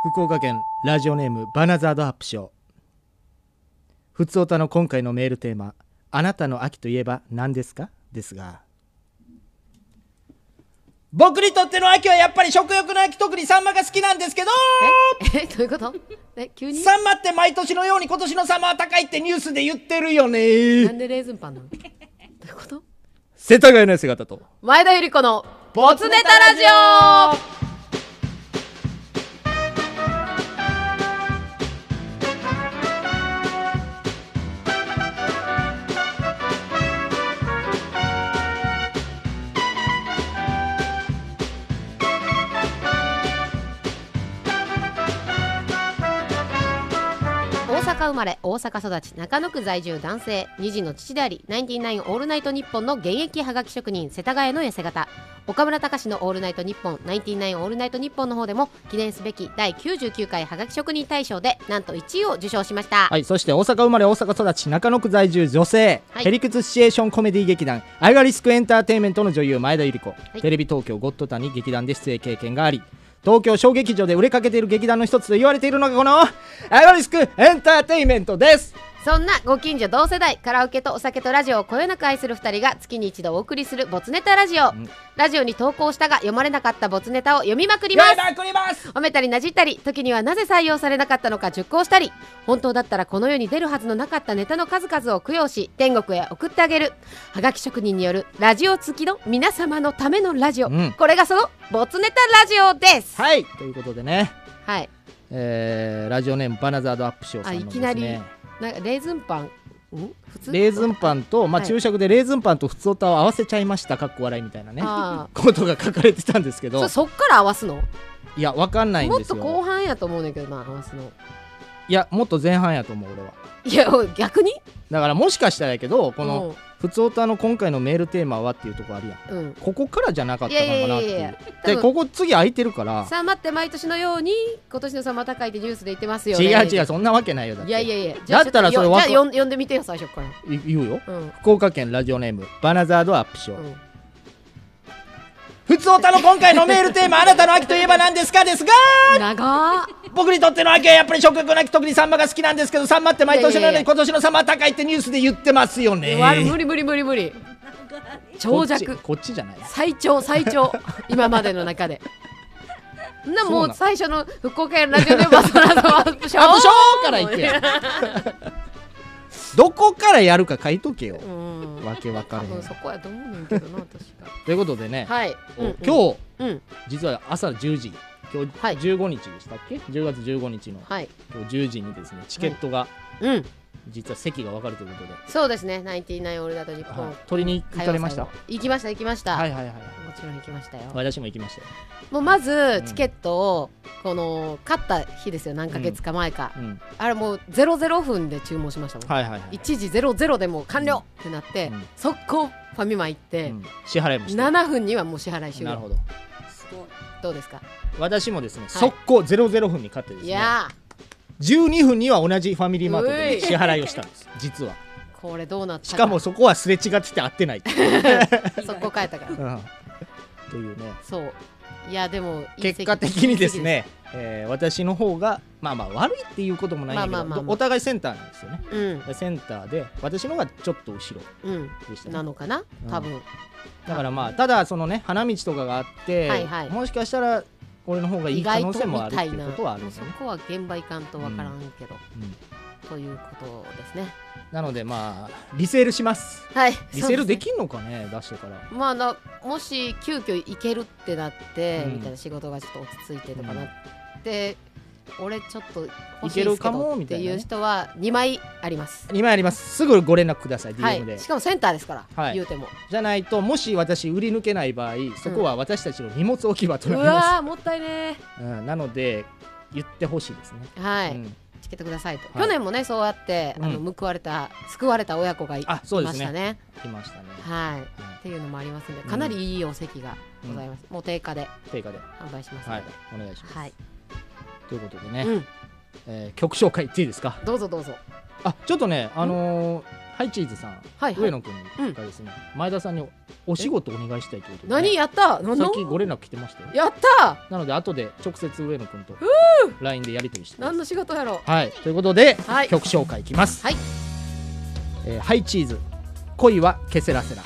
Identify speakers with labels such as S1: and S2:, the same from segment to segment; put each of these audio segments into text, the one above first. S1: 福岡県ラジオネームバナザードアップ賞ふつおたの今回のメールテーマ「あなたの秋といえば何ですか?」ですが僕にとっての秋はやっぱり食欲の秋特にサンマが好きなんですけど
S2: えどういうことえ急に
S1: サンマって毎年のように今年のサンマは高いってニュースで言ってるよ
S2: な
S1: ね
S2: んでレーズンパンなのどういうこと
S1: 世田谷の姿と
S2: 前田ゆり子のボツネタラジオ大阪生まれ大阪育ち中野区在住男性2児の父でありナインティナインオールナイトニッポンの現役はがき職人世田谷の痩せ方岡村隆史の「オールナイトニッポン」「ナインティナインオールナイトニッポン」の方でも記念すべき第99回はがき職人大賞でなんと1位を受賞しました、
S1: はいそして大阪生まれ大阪育ち中野区在住女性、
S2: はい
S1: ヘリクツシチュエーションコメディ劇団アイガリスクエンターテインメントの女優前田由里子、
S2: い
S1: テレビ東京ゴッドタンに劇団で出演経験があり東京小劇場で売れかけている劇団の一つと言われているのがこのアイガリスクエンターテインメントです
S2: そんなご近所同世代カラオケとお酒とラジオをこよなく愛する2人が月に一度お送りするボツネタラジオ、
S1: ん
S2: ラジオに投稿したが読まれなかったボツネタを読みまくります
S1: やだくります
S2: 褒めたりなじったり時にはなぜ採用されなかったのか熟考したり本当だったらこの世に出るはずのなかったネタの数々を供養し天国へ送ってあげるはがき職人によるラジオ付きの皆様のためのラジオ、
S1: うん
S2: これがそのボツネタラジオです
S1: はいということでね、
S2: はい、
S1: えーラジオネームバナザードアップショーさんのです、ね、
S2: あいきなりなんかレーズンパンん普通
S1: レーズンパンと、まあ、
S2: はい
S1: 昼食でレーズンパンと普通歌を合わせちゃいましたかっこ笑いみたいなね
S2: あ
S1: ことが書かれてたんですけ
S2: ー
S1: ど
S2: そそっから合わすの
S1: いやわかんないん
S2: もっ
S1: です
S2: と
S1: よ
S2: 後半やと思うねんけどな合わすの
S1: いやもっと前半やと思う俺はい
S2: やおい逆に
S1: だからもしかしたらやけどこの「ふつおた」の今回のメールテーマはっていうとこあるやん
S2: うん、うん
S1: ここからじゃなかっ
S2: い
S1: た
S2: や
S1: の
S2: い
S1: か
S2: やい
S1: なっ
S2: や
S1: てい
S2: いや
S1: う
S2: 多
S1: で
S2: 分
S1: ここ次空いてるから
S2: さあ待って毎年のように今年のサンマ高いってニュースで言ってますよね
S1: 違う違うそんなわけないよだって
S2: いやいやいや
S1: だったら
S2: じゃあち
S1: それ
S2: ょ
S1: わ
S2: と
S1: か
S2: よじゃあよん呼んでみてよ最初か
S1: い言うよ
S2: らうん
S1: 福岡県ラジオネームバナザードアップショ
S2: う
S1: ー
S2: ん
S1: ふつおたの今回のメールテーマあなたの秋といえば何ですか ですが
S2: 長っ
S1: 僕にとっての秋はやっぱり食欲の秋特にサンマが好きなんですけどサンマって毎年のよう
S2: いやいやい
S1: に
S2: や
S1: 今年のサンマは高いってニュースで言ってますよね
S2: うわ無理無理無理無理長
S1: こっ
S2: 尺
S1: ちこっちじゃない
S2: 最長 最長今までの中でんな
S1: そう
S2: も
S1: なの
S2: う最初の福岡県ラジオネームバトラー のアップショー
S1: アップショーからいけ よどこからやるか書いとけよ
S2: うん
S1: わけわか
S2: 多
S1: んない
S2: 分そこやと思うねんけどな私が
S1: ということでね、
S2: はい
S1: お
S2: うん
S1: 今日
S2: うんうん
S1: 実は朝10時今日
S2: はい
S1: 15日でしたっけ、10月15日の
S2: はい
S1: 今日10時にですねチケットが、
S2: うん
S1: 実は席が分かるということで、
S2: そうですねナインティナインオールナイト日本
S1: はい取りに行かれましたは
S2: 行きました行きました
S1: いはいはい
S2: もちろん行きましたよ
S1: 私も行きましたよ、
S2: もうまず
S1: ん
S2: チケットをこの買った日ですよ何ヶ月か前か、
S1: うん、
S2: あれもう00分で注文しましたもん、
S1: はいはいはい、
S2: 1時00でもう完了ってなって、
S1: うん
S2: 速攻ファミマ行って、
S1: うん支払いもして
S2: 7分にはもう支払い終
S1: なるほ
S2: 了
S1: ど
S3: すごい。
S2: どうですか
S1: 私もですね、速攻00分に勝ってです
S2: い
S1: ね
S2: や
S1: 12分には同じファミリーマートで支払いをしたんです実は
S2: ーこれどうなった
S1: しかもそこはすれ違ってて合ってないっていう、
S2: 速攻変えたから
S1: うんという ね
S2: そういやでもいい
S1: 結果的にですね、えー私の方がまあまあ悪いっていうこともないんだけど、
S2: まあまあまあまあ
S1: お互いセンターなんですよね
S2: いい席です
S1: センターで私の方がちょっと後ろ
S2: うん
S1: でした
S2: うん
S1: ね
S2: なのかな
S1: うん
S2: 多分、
S1: だからまあただそのね花道とかがあって、
S2: はいはい
S1: もしかしたら俺の方がい
S2: 意
S1: い可
S2: 外
S1: 能
S2: と
S1: 性
S2: み
S1: もあるったて
S2: い
S1: い
S2: な
S1: うことはあるんですよね
S2: そこは現場行かんとわからんけど、
S1: うん
S2: ということですね
S1: なのでまあリセールします
S2: はい
S1: リセールで
S2: き
S1: きんのかね出してから
S2: まあなもし急遽行けるってなって、
S1: うん
S2: みたいな仕事がちょっと落ち着いてとかなって、俺ちょっと欲
S1: い
S2: し
S1: け
S2: いで
S1: る
S2: すけ
S1: かも
S2: どっ
S1: みた
S2: て
S1: いなね
S2: いう人は2枚あります。
S1: 今やりますすぐご連絡ください DM
S2: は
S1: で、
S2: い、しかもセンターですから、
S1: はい
S2: 言うても
S1: じゃないともし私売り抜けない場合そこは私たちの荷物置き場と
S2: う
S1: なりま
S2: わーもったいね
S1: す、うんなので言ってほしいですね、
S2: ーはい、
S1: うん
S2: チケットくださいと、
S1: はい
S2: 去年もねそうやって、あ
S1: う
S2: の報われた救われた親子がいいま
S1: あそうです
S2: し
S1: ね
S2: たね
S1: 来ましたね、
S2: はいっ
S1: は
S2: ていうのもありますんでかなりいいお席がございます、もう定価で
S1: い、定価で、
S2: 販売しますの
S1: は
S2: で
S1: い、お願いします、
S2: はい、
S1: ということでね、
S2: うん
S1: えー曲紹介いっていいですか
S2: どうぞどうぞ
S1: あちょっとねあのーハイチーズさん、
S2: はい
S1: 上野君がですね、前田さんにお仕事お願いしたいということで、
S2: 何やった何
S1: さっ
S2: の
S1: きご連絡来てましたよ
S2: やった
S1: なので後で直接上野君と LINE でやり取りしてます
S2: 何の仕事やろ
S1: はいということで、
S2: はい
S1: 曲紹介いきます
S2: はい
S1: えーハイチーズ恋はケセラセラ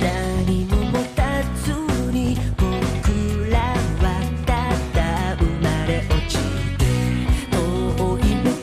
S3: 何も持たずに僕らはただ生まれ落ちて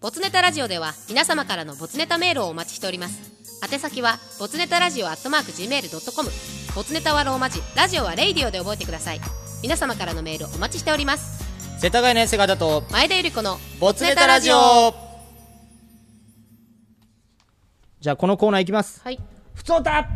S2: ボツネタラジオでは皆様からのボツネタメールをお待ちしております宛先はボツネタラジオアットマーク Gmail.com ボツネタはローマ字ラジオはレイディオで覚えてください皆様からのメールお待ちしております
S4: 世田谷の痩せ方と
S2: 前田ゆり子の
S4: ボツネタラジオ
S1: じゃあこのコーナーいきます
S2: はい、
S1: ふつおた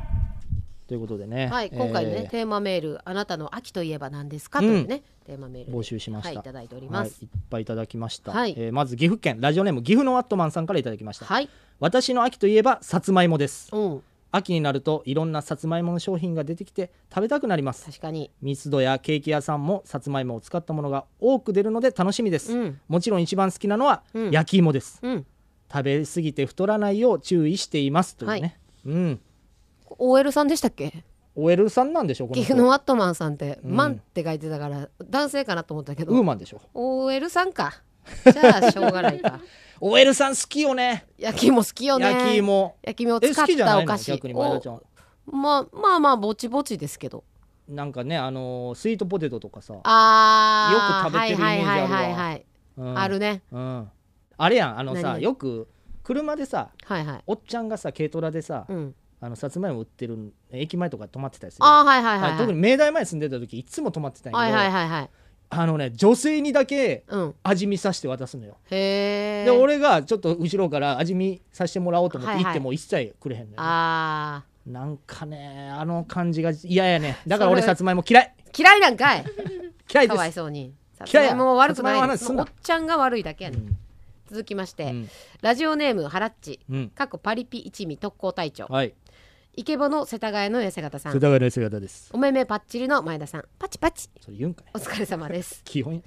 S1: ということでね
S2: はい、今回のね、
S1: えー
S2: テーマメール「あなたの秋といえば何ですか?」というね、テーマメール
S1: 募集しました、
S2: はい、いただいております
S1: はい、いっぱいいただきました、
S2: はい
S1: えーまず岐阜県ラジオネーム岐阜のワットマンさんからいただきました、
S2: はい、
S1: 私の秋といえばさつまいもです
S2: うん
S1: 秋になるといろんなさつまいもの商品が出てきて食べたくなります
S2: 確かに
S1: 密度やケーキ屋さんもさつまいもを使ったものが多く出るので楽しみです、
S2: うん
S1: もちろん一番好きなのは
S2: うん
S1: 焼き芋です、
S2: うん
S1: 食べ過ぎて太らないよう注意していますというね、
S2: は
S1: う
S2: い
S1: ん、
S2: OL さんでしたっけ
S1: OL さんなんでしょこ
S2: 岐
S1: の
S2: 阜
S1: 人
S2: のワットマンさんって「
S1: うん
S2: マン」って書いてたから男性かなと思ったけど、
S1: ウーマンでしょ
S2: OL さん かじゃあしょうがないか
S1: OL さん好きよね
S2: 焼き芋好きよね
S1: 焼き芋
S2: 焼き芋を
S1: え
S2: 使
S1: 好
S2: っ
S1: きじゃ
S2: た
S1: ない
S2: お
S1: の
S2: 菓子
S1: 逆に前田ちゃん
S2: おまあまあまあぼちぼちですけど
S1: なんかねあのースイートポテトとかさ
S2: あ
S1: よ
S2: ー
S1: く食べてるイメージあるわ
S2: はいはいはいはい、
S1: うん
S2: あるね
S1: うん、あれやんあのさ
S2: 何
S1: よく車でさ
S2: はいはい
S1: おっちゃんがさ軽トラでさ、
S2: うん
S1: あのさつまいも売ってる駅前とか泊まってたりするよ
S2: あーはいはいはい
S1: あ
S2: はい
S1: 特に明大前住んでた時いつも泊まってたんや
S2: は
S1: け
S2: い
S1: ど、
S2: はいはいはい
S1: あのね女性にだけ
S2: うん
S1: 味見させて渡すのよ、
S2: へえ
S1: で俺がちょっと後ろから味見させてもらおうと思って
S2: はい
S1: 行
S2: は
S1: っ
S2: い
S1: ても一切くれへんのよ、
S2: あ
S1: なんかねあの感じが嫌やねだから俺
S2: それ
S1: さつまいも嫌い
S2: ー嫌いなんかい
S1: 嫌いで
S2: かわい
S1: す
S2: そうにさつ
S1: 嫌
S2: ま
S1: いや
S2: いもも悪くない
S1: さつまいもの話すん
S2: お
S1: な
S2: っちゃんが悪いだけやね、
S1: うん
S2: 続きまして、
S1: うん
S2: ラジオネームハラッチ
S1: うん
S2: 過去パリピ一味特攻隊長
S1: はい
S2: イケボの世田谷の痩せ方さ
S1: 世
S2: ん
S1: 田谷の姿です
S2: お目目パッチリの前田さんパチパチ
S1: それ言うんかい
S2: お疲れ様で す
S1: 基本や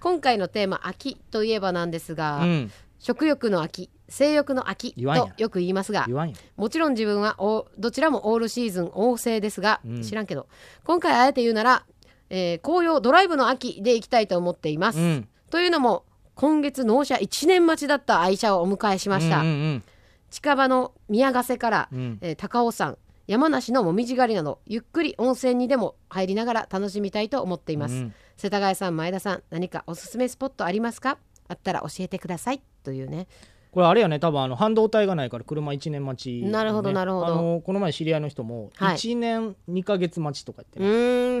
S2: 今回のテーマ「秋」といえばなんですが、
S1: うん
S2: 食欲の秋性欲の秋
S1: 言わんや
S2: とよく言いますが
S1: 言わんよ
S2: もちろん自分はおどちらもオールシーズン旺盛ですが、
S1: うん
S2: 知らんけど今回あえて言うなら、えー紅葉ドライブの秋で行きたいと思っています、
S1: うん
S2: というのも今月納車1年待ちだった愛車をお迎えしました、
S1: うんうん
S2: 近場の宮ヶ瀬から、
S1: うんうん
S2: えー高尾山山梨のもみじ狩りなどゆっくり温泉にでも入りながら楽しみたいと思っています、
S1: うん
S2: 世田谷さん前田さん何かおすすめスポットありますかあったら教えてくださいというね
S1: これあれやね多分あの半導体がないから車1年待ちね、
S2: なるほどなるほど
S1: あのこの前知り合いの人も
S2: はい
S1: 1年2か月待ちとか言って
S2: う
S1: ね、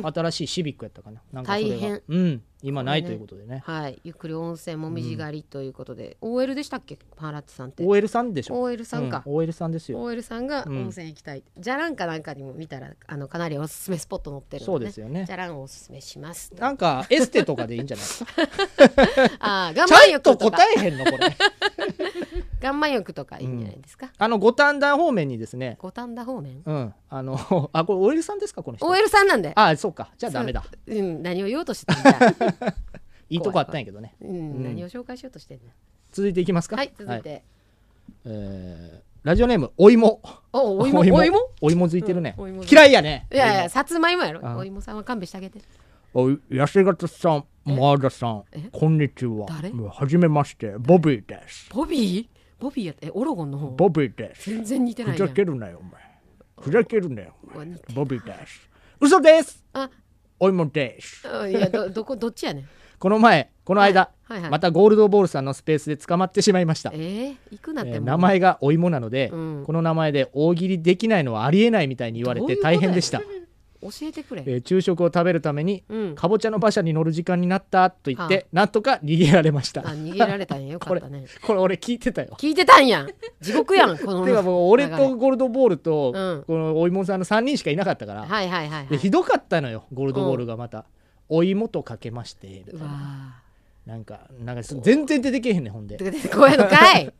S2: ーん
S1: 新しいシビックやったかななんかそれが
S2: 大変
S1: うん今ないということでね
S2: はいゆっくり温泉もみじ狩りということで、OL でしたっけパーラッツさんって、
S1: OL さんでしょ
S2: OL さんか、
S1: うん OL さんですよ
S2: OL さんが
S1: うん
S2: 温泉行きたい、じゃらんかなんかにも見たらあのかなりおすすめスポット載ってるん
S1: そうですよね
S2: じゃらんをおすすめします
S1: なんかエステとかでいいん じゃないち
S2: ああ岩盤
S1: ゃん
S2: 浴
S1: と
S2: とか
S1: 答えへんのこれ
S2: 岩盤浴とかいいんじゃないですか、
S1: あの五反田方面にですね
S2: 五反田方面
S1: うんあの あこれ OL さんですかこの人
S2: OL さんなんで
S1: あそうかじゃあダメだ
S2: うん何を言おうとしてたんだ、
S1: いいとこあったんやけどね
S2: うん
S1: ん
S2: 何を紹介しようとしてんだ
S1: 続いていきますか
S2: はい続いて、
S1: えーラジオネームお芋
S2: おお芋お芋
S1: お芋お芋づいてるね、
S2: うんお芋づい
S1: 嫌いやね
S2: いやいやさつまいもやろ
S1: あ
S2: お芋さんは勘弁してあげて
S5: おい、痩せ型さん、前田さん
S2: え、
S5: こんにちは。
S2: 誰
S5: はじめまして、ボビーです。
S2: ボビーボビーやってえオロゴンの方
S5: ボビーです。
S2: 全然似てな
S5: ふ
S2: いや
S5: ざ
S2: ん
S5: けるなよ、お前。ふざけるなよ、お
S2: うわ
S5: 前
S2: 似て。
S5: ボビーです。嘘です
S2: あ
S5: おいもです。
S2: うんいやど どこどっちやねん
S1: この前この間、
S2: はいはいはい
S1: またゴールドボールさんのスペースで捕まってしまいました、
S2: えー、行くなって
S1: えー
S2: もう
S1: 名前がお芋なので、
S2: うん
S1: この名前で大喜利できないのはありえないみたいに言われ
S2: どう
S1: て
S2: いうことだよ
S1: 大変でした
S2: 教えてくれ、
S1: えー昼食を食べるために、
S2: うん
S1: かぼちゃの馬車に乗る時間になったと言っ
S2: は
S1: て、なんとか逃げられました
S2: あ逃げられたんやよかったね
S1: これ俺聞いてたよ
S2: 聞いてたんや地 獄やんこの
S1: てかもう俺とゴールドボールと、
S2: うん
S1: このお芋さんの3人しかいなかったから、
S2: はいはいはい、は
S1: で
S2: い、
S1: ひどかったのよゴールドボールがまた、お芋とかけましてみたいうな
S2: わ
S1: なんかなんか全然出てけへんねんほんで
S2: ーて かてかこういうのかい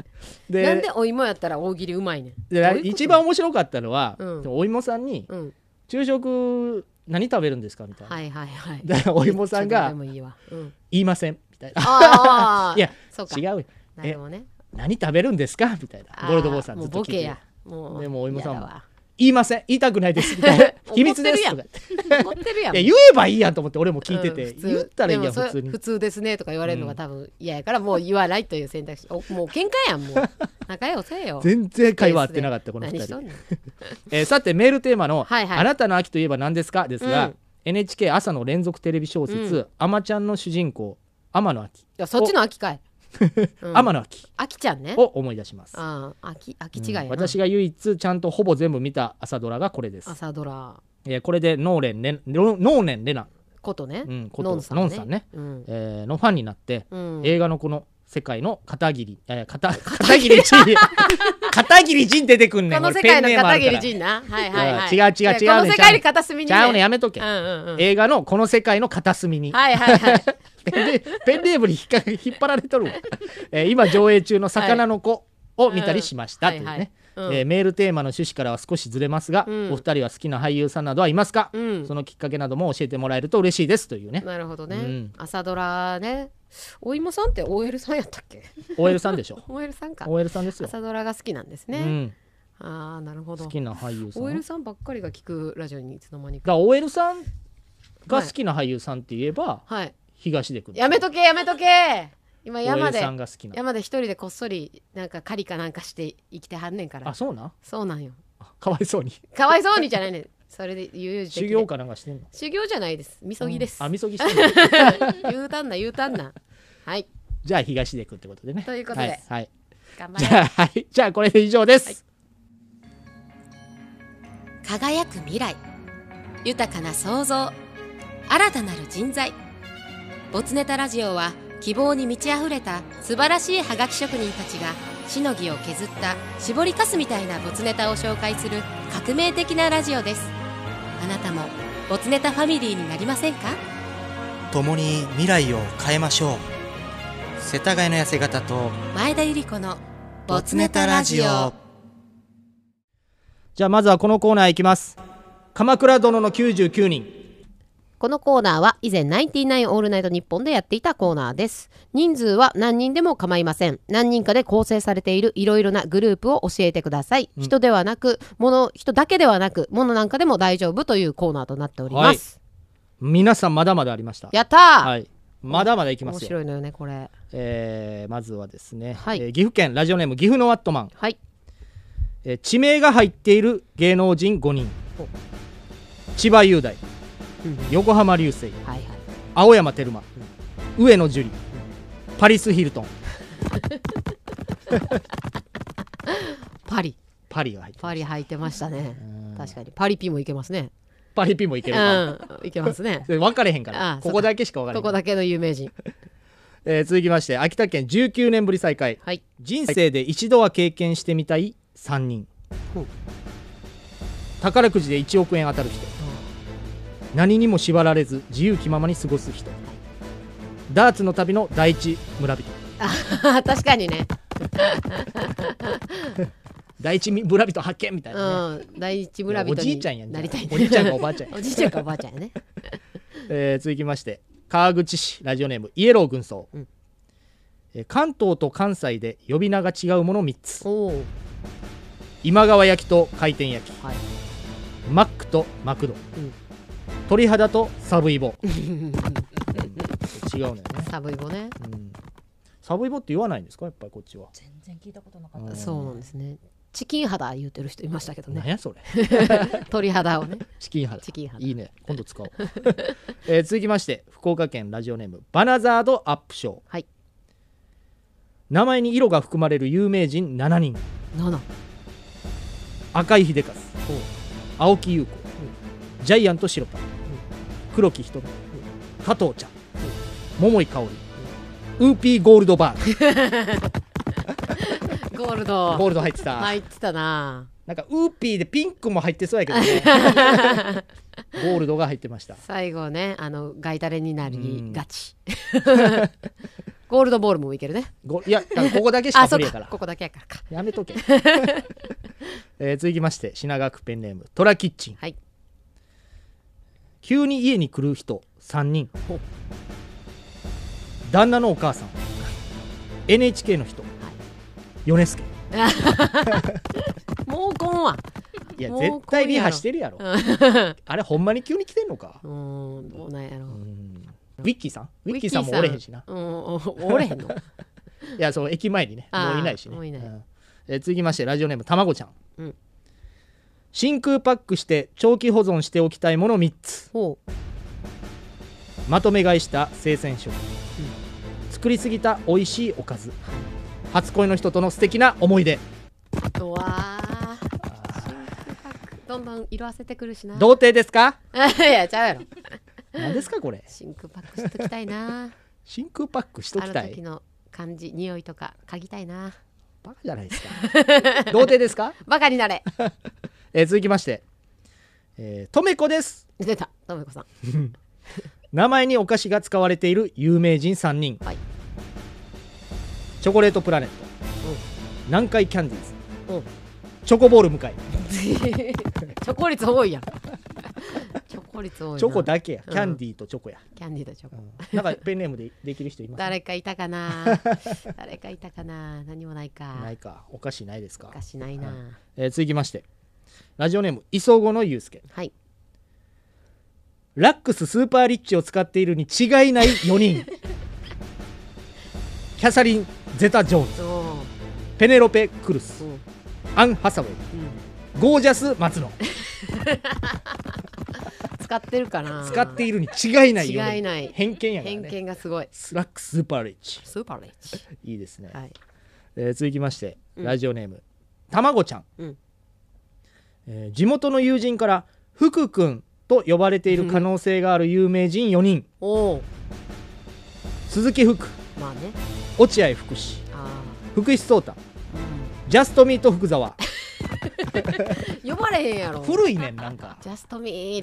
S1: で
S2: なんでお芋やったら大喜利うまいねん
S1: で
S2: どういうこと
S1: 一番面白かったのは、
S2: うん
S1: お芋さんに
S2: うん
S1: 「昼食何食べるんですか?」みたいな、
S2: はいはいはい
S1: でお芋さんが
S2: ちょっとでもいいわ、うん、
S1: 言いません」みたいな
S2: あ
S1: 「
S2: あ
S1: いや
S2: そうか
S1: 違うよ
S2: なるほどね
S1: 何食べるんですか?」みたいな
S2: あ
S1: ゴールドボールさん
S2: も
S1: ず
S2: う
S1: っと
S2: ボ
S1: 聞いて
S2: ケ
S1: る
S2: やもう
S1: でもお芋さんも
S2: やだわ
S1: 言いません言いたくないです」み たいな
S2: 怒
S1: 秘
S2: ってるやん
S1: 密です」とか言って
S2: 怒ってるやん
S1: いや言えばいいやんと思って俺も聞いてて、
S2: うん普通
S1: 言ったらいいやん
S2: でも
S1: 普
S2: そ
S1: 通
S2: れ
S1: に
S2: 普通ですねとか言われるのが多分嫌やからもう言わないという選択肢おもう喧嘩や んもう仲良せえよ
S1: 全然会話合ってなかったこの
S2: 何
S1: 2
S2: しと
S1: 人、
S2: んねん
S1: えーさてメールテーマの「
S2: はいはい
S1: あなたの秋といえば何ですか?」ですが、
S2: うん
S1: NHK 朝の連続テレビ小説「あまちゃん」の主人公天野秋
S2: いやそっちの秋かいうん
S1: 天野明
S2: あきちゃんね
S1: を思い出します、
S2: あああきあき違いやな、
S1: うん私が唯一ちゃんとほぼ全部見た朝ドラがこれです、
S2: 朝ドラ
S1: えーこれで能連レ能能連レナ、
S2: ことね、
S1: うん、ことの
S2: のん
S1: ん
S2: さ
S1: さ
S2: ん
S1: ん
S2: ね
S1: ね
S2: うん
S1: えーのファンになって、
S2: うん
S1: 映画のこの世界の片桐、えー、片片桐仁 片桐仁出てくんね
S2: こ
S1: ん
S2: の世
S1: 俺ペ
S2: 界
S1: ン
S2: の
S1: ネームあ
S2: 片
S1: るから
S2: 桐仁なはいはいはい
S1: いや違う違う違うね
S2: いやこの世界の片隅に
S1: ちゃうねやめと
S2: う
S1: け、
S2: んうんうん
S1: 映画のこの世界の片隅に、
S2: はいはいはい
S1: ペンネペンネームに引っか引っ張られとるわ、えー今上映中の「魚の子」を見たりしました、
S2: はい
S1: というね、
S2: はいはいうん
S1: えーメールテーマの趣旨からは少しずれますが、
S2: うん
S1: お二人は好きな俳優さんなどはいますか、
S2: うん
S1: そのきっかけなども教えてもらえると嬉しいですというね、
S2: なるほどね、
S1: うん
S2: 朝ドラねお芋さんって OL さんやったっけ
S1: OL さんでしょ
S2: OL さんか
S1: OL さんですよ、
S2: 朝ドラが好きなんですね、
S1: うん、
S2: ああなるほど
S1: 好きな俳優さん
S2: OL さんばっかりが聞くラジオにいつの間に
S1: だか
S2: から
S1: OL さんが好きな俳優さんって言えば、
S2: はい
S1: 東出君
S2: やめとけやめとけ今
S1: OL
S2: 山で
S1: さんが好きな
S2: 山で一人でこっそりなんか狩りかなんかして生きてはんねんから
S1: あそうなん
S2: そうなんよ
S1: かわいそうに
S2: かわいそうにじゃないねんそれで悠々自適
S1: 修
S2: で
S1: 行かなんかしてんの
S2: 修行じゃないですみそぎです、
S1: うんあみそぎしてん の
S2: 言うたんな言うたんなはい
S1: じゃあ東出君ってことでね
S2: ということで
S1: はいはい
S2: 頑
S1: じ
S2: 張
S1: ゃ
S2: れ
S1: あ、はい、じゃあこれで以上です、
S2: 輝く未来豊かな創造新たなる人材ボツネタラジオは希望に満ち溢れた素晴らしいハガキ職人たちがしのぎを削った絞りかすみたいなボツネタを紹介する革命的なラジオですあなたもボツネタファミリーになりませんか
S4: 共に未来を変えましょう世田谷の痩せ方と
S2: 前田由里子の
S4: ボツネタラジオ
S1: じゃあまずはこのコーナーいきます鎌倉殿の99人
S2: このコーナーは以前ナインティナインオールナイトニッポンでやっていたコーナーです。人数は何人でも構いません。何人かで構成されているいろいろなグループを教えてください。人ではなく、物、人だけではなく、物なんかでも大丈夫というコーナーとなっております。
S1: 皆さんまだまだありました
S2: やったー、
S1: はいまだまだいきま
S2: 面
S1: すよ、
S2: 白いのよね、これ。
S1: えー、まずはですね、
S2: はい
S1: えー岐阜県ラジオネーム岐阜のワットマン、
S2: はい。
S1: えー地名が入っている芸能人5人
S2: お
S1: 千葉雄大
S2: うん
S1: 横浜流星
S2: はいはい。
S1: 青山テルマ、上野樹里、パリス・ヒルトン
S2: パリ。
S1: パリが入ってる
S2: パリ履いてましたね。確かに。パリピもいけますね。
S1: パリピもいけ
S2: う
S1: るか、。
S2: ん。いけますね
S1: で分かれへんか
S2: あ
S1: ら
S2: ー
S1: ここだけしか分かれへ
S2: こ
S1: ん
S2: こだけの有名人。
S1: えー続きまして秋田県19年ぶり再開、
S2: はい。
S1: 人生で一度は経験してみたい3人、
S2: ほう
S1: 宝くじで1億円当たる人何にも縛られず自由気ままに過ごす人ダーツの旅の第一村人
S2: あ確かにね。
S1: 第一村人発見みたいなね、
S2: うん。第一村人
S1: お
S2: に
S1: じいちゃんやん
S2: なりたいね
S1: おじいちゃんかおばあちゃんや
S2: おじいちゃんかおばあちゃんやね。
S1: えー続きまして川口市ラジオネームイエロー軍曹、
S2: うん
S1: えー関東と関西で呼び名が違うもの3つ
S2: おお。
S1: 今川焼きと回転焼き
S2: はい。
S1: マックとマクド、
S2: ん
S1: 鳥肌とサブイボうん 違うのよね、
S2: 寒いもね。
S1: うんサブイボって言わないんですかやっぱりこっちはうん
S2: そうなんですね。チキン肌言うてる人いましたけど
S1: 何
S2: ね。
S1: やそれ
S2: 鳥肌をね。
S1: チキン肌
S2: チキン肌
S1: いいね今度使おう、 えー続きまして福岡県ラジオネームバナザードアップショー、
S2: はい
S1: 名前に色が含まれる有名人7人
S2: 七。
S1: 赤井秀和青木優子ジャイアントシロパ黒木瞳加藤茶桃井かおりウーピーゴールドバー
S2: ゴール
S1: ゴー
S2: ド。
S1: ルド入ってた
S2: 入ってたな。
S1: なんかウーピーでピンクも入ってそうやけど ねゴールドが入ってました
S2: 最後ね、あのガイタレになり
S1: うん
S2: がち。 ゴールドボールもいけるね。
S1: ごいやいやここだけしか
S2: あ、そ
S1: 不
S2: う
S1: 利や
S2: か
S1: から。
S2: ここだけやからか。
S1: やめとけ、 えー続きまして品川区ペンネームトラキッチン
S2: はい。
S1: 急に家に来る人3人旦那のお母さん NHK の人米助
S2: もうこんわ。
S1: いや
S2: もう
S1: 絶対リハしてるやろあれほんまに急に来てんのか
S2: うーん、どうなんやろ
S1: う
S2: う。
S1: んウィッキーさんウィッキーさんもおれへんしな
S2: うん、おおれへん の。
S1: いやそう駅前にね
S2: あー
S1: もういないしね
S2: もういない
S1: んえー続きましてラジオネームたまごちゃん、
S2: うん
S1: 真空パックして長期保存しておきたいもの3つ
S2: ほう。
S1: まとめ買いした生鮮食、作作りすぎた美味しいおかず初恋の人との素敵な思い出
S2: うわー新空白どんどん色あせてくるしな
S1: 童貞ですか
S2: いやちゃうやろ
S1: 何ですかこれ
S2: 真空パックしときたいな
S1: 真空パッ クしと
S2: あ
S1: き
S2: の
S1: た
S2: 時
S1: い
S2: の感じ匂いとか嗅ぎたいな
S1: バカじゃないですか童貞ですか、
S2: バカになれ
S1: えー続きましてえーとめこです
S2: 出たとめこさん
S1: 名前にお菓子が使われている有名人3人、
S2: はい
S1: チョコレートプラネット、南海キャンディーズ、チョコボール向かい
S2: チョコ率多いやん。 チョコ率多いな。
S1: チョコだけや、
S2: うん
S1: キャンディーとチョコや、
S2: キャンディーとチョコ。
S1: なんかペンネームでできる人います
S2: 誰かいた かな誰かいたかな何もないか。
S1: ないかお菓子ないですか
S2: おかしないな。
S1: えー続きましてラジオネーム磯子のゆうすけ
S2: はい。
S1: ラックススーパーリッチを使っているに違いない4人 キャサリン・ゼタ・ジョーンズ
S2: おー
S1: ペネロペ・クルス
S2: うんうん
S1: アン・ハサウェイゴージャス・松野
S2: 使ってるかな
S1: 使ってい
S2: る。
S1: るに違いない4人
S2: 違いない
S1: 偏見やから
S2: 偏
S1: ね
S2: 見がすごい。
S1: スラックススーパーリッチ
S2: スーパーレッチ。
S1: いいですね、
S2: はい。
S1: えー続きまして、
S2: うん
S1: ラジオネームたまごちゃん、
S2: うん
S1: えー地元の友人から福くんと呼ばれている可能性がある有名人4人、
S2: おお。
S1: 鈴木福
S2: まあね。
S1: 落合福士
S2: あ
S1: 福士蒼太ジャストミート福沢
S2: あ。呼ばれへんやろ。
S1: 古いねんなんか
S2: ジャストミー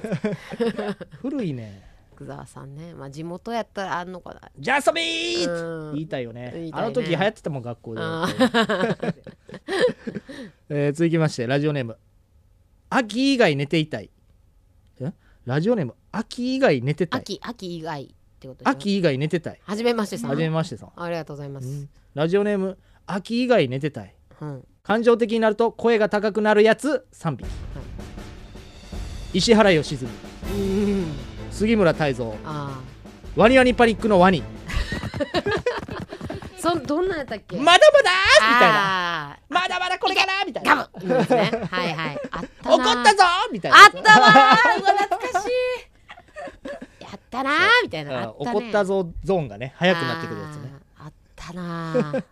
S2: ト。
S1: 古いね
S2: 福沢さんね。まあ地元やったらあんのかな。
S1: んジャストミート
S2: うん
S1: 言いたいよね
S2: 言いたい
S1: あ
S2: ね
S1: の時流行ってたもん学校で、
S2: あ
S1: えー続きましてラジオネーム秋以外寝ていたいえラジオネーム秋以外寝てたい
S2: 秋、秋以外ってことでしょ。
S1: 秋以外寝てたい
S2: はじめましてさん。
S1: はじめましてさん
S2: ありがとうございます。
S1: ラジオネーム秋以外寝てたい
S2: うん。
S1: 感情的になると声が高くなるやつ3匹、石原良純
S2: うん。
S1: 杉村太蔵
S2: あ
S1: ワニワニパニックのワニ
S2: あ。そんどんなんやったっけ？
S1: まだまだーみたいな
S2: あ
S1: まだまだこれかなみたい
S2: ーガ
S1: な
S2: ブ。今ですね。はいはい。あったな。
S1: 怒ったぞーみたいな
S2: あったわー。うわ懐かしい。やったなーみたいな。あ
S1: あ
S2: ったね。
S1: 怒ったぞゾーンがね早くなってくるやつね
S2: あー。あったなー。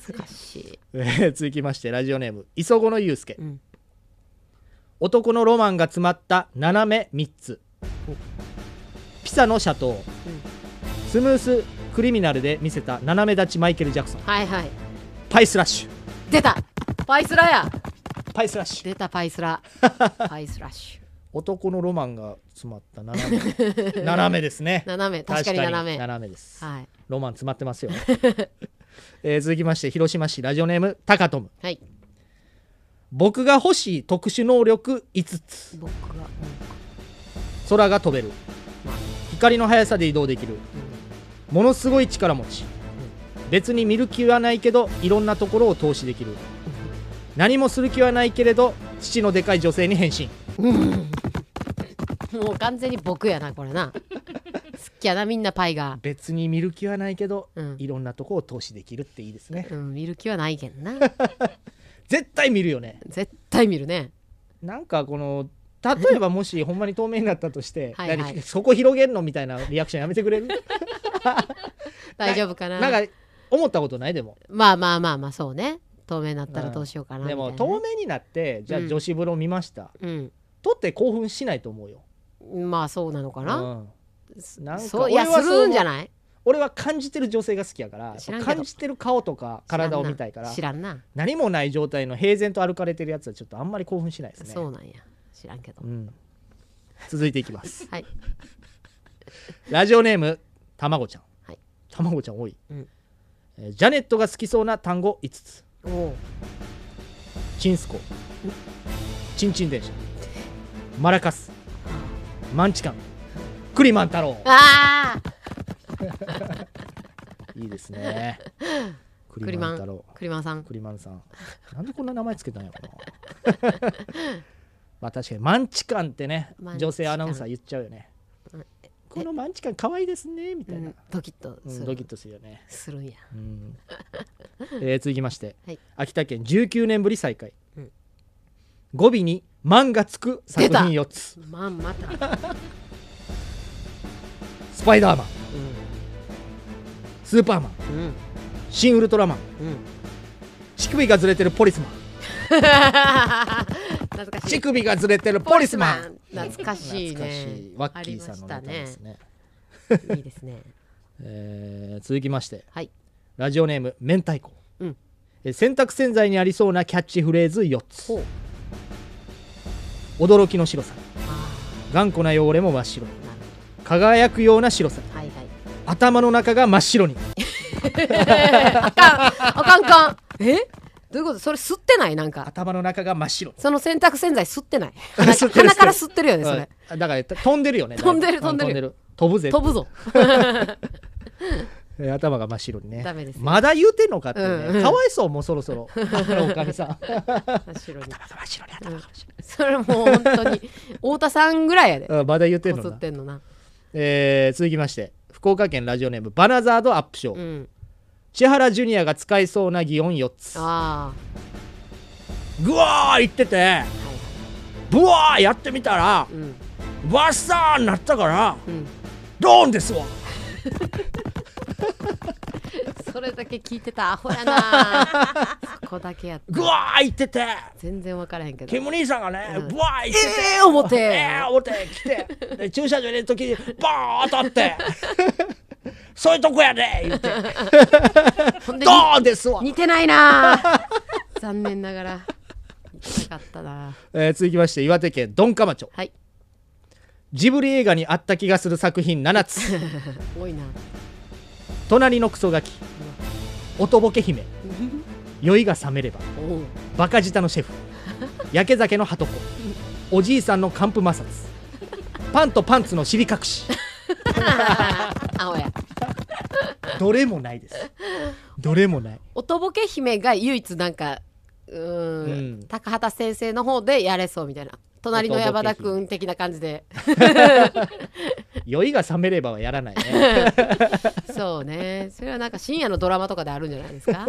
S2: 懐かしい。
S1: えー続きましてラジオネーム磯子のゆうすけ、
S2: うん
S1: 男のロマンが詰まった斜め3つピサのシャトー、スムースクリミナルで見せた斜め立ちマイケル・ジャクソン
S2: はいはい。
S1: パイスラッシュ
S2: 出た。パイスラや。
S1: パイスラッシュ
S2: 出たパイスラ。パイスラッシュ。
S1: 男のロマンが詰まった斜 め斜めですね
S2: 斜め。確かに斜め。
S1: です、
S2: はい
S1: ロマン詰まってますよ、 えー続きまして広島市ラジオネームタカトム
S2: はい。
S1: 僕が欲しい特殊能力5つ
S2: 僕が。
S1: 空が飛べる光の速さで移動できるものすごい力持ち別に見る気はないけどいろんなところを投資できる何もする気はないけれど父のでかい女性に変身
S2: うんもう完全に僕やなこ れな。好きやなみんなパイが。
S1: 別に見る気はないけど、
S2: うん
S1: いろんなとこを投資できるっていいですね
S2: うん、見る気はないけんな。
S1: 絶対見るよね
S2: 絶対見るね。
S1: なんかこの例えばもしほんまに透明になったとして
S2: はいはい
S1: 何そこ広げんのみたいなリアクションやめて くれる
S2: 大丈夫かな。
S1: なんか思ったことないでも
S2: まあまあまあまあ、そうね。透明になったらどうしようかなみた
S1: で
S2: いな
S1: も
S2: ね。
S1: 透明になってじゃあ
S2: うん
S1: 女子風呂見ました、
S2: うん。
S1: 撮って興奮しないと思うよ、
S2: まあそうなのかな。
S1: うん、なんか
S2: そういや、
S1: 俺は
S2: す
S1: そう思う
S2: るんじゃない
S1: 俺は感じてる女性が好きやから
S2: 知らんけど
S1: 感じてる顔とか体を見たいから
S2: 知らんな。
S1: 何もない状態の平然と歩かれてるやつはちょっとあんまり興奮しないですね
S2: そうなんや。知らんけど
S1: う。ん、続いていきます
S2: はい。
S1: ラジオネームたまごちゃん、
S2: はい
S1: たまごちゃん多い、
S2: うん
S1: えージャネットが好きそうな単語5つ
S2: おお。
S1: チンスコチンチン電車マラカスマンチカンクリマン太郎
S2: ああ
S1: いいですね ク
S2: ク
S1: リ
S2: リ
S1: マン
S2: マ
S1: 太郎
S2: ン。クリマンさん。
S1: クリマンさんなんでこんな名前つけたんやろな まあ確かにマンチカンってね
S2: マンチカン
S1: 女性アナウンサー言っちゃうよねこのマンチカン可愛いですねみ
S2: う
S1: たいな、
S2: ん、ドキッと
S1: うん
S2: す
S1: ド
S2: る
S1: キッとするよ ね、
S2: するんや。
S1: うんえー続きまして、
S2: はい
S1: 秋田県19年ぶり再開、
S2: うん
S1: 語尾に「漫がつく作
S2: 出た
S1: 品4つ
S2: まあまた。
S1: 「スパイダーマン」
S2: うん
S1: 「スーパーマン
S2: うん
S1: シン・ウルトラマン
S2: うん
S1: 乳首がずれてるポリスマン
S2: 懐かし
S1: 乳
S2: い。
S1: 首がずれてるポリスマン
S2: 懐かしい
S1: 懐か
S2: ね。
S1: しいワッキーさんのネタですね
S2: ありましたね。いいですね。
S1: えー続きまして
S2: はい。
S1: ラジオネーム明太子、
S2: うん
S1: えー洗濯洗剤にありそうなキャッチフレーズ4つ
S2: ほう。
S1: 驚きの白さ
S2: あ
S1: 頑固な汚れも真っ白に
S2: あ、なる
S1: 輝くような白さ
S2: ほど。はいはい。
S1: 頭の中が真っ白に
S2: あかん、あかんかん。えどういうことそれ吸ってないなんか。
S1: 頭の中が真っ白
S2: その洗濯洗剤吸ってない。
S1: 吸
S2: 鼻
S1: ってる
S2: 鼻から吸ってるよね、それ。
S1: うんだから飛んでるよね
S2: 飛んでる
S1: だいぶ
S2: 飛んで
S1: 飛ぶぜ
S2: 飛ぶぞ。
S1: えー頭が真っ白にね
S2: ダメですよ
S1: まだ言うてんのかってね、
S2: うんうん
S1: かわいそうもうそろそ ろあのおかみさん
S2: 後ろに。
S1: 真っ白に
S2: うんそれもう本当に、太田さんぐらいやで。
S1: まだ言うてん
S2: こ
S1: の
S2: す
S1: な
S2: ってんのな。
S1: えー続きまして福岡県ラジオネームバナザードアップショー、
S2: うん。
S1: 千原ジュニアが使いそうな擬音4つ
S2: あ
S1: ぐわー言ってて
S2: あ。はいは
S1: ブワーやってみたら
S2: い。うん。
S1: バッサーになったから
S2: うん。
S1: ドーンですわ
S2: それだけ聞いてたアホやな そこだけやった
S1: ぐわー言ってて
S2: 全然分からへんけど
S1: キム兄さんがね
S2: うん
S1: ブワー言ってて
S2: ええ思て
S1: えー、思って来てで駐車場にいる時にバーン当たって そういうとこやで言って
S2: ほんで
S1: ドーンですわ
S2: に似てないな 残念ながら似てなかったな
S1: えー続きまして岩手県鈍化町
S2: はい
S1: ジブリ映画にあった気がする作品7つ
S2: 多いな
S1: 隣のクソガキ音ボケ姫酔いが覚めれば
S2: おう
S1: バカ舌のシェフ焼け酒のハトコおじいさんの寒風摩擦パンとパンツの尻隠し
S2: 青や
S1: どれもないですどれもない
S2: おとぼけ姫が唯一なんかうーん
S1: うん
S2: 高畑先生の方でやれそうみたいな隣の山田君的な感じで
S1: 酔いが覚めればはやらないね
S2: そうねそれはなんか深夜のドラマとかであるんじゃないですか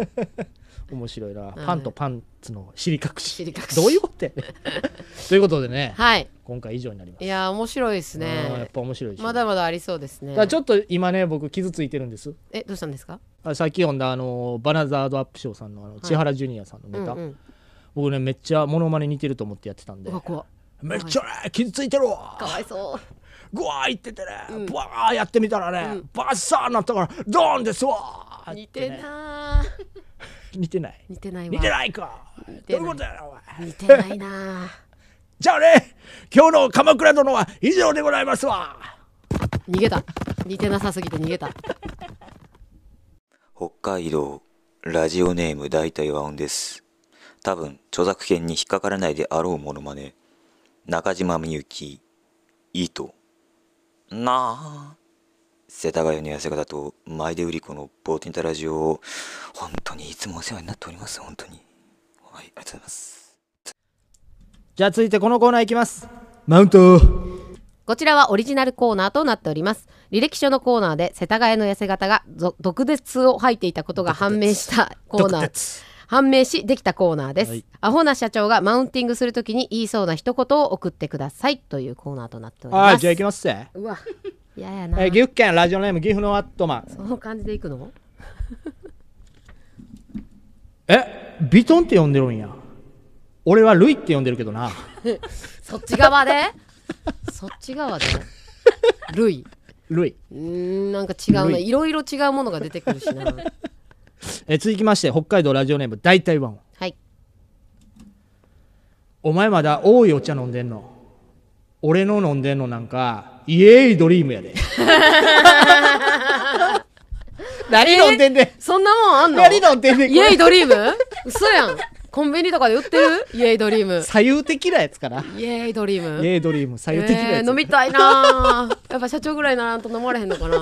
S1: 面白いなパンとパンツの尻隠し
S2: 尻隠し
S1: どういうことやねということでね
S2: はい
S1: 今回以上になります
S2: いやー面白いです
S1: うんや
S2: ね
S1: っぱ面白いし
S2: まだまだありそうですね
S1: だからちょっと今ね僕傷ついてるんです
S2: えどうしたんですか
S1: あさっき読んだあのバナザードアップショーさんのあの千原ジュニアさんのネタ、
S2: うんうん、
S1: 僕ねめっちゃモノマネ似てると思ってやってたんで
S2: うわ怖っ
S1: めっちゃね傷ついてるわ
S2: かわいそう
S1: ぐわー言っててねブワーやってみたらね、バッサーなったからドーンですわー
S2: 似てなー
S1: 似てない
S2: 似てないわ
S1: 似てないか
S2: てない
S1: どういうことやなお前
S2: 似てないな
S1: じゃあね今日の鎌倉殿は以上でございますわ
S2: ー逃げた似てなさすぎて逃げた
S6: 北海道ラジオネーム大体和音です多分著作権に引っかからないであろうものまね中島みゆき糸なあ世田谷の痩せ方と前出売り子のボーテンタラジオを本当にいつもお世話になっております本当にはいありがとうございます
S1: じゃあ続いてこのコーナーいきますマウント
S2: こちらはオリジナルコーナーとなっております履歴書のコーナーで世田谷の痩せ方がぞ毒舌を吐いていたことが判明したコーナー
S1: ー
S2: 判明しできたコーナーです、
S1: はい
S2: アホな社長がマウンティングするときに言いそうな一言を送ってくださいというコーナーとなっておりま
S1: は
S2: す
S1: いじゃあいきますぜ
S2: うわ嫌やな
S1: えー、岐阜県ラジオネーム岐阜のアットマン
S2: その感じでいくの
S1: えビトンって呼んでるんや俺はルイって呼んでるけどな
S2: そっち側でそっち側でルイ
S1: ルイ、
S2: うーんなんか違う
S1: ル
S2: な
S1: イ
S2: いろいろ違うものが出てくるしな
S1: えー続きまして北海道ラジオネーム大体ワン
S2: はい
S1: お前まだ多いお茶飲んでんの俺の飲んでんのなんかイエーイドリームや で何飲んでんねん
S2: そんなもんあんの
S1: 何飲んでんねん
S2: イ
S1: こ
S2: エ
S1: れ
S2: イドリーム嘘やんコンビニとかで売ってるイエイドリーム
S1: 左右的なやつかな
S2: イエイドリーム
S1: イエーイドリーム左右的な
S2: え
S1: や
S2: ー
S1: つ、
S2: 飲みたいなーやっぱ社長ぐらいならんと飲まれへんのかな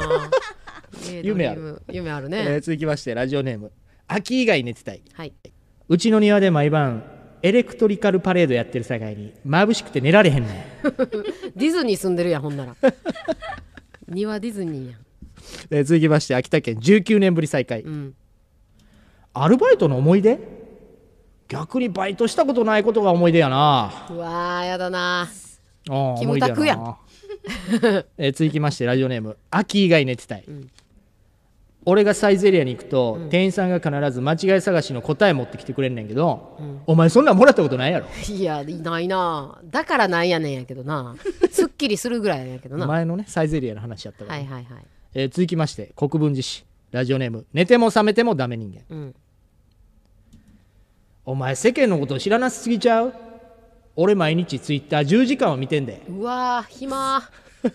S2: イエイド リ
S1: 夢あ
S2: ーム
S1: る
S2: 夢ある
S1: えー
S2: ね
S1: 続きましてラジオネーム秋以外寝てたい
S2: はい、
S1: うちの庭で毎晩エレクトリカルパレードやってるさかいに眩しくて寝られへんねん
S2: ディズニー住んでるやんほんなら庭ディズニーやん
S1: えー続きまして秋田県19年ぶり再開、
S2: ん
S1: アルバイトの思い出逆にバイトしたことないことが思い出やな
S2: うわーやだな
S1: ああ
S2: キムタクやん
S1: 思い出なえー続きましてラジオネーム秋以外寝てたい、俺がサイゼリアに行くと、店員さんが必ず間違い探しの答え持ってきてくれんねんけど、お前そんなんもらったことないやろ
S2: いやいないなだからなんやねんやけどなすっきりするぐらいや けどなは
S1: 前のねサイゼリアの話やった
S2: い
S1: から、
S2: はいはい
S1: えー続きまして国分寺市ラジオネーム寝ても覚めてもダメ人間
S2: うん
S1: お前世間のこと知らなすぎちゃう俺毎日ツイッター10時間は見てんで
S2: うわー暇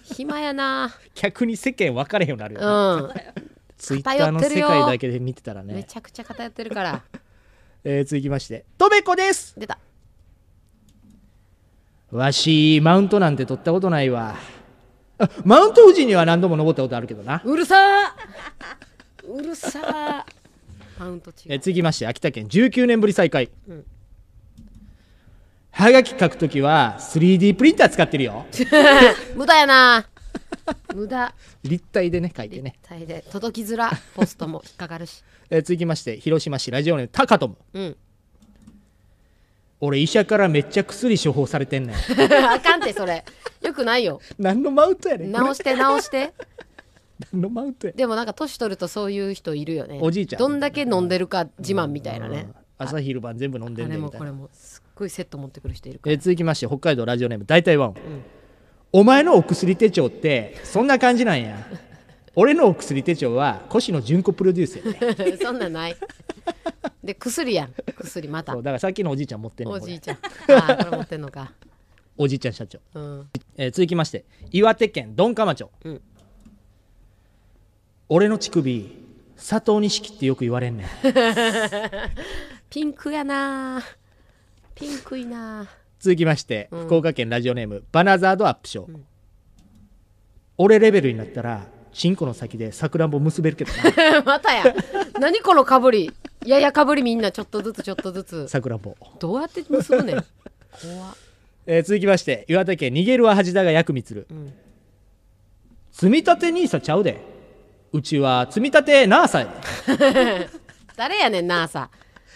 S2: 暇やな
S1: 逆に世間分かれへんようになるよ
S2: う
S1: ね、
S2: ん
S1: ツイッターの世界だけで見てたら
S2: め
S1: ね、
S2: ちゃくちゃ偏ってるから
S1: えー続きましてとべこです
S2: 出た
S1: わしマウントなんて取ったことないわあマウント富士には何度も登ったことあるけどな、
S2: うるさーうるさーマウント違
S1: えー
S2: う
S1: 続きまして秋田県19年ぶり再開、はがき書くときは 3D プリンター使ってるよ
S2: 無駄やな無駄
S1: 立体でね書いてね、
S2: 大で届きづらポストも引っかかるし
S1: えー続きまして広島市ラジオネームタカトム
S2: うん
S1: 俺医者からめっちゃ薬処方されてんねん
S2: あかんてそれよくないよ
S1: 何のマウントやねんこれ
S2: 直して直して
S1: 何のマウントや
S2: でもなんか年取るとそういう人いるよね
S1: おじいちゃん
S2: どんだけ飲んでるか自慢みたいなね
S1: 朝昼晩全部飲ん
S2: あ
S1: でんね
S2: れ
S1: んみ
S2: も
S1: たい
S2: こ
S1: な
S2: れもすっごいセット持ってくる人いるか
S1: え
S2: ら
S1: ー続きまして北海道ラジオネーム大体ワン、お前のお薬手帳ってそんな感じなんや俺のお薬手帳は越野純子プロデュースやね
S2: そんなんないで薬やん薬また
S1: そうだからさっきのおじいちゃん持ってんの
S2: お
S1: こ
S2: じい
S1: れ
S2: ちゃ んああこれ持ってんのか
S1: おじいちゃん社長、
S2: うん
S1: えー続きまして岩手県鈍化町、
S2: ん
S1: 俺の乳首佐藤錦ってよく言われ んねん
S2: ピンクやなピンクいな
S1: 続きまして、福岡県ラジオネームバナザードアップショー、俺レベルになったらチンコの先でさくらんぼ結べるけどな
S2: またや何このかぶりややかぶりみんなちょっとずつちょっとず つ
S1: さくらんぼ
S2: どうやって結ぶねん怖っ
S1: えー続きまして岩手県逃げるは恥だが役につる、積み立て NISA ちゃうでうちは積み立て NASA やで
S2: 誰やねん NASA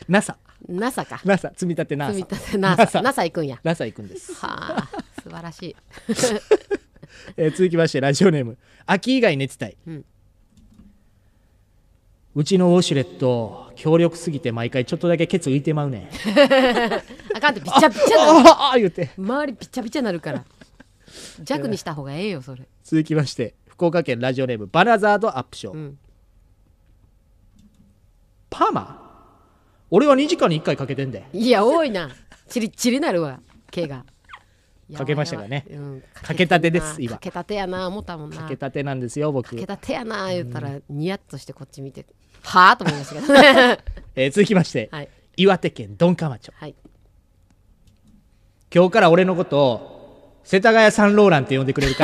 S1: NASA
S2: NASA か
S1: NASA 積み立て NASA
S2: 積み立て NASA NASA 行くんや
S1: NASA 行くんです、
S2: はあ素晴らしい
S1: えー続きましてラジオネーム秋以外寝てたい、うちのウォシュレット強力すぎて毎回ちょっとだけケツ浮いてまうねん
S2: あかんってびちゃびちゃなる
S1: ああ言うて
S2: 周りびちゃびちゃなるから弱にした方がええよそれ
S1: 続きまして福岡県ラジオネームバナザードアップショー、
S2: ん
S1: パーマ俺は2時間に1回かけてんで
S2: いや多いなチリッチリなるわ毛が
S1: かけましたかね
S2: やばいやばいうん
S1: かけたてです今
S2: かけたてやな思ったもんな
S1: か
S2: か
S1: けたてなんですよ僕
S2: けたてやな言ったらニヤッとしてこっち見てはあと思いましたけ どね
S1: えー続きまして、
S2: はい
S1: 岩手県鈍化町
S2: はい
S1: 今日から俺のことを世田谷サンローランって呼んでくれる か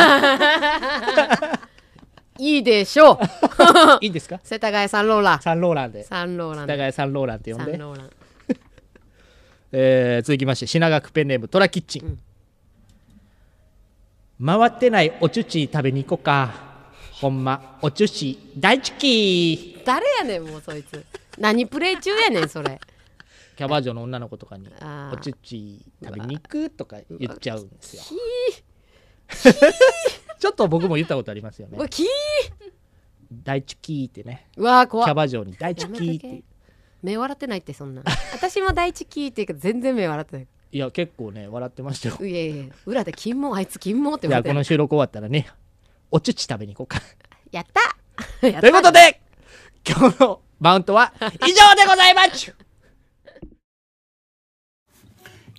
S2: いいでしょう
S1: いいんですか
S2: 世田谷サンローラン
S1: サンローランで世
S2: サンローラン
S1: 田谷サンローランって呼ん
S2: サン
S1: で、
S2: ローラン
S1: えー続きまして品川区ペンネームトラキッチン、回ってないおちゅち食べに行こうかほんまおちゅち大好き
S2: 誰やねんもうそいつ何プレイ中やねんそれ
S1: キャバ嬢の女の子とかに
S2: あ
S1: 「
S2: ー
S1: おちゅっち食べに行く?」とか言っちゃうんですよ。ちょっと僕も言ったことありますよ
S2: うわ
S1: ね。
S2: キー
S1: 大チキーってね。
S2: うわ
S1: キ
S2: 怖
S1: ャ
S2: っ
S1: バ嬢に大チ
S2: やめ
S1: キ
S2: と
S1: ーっ
S2: け
S1: て。
S2: 目笑ってないってそんな私も第一キーっていうか全然目笑ってない
S1: いや、結構ね、笑ってましたよ。
S2: いやいやいや裏で金毛あいつ金毛っ
S1: じ
S2: て思
S1: ゃ
S2: っ
S1: あ、
S2: て
S1: この収録終わったらね、おちゅっち食べに行こうか。
S2: やった やった
S1: ということで、今日のマウントは以上でございます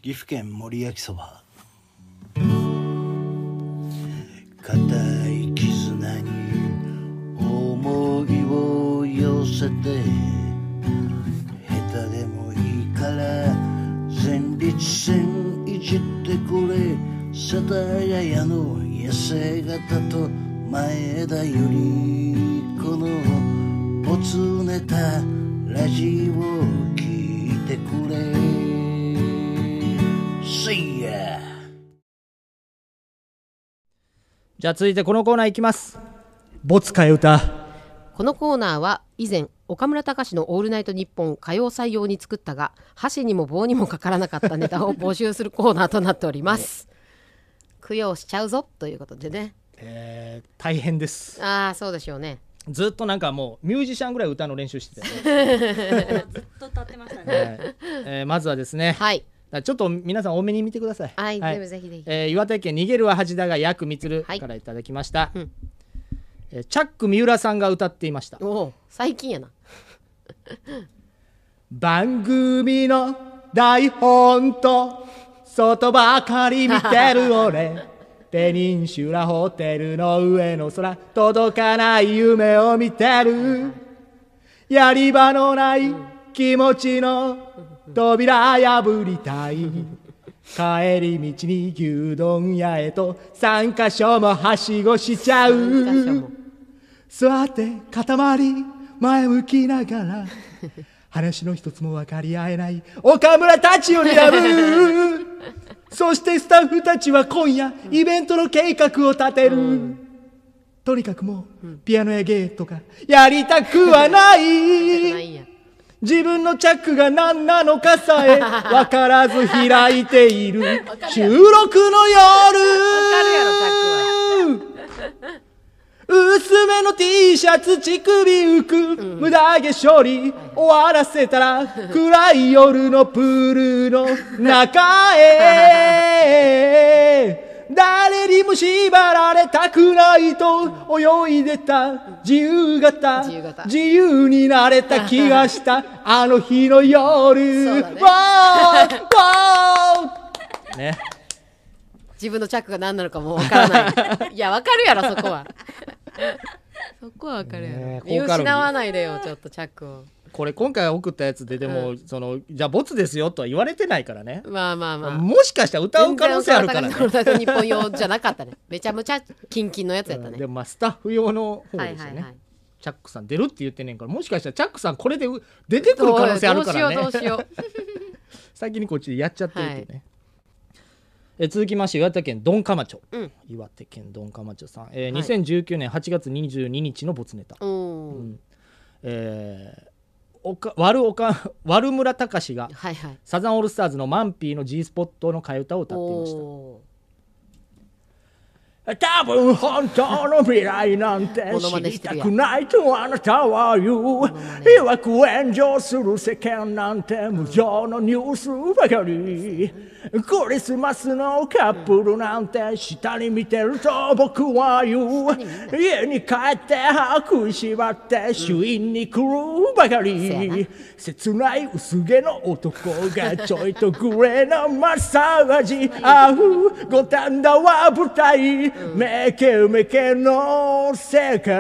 S7: 岐阜県森焼きそば固い絆に思いを寄せて下手でもいいから前立腺いじってくれ世田谷屋の痩せ型と前田よりこのボツネタラジオ聞いてくれ See ya!
S1: じゃあ、続いてこのコーナーいきます。没替え歌。
S2: このコーナーは以前岡村隆史の「オールナイトニッポン」歌謡採用に作ったが箸にも棒にもかからなかったネタを募集するコーナーとなっており ます。供養しちゃうぞということでね
S1: えー、大変です。
S2: ああそうでしょうね
S1: ずっとなんかもうミュージシャンぐらい歌の練習してたよね、
S8: ずっと歌ってましたね。
S1: はいえーまずはですね、
S2: はい
S1: だからちょっと皆さん多めに見てください。
S2: はい、
S1: は
S2: はいい、ぜひぜひぜ
S1: えー岩手県逃げるは恥だがヤクミツル
S2: はい
S1: からいただきました、
S2: うん
S1: えーチャック三浦さんが歌っていました
S2: ひおお最近やな
S1: 番組の台本と外ばかり見てる俺 ペニンシュラホテルの上の空届かない夢を見てるやり場のない気持ちの扉破りたい帰り道に牛丼屋へと3か所もはしごしちゃ
S2: 三箇所
S1: う
S2: も
S1: 座って固まり前向きながら話の一つも分かり合えない岡村たちを睨むそしてスタッフたちは今夜イベントの計画を立てる、とにかくもう、ピアノやゲーとかやりたくはな
S2: ないいや
S1: 自分のチャックが何なのかさ え分からず開いている収録の夜
S2: かるやろチャックは
S1: 薄めの T シャツ乳首浮く無駄毛処理終わらせたら暗い夜のプールの中 へ誰にも縛られたくないと泳いでた自由形
S2: 自由形
S1: 自由になれた気がした あの日の夜
S2: そうだね
S1: わーわーね
S2: 自分のチャックが何なのかもう分から ないいや分かるやろそこは そこは分かるやろ、
S1: ねえ
S2: 見
S1: 効果論
S2: 失わないでよちょっとチャックを
S1: これ今回送ったやつででも、そのじゃあボツですよとは言われてないからね、
S2: まあまあまあ
S1: もしかしたら歌う可能性あるからね
S2: 全然岡村隆史の日本用じゃなかったねめちゃめちゃキンキンのやつやった
S1: うん
S2: ね
S1: でもまあスタッフ用の方
S2: は
S1: で
S2: い
S1: す
S2: は
S1: よね、
S2: いはい
S1: チャックさん出るって言ってんねんからもしかしたらチャックさんこれでう出てくる可能性あるからね
S2: どうしようどうしよう
S1: 先にこっちでやっちゃってるっていうね、え続きまして岩手県ドンカマチョ、
S2: うん
S1: 岩手県ドンカマチョさん、えー
S2: はい
S1: 2019年8月22日の没ネタ、
S2: うん
S1: えーおか悪おか悪村隆が
S2: はいはい
S1: サザンオールスターズのマンピーの G スポットの替え歌を歌っていました
S2: お
S1: 多分本当の未来なんて
S2: モノマネ
S1: 知
S2: し
S1: り
S2: て
S1: た
S2: るやん
S1: くないとあなたは言
S2: ネ
S1: ういわく炎上する世間なんて無情のニュースばかりクリスマスのカップルなんて下に見てると僕は言う家に帰って白く縛って主員に来るばか
S2: せやな
S1: り切ない薄毛の男がちょいとグレーなマッサージあう五反田は舞台めけめけの世界、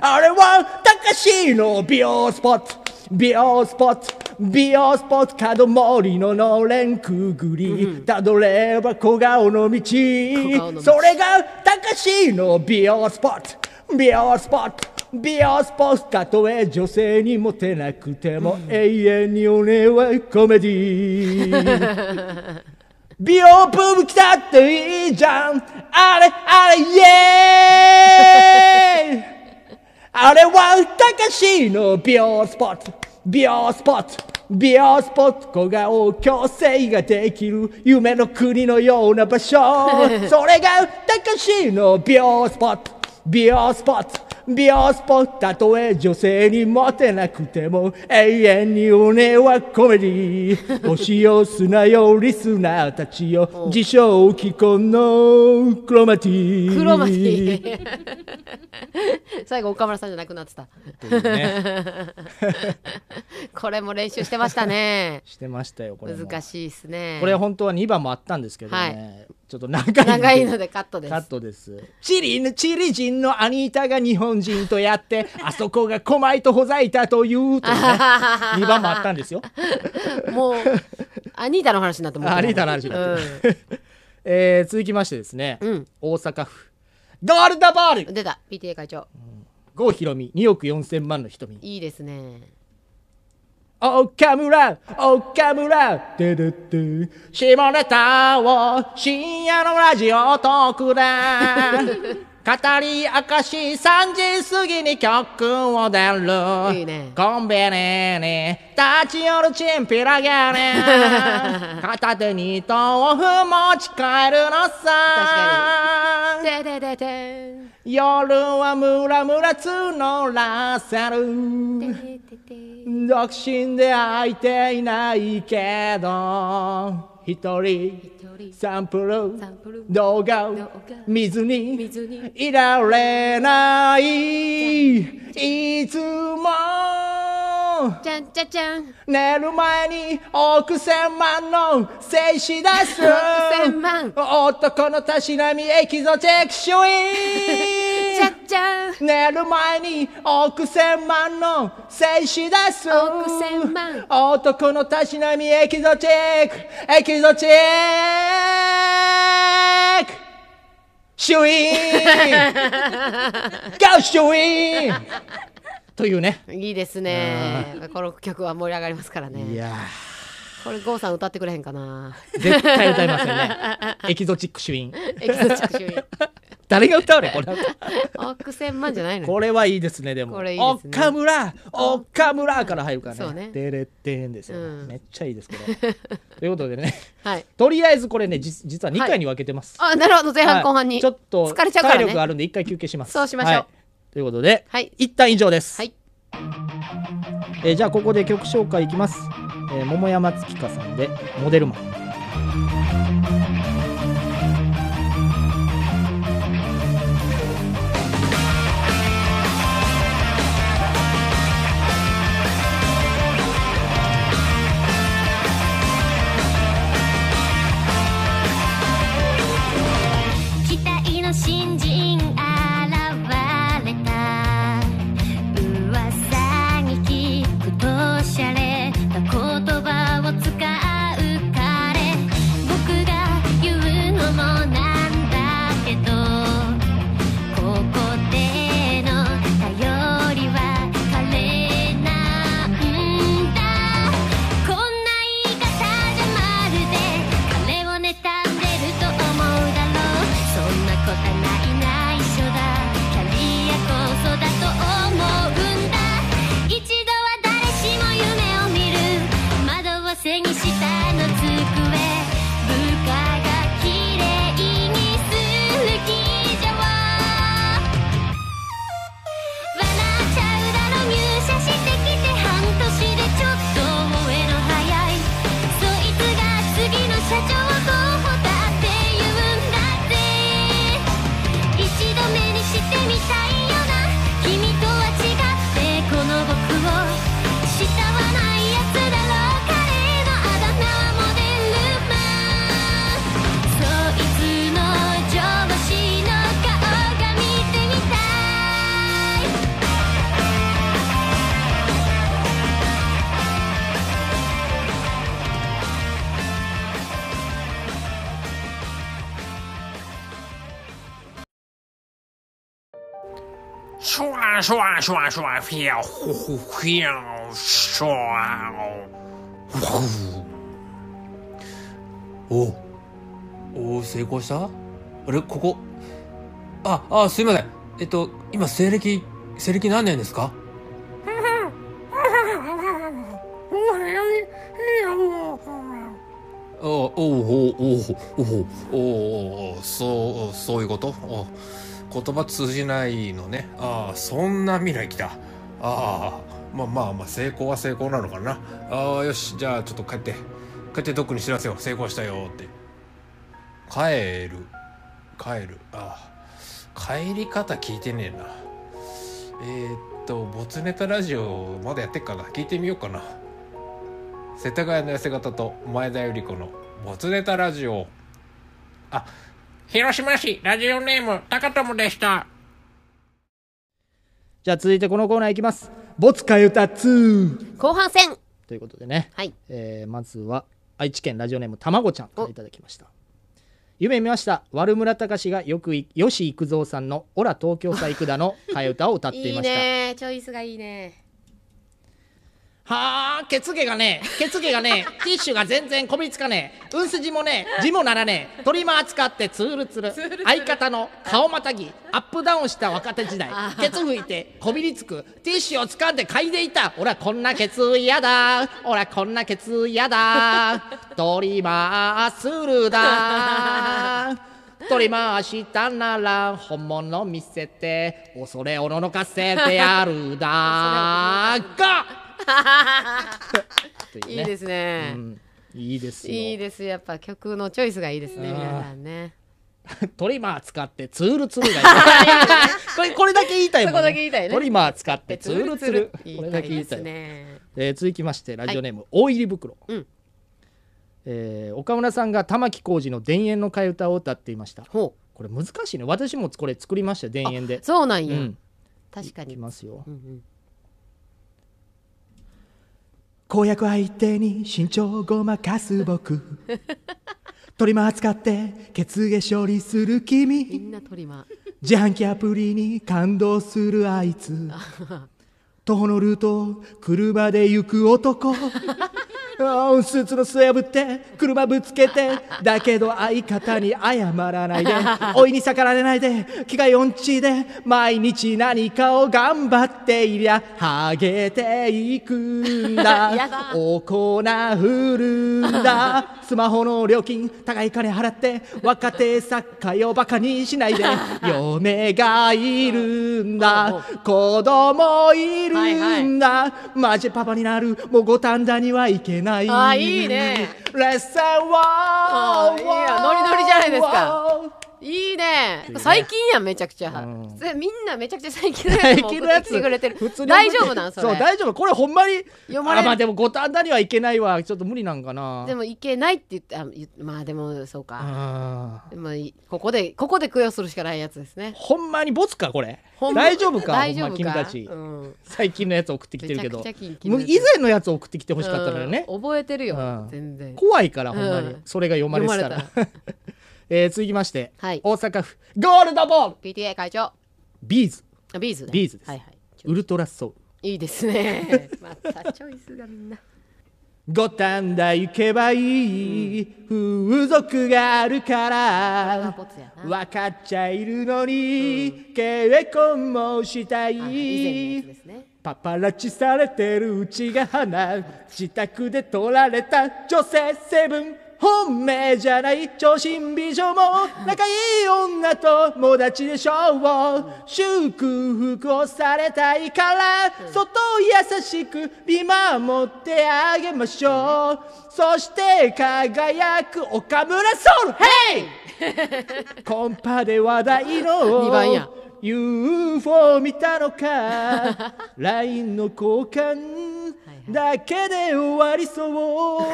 S1: あれはたかしの美容スポット美容スポット美容スポット角森ののれんくぐりたどれば小顔の道
S2: 顔の道
S1: それがたかしの美容スポット美容スポット美容スポーツたとえ女性にモテなくても永遠に俺はコメディー美容ブーム来たっていいじゃんあれあれイエーイあれはたかしの美容スポット美容スポット美容スポット小顔矯正ができる夢の国のような場所 それがたかしの美容スポット美容スポット美容スポットたとえ女性にモテなくても永遠に俺はコメディー星よ砂よリスナーたちよ自称既婚のクロマティ
S2: ークロマティ最後岡村さんじゃなくなってた
S1: というね
S2: これも練習してましたね
S1: してましたよこれも
S2: 難しいですね
S1: これ本当は2番もあったんですけどね、
S2: はい
S1: ちょっと長いので
S2: 長いのでカットです
S1: カットですチリのチリ人のアニータが日本人とやって あそこが狛江とほざいたというというね2番もあったんですよ
S2: もうアニータの話になってもう
S1: アニータの話になってる、えー続きましてですね、
S2: うん
S1: 大阪府ゴールドボー
S2: うん
S1: ル
S2: 出た PTA 会長
S1: 郷ひろみ2億4000万の瞳
S2: いいですね
S1: 岡村岡村てるてる下ネタを深夜のラジオトークで語り明かし3時過ぎに曲を出る
S2: いいね
S1: コンビニに立ち寄るチンピラゲ ー片手に豆腐持ち帰るの
S2: 確
S1: さ
S2: ででででん
S1: 夜はムラムラ募らせる独身で空いていないけど一人サンプル
S2: サンプル
S1: 動画
S2: 動画
S1: 見ずに
S2: 水に
S1: いられないいつも
S2: じゃんじゃじゃん
S1: 寝る前に億千万の静止出す
S2: 千万
S1: 男のたしなみエキゾチェックシュイ
S2: じゃじゃん
S1: 寝る前に億千万の戦士出す
S2: 億千万
S1: 男のたしなみエキゾチックエキゾチックシュイ ーンゴーシュイーンというね
S2: いいですねこの曲は盛り上がりますから
S1: い
S2: ね
S1: や
S2: これ郷さん歌ってくれへんかな
S1: ー絶対歌いますよねエキゾチックシュイーン
S2: エキゾチック主義
S1: 誰が歌うねこれ
S2: 億千万じゃないの
S1: これはいいですねでも
S2: これいいですね
S1: 岡村岡村から入るからね
S2: そうね
S1: てれってんですよ、
S2: うん
S1: めっちゃいいです けどということでね
S2: はい
S1: とりあえずこれねじ実は2回に分けてます、
S2: あなるほど前
S1: はい
S2: 半後半に
S1: ちょっと
S2: 疲れちゃうからね
S1: 体力があるんで1回休憩します
S2: そうしましょう
S1: はいということで、
S2: はい
S1: 一旦以上です、
S2: はい
S1: えーじゃあここで曲紹介いきます、えー桃山月香さんで「モデルマン」
S9: 期待の新人現れた噂に聞くとしゃれた言葉を使う彼僕が言うのもなんだけどここでの頼りは彼なんだこんな言い方じゃまるで彼を妬んでると思うだろうそんなことない内緒だキャリアこそだと思うんだ一度は誰しも夢を見る窓を背に下の机部下が綺麗にする気じゃわ笑っちゃうだろ入社してきて半年でちょっと上の早いそいつが次の社長候補だって言うんだって一度目にしてみたいよな君とは違ってこの僕を慕わないやつだろ彼のあだ名はモデルマンそいつの上司の顔が見てみたい
S10: 唰唰唰唰，飘呼呼飘唰，
S11: おお成功したあれここああすいませんえっと今西暦西暦何年ですかおおおおおおおそうそういうことお言葉通じないのねああそんな未来来たああまあまあまあ成功は成功なのかなああよしじゃあちょっと帰って帰ってドックに知らせよう成功したよって帰る帰るああ帰り方聞いてねえなえーっとボツネタラジオまだやってっかな聞いてみようかな世田谷の痩せ方と前田由里子のボツネタラジオあ
S10: 広島市ラジオネーム高友でした。
S1: じゃあ続いてこのコーナーいきます「ボツカユタ2
S2: 後半戦」
S1: ということでね、
S2: はい
S1: えーまずは愛知県ラジオネームたまごちゃんからいただきました夢見ました悪村隆がよくい吉幾三さんの「オラ東京さ行くだ」の替え歌を歌って
S2: い
S1: い
S2: い
S1: ました
S2: ねチョイスがいいね
S1: はあ、血毛がねえ、血毛がねえ、ティッシュが全然こびりつかねえ、うんすじもねえ、字もならねえ、トリマー使ってツールツル、相方の顔またぎ、アップダウンした若手時代、ケツ拭いて、こびりつく、ティッシュを掴んで嗅いでいた、俺はこんなケツ嫌だ、俺はこんなケツ嫌だ、トリマーするだ、取り回したなら本物見せて恐れおののかせてやるだがとう
S2: いいですね
S1: うんいいですよ
S2: いいですやっぱ曲のチョイスがいいですね
S1: あー
S2: 皆さんね
S1: トリマー使ってツールツルがいい これこれだけ言いたいもん
S2: そ
S1: ね
S2: こだけ言いたいね
S1: トリマー使ってツールツル
S2: 言
S1: これ
S2: いた
S1: だ
S2: い
S1: け言
S2: で
S1: いた
S2: す
S1: いわ
S2: ね
S1: えー続きましてラジオネーム、大入り袋、えー岡村さんが玉置浩二の「田園の替え歌」を歌っていましたこれ難しいね私もこれ作りましたよ田園で
S2: そうなんや
S1: ん
S2: 確かに
S1: いきますよ、
S12: 公約相手に身長ごまかす僕 トリマー使って血液処理する
S2: み
S12: 君
S2: んなトリマ
S12: 自販機アプリに感動するあいつ
S2: ー
S12: 徒歩のルートを車で行く男 ああスーツの背破って車ぶつけてだけど相方に謝らないで老いに逆らえないで機械音痴で毎日何かを頑張っていりゃハゲていくんだ
S2: やだ
S12: おこなふるんだスマホの料金高い金払って若手作家よバカにしないで嫁がいるんだ子供いるんだ、マジパパになるもう五反田にはいけない
S2: あーいいね
S12: レッスンは
S2: あーいいやノリノリじゃないですか
S12: わ
S2: いいね
S12: いいね
S2: 最近やんめちゃくちゃぜみんなめちゃくちゃ最近のや
S1: 最
S2: つも送
S1: 近の
S2: っ
S1: や
S2: て
S1: つ
S2: きてくれてる
S1: 普通に送って
S2: 大丈夫なんそれ
S1: う大丈夫これほんまに
S2: 読まれ
S1: あ
S2: る
S1: まあでも五反田にはいけないわちょっと無理なんかな
S2: でもいけないって言ってあ言ってまあでもそう
S1: か
S2: でもいここでここで供養するしかないやつですね
S1: ほんまにボツかこれ
S2: ほんま
S1: 大丈夫か
S2: 大丈夫か
S1: ほんま君たち、
S2: うん
S1: 最近のやつ送ってきてるけど
S2: めちゃくちゃ近畿
S1: も
S2: の
S1: う
S2: やつ
S1: 以前のやつ送ってきてほしかったのよね、
S2: うん覚えてるよ、
S1: うん
S2: 全然
S1: 怖いからほんまに、
S2: うん
S1: それが読まれてたら
S2: 読
S1: えー続きまして、
S2: はい
S1: 大阪府ゴールドボール
S2: PTA 会長
S1: ビーズ
S2: あビーズね
S1: ビーズです、
S2: はいはい
S1: ウルトラソウル
S2: いいで すねまたチョイスがみんな
S1: 五反田行けばいい、風俗があるから分かっちゃいるのに、結婚もしたい、パパラッチされてるうちが花自宅で取られた女性セブン本命じゃない長身美女も仲いい女と友達でしょう祝福をされたいから外優しく見守ってあげましょうそして輝く岡村ソウルヘイコンパで話題の
S2: 二番や
S1: UFO 見たの か LINE の交換だけで終わりそう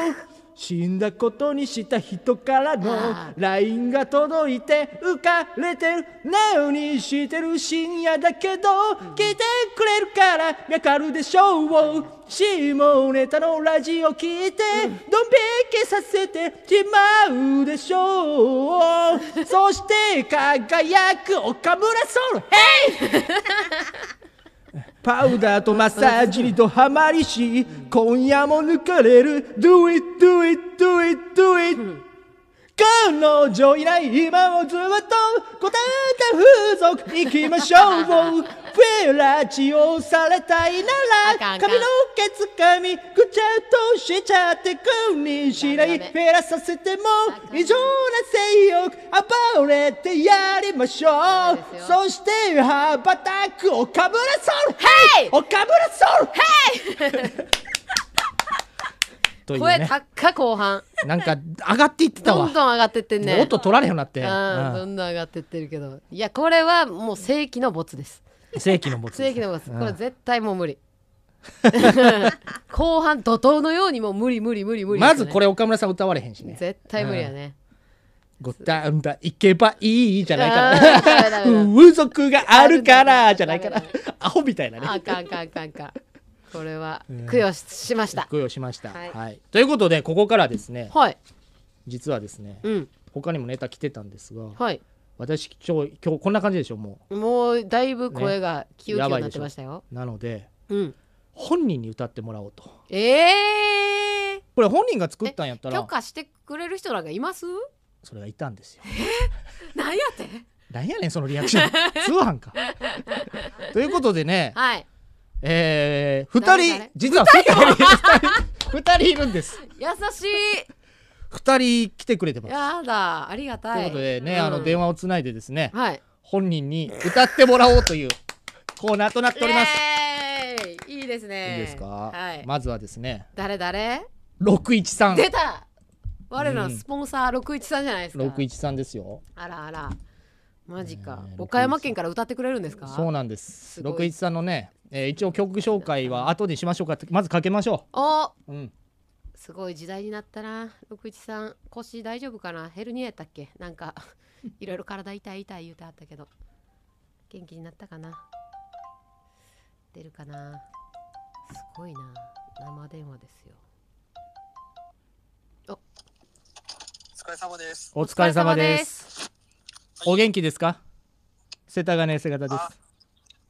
S1: 死んだことにした人からの LINE が届いて浮かれてるなうにしてる深夜だけど聞いてくれるからわかるでしょう下ネタのラジオ聞いてドン引きさせてしまうでしょうそして輝く岡村ソウルヘイパウダーとマッサージにドハマりし今夜も抜かれる Do it do it do it do it 彼女いない今をずっと答えた風俗行きましょ うフェラチオされたいなら髪の毛つかみぐちゃっとしちゃってくにしないフェラさせても異常な性欲暴れてやりましょうそして羽ばたく岡村ソウルヘイ岡村ソウル という
S2: 声
S1: ね
S2: 高っ後半
S1: なんか上がっていってた
S2: ど
S1: わ
S2: んどん上がってってん
S1: もう
S2: ね
S1: 音取られへんようになって
S2: うんどんどん上がってってるけどいやこれはもう世紀のボツです
S1: 正規のボツ
S2: 世紀のボツ
S1: うん
S2: これ絶対もう無理 後半怒涛のようにもう無理無理無理無理
S1: まずこ
S2: れ
S1: れ岡村さん歌われへんしね
S2: 絶対無理やね
S1: 五反田行けばいいじゃないか
S2: あーダメだダ
S1: ら
S2: メだ
S1: 風俗があるからじゃないからアホみたいなね
S2: あかんかんかんかんこれは
S1: うん
S2: 供養しました
S1: 供養しました
S2: はい
S1: はいということでここからですね
S2: はい
S1: 実はですね他にもネタ来てたんですが
S2: はい
S1: 私今日今日こんな感じでしょも
S2: もうだいぶ
S1: う
S2: 声がキューキューになってました
S1: や
S2: よ
S1: ばいでしょなので
S2: うん
S1: 本人に歌ってもらおうと
S2: ええ
S1: これ本人が作ったんやった
S2: 許
S1: ら
S2: 可してくれる人なんかいます
S1: それがいたんですよ
S2: なんやって
S1: なんやねんそのリアク ション通販かということでね
S2: はい
S1: えー、
S2: 誰
S1: 2人
S2: 誰
S1: 実は2人 ,2 人いるんです
S2: 優しい
S1: 2人来てくれてます
S2: やだありが
S1: と
S2: た
S1: いう
S2: い
S1: ことでね、
S2: うん
S1: あの電話をつないでですね、
S2: はい
S1: 本人に歌ってもらおうというコーナーとなっております。
S2: イエーイいいですね
S1: いいですか、
S2: はい
S1: まずはですね
S2: 誰誰
S1: 六一三
S2: 出た我ら
S1: う
S2: の
S1: ん
S2: スポンサー六一さんじゃないですか
S1: 六一三ですよ。
S2: あらあらマジか岡山県から歌ってくれるんですか
S1: そうなんですす。
S2: ごい
S1: 六一三のね、えー一応曲紹介は後にしましょうか。まずかけましょ
S2: お
S1: う。うん。
S2: すごい時代になったな六一さん腰大丈夫かなヘルニアやったっけなんか いろいろ体痛い痛い言うてあったけど元気になったかな出るかなすごいな生電話ですよ
S13: お疲れ様です。
S1: お疲れ様です。お元気ですか？世田谷の痩せ方です。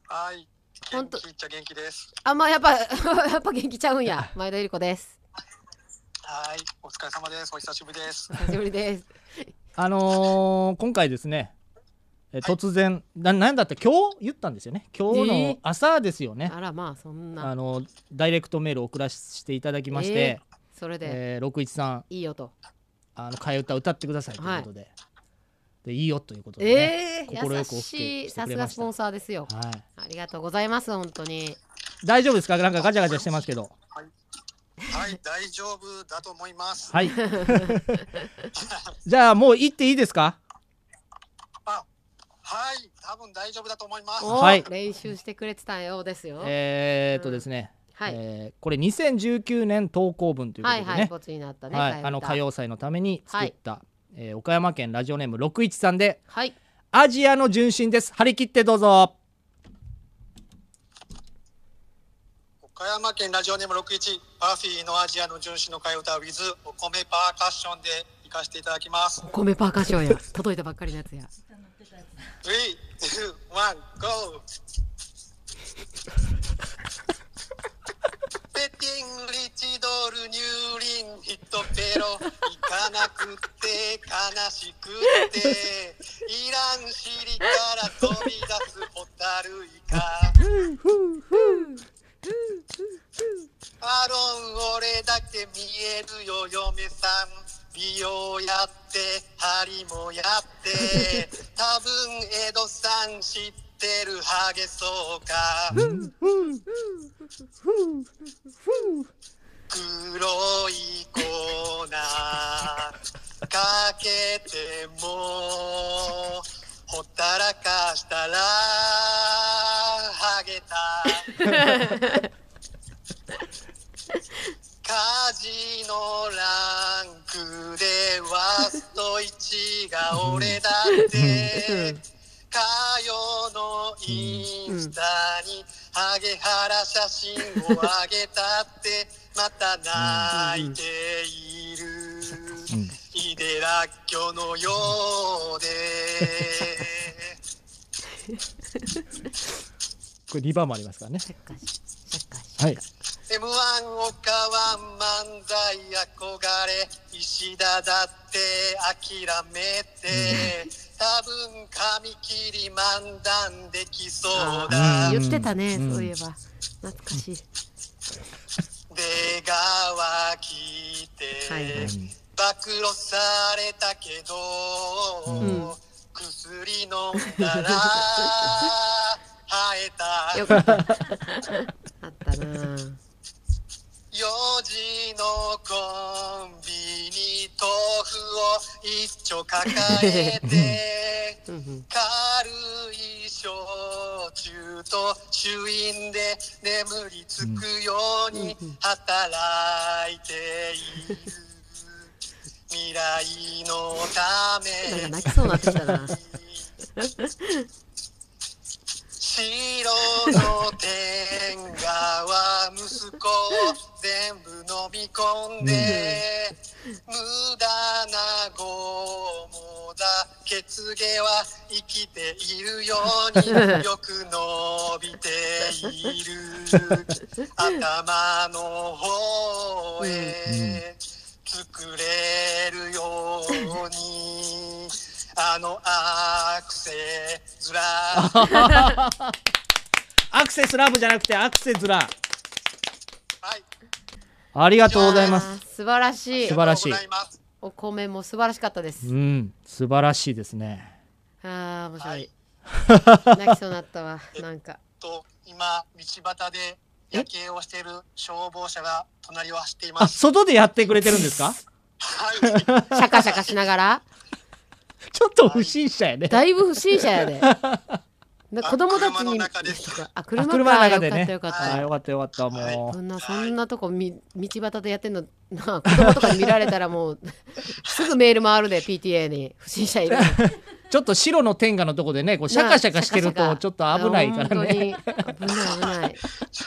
S13: はい。
S2: 本当
S13: めっちゃ元気です。
S2: あまあやっぱ やっぱ元気ちゃうんや前田ゆり子です
S13: はい。お疲れ様です。お久しぶ りです。
S2: お久しぶりです
S1: あのー今回ですね、えー突然ななんだって今日言ったんですよね。今日
S2: えー
S1: の朝ですよね。
S2: あらまあそんな
S1: あのダイレクトメールを送らせていただきまして、
S2: えーそれで
S1: えー、613
S2: いいよと
S1: あの替え歌歌ってくださいということで、でいいよということで、
S2: え
S1: ね
S2: え
S1: 心
S2: 優
S1: よく OK
S2: し
S1: して
S2: いさ
S1: く
S2: す
S1: れ
S2: が
S1: ま
S2: ス
S1: し
S2: ポ
S1: た
S2: ンサーですよ、
S1: はい
S2: ありがとうございます本当に
S1: 大丈夫ですかなんかガチャガチャしてますけど
S13: はい、大丈夫だと思いま す。
S1: はい じゃあもう行っていいですか
S13: はい、多分大丈夫だと思います。
S1: おはい
S2: 練習してくれてたようですよ、
S1: えー、っとですね、
S2: はい
S1: えーこれ2019年投稿文ということ
S2: は
S1: で
S2: い
S1: ね、
S2: はい没になったね、
S1: は
S2: 替え
S1: い、
S2: 歌
S1: あの歌謡祭のために作った、えー岡山県ラジオネーム613で、アジアの純真です張り切ってどうぞ
S13: 岡山県ラジオネーム61、パーフィーのアジアの純子の替え歌 with お米パーカッションで行かせていただきます。
S2: お米パーカッションや届いたばっかりのやつや
S13: Three, two, one, go. ペティンリチドルニューリンヒットペロ行かなくて悲しくてイラン尻から飛び出すホタルイカアロン俺だけ見えるよ嫁さん美容やって針もやって多分江戸さん知ってるハゲそうか黒い粉かけてもほったらかしたらハゲたカジノランクでワースト1が俺だってかよのインスタにハゲハラ写真をあげたってまた泣いているイデラッキョのようで
S1: これリバーもありますからねはい
S13: M1 岡は漫才憧れ石田だって諦めて多分髪切り漫談できそう
S2: あ
S13: だ
S2: ー言ってたね、
S13: うん
S2: そういえば懐かしい
S13: 出川聞いて、
S2: はいはい
S13: 暴露されたけど、
S2: うん
S13: 薬飲ん だら生えた
S2: よかった あったなぁ
S13: 4時のコンビニ豆腐を一丁抱 えて軽い焼酎と酒飲で眠りつくように働いている未来のため
S2: なんか泣きそうになってき たな
S13: 白の天下は息子を全部飲み込んで、無駄な拷問だ血毛は生きているようによく伸びている頭の方へ作れるようにあのアクセずら
S1: アクセスラブじゃなくてアクセズラありがとうございます
S2: 素晴らしい
S1: 素晴らしい
S2: お米も素晴らしかったです。
S1: うん素晴らしいですね
S2: ああ、面白い。泣きそうになったわ、なんか。
S14: と今道端で夜景をしている消防車が隣を走っていま
S1: あ
S14: す
S1: 外でやってくれてるんですか
S2: シャカシャカしながら。
S1: ちょっと不審者やね
S2: だいぶ不審者 やで。な子供たちに。あ、車
S1: あ
S2: か。
S1: 車の中でね
S2: よかったよ
S1: あ
S2: かっ
S1: よかったよかったも
S2: た。
S1: う
S2: そんな、そんなとこ、み、道端でやってんの、なあ、子供とかに見られたら、もう。 すぐメール回るで、PTA に、不審者いる。
S1: ちょっと白の天下のとこでねこうシャカシャカしてるとちょっと危ないからね
S2: 本当に危ない、危ない。
S14: ち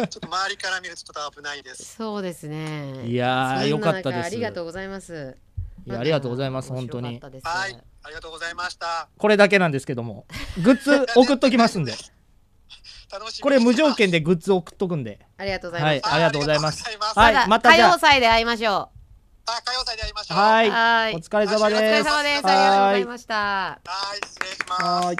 S14: ょっと周りから見るとちょっと危ないです
S2: そうですね。
S1: いやー
S2: そんな
S1: よかったです
S2: 中ありがとうございます。
S1: いやありがとうございます本当
S2: 面白か
S1: に
S2: ったです。
S14: はい ありがとうございました、
S1: これだけなんですけどもグッズ送っときますんでこれ無条件でグッズ送っとくんで
S2: ありがとうございま
S1: は
S2: す
S1: い。ありがとうございます
S2: ま
S1: はいまたじ
S2: 歌
S1: ゃ
S2: 謡祭で会いましょう。
S1: あ
S2: は
S1: はいいお疲れ様
S2: お疲れ
S1: です
S2: 様です。ありがとうご
S1: は
S2: ざ
S1: い
S2: いました。はい
S14: 失礼します。
S1: はーい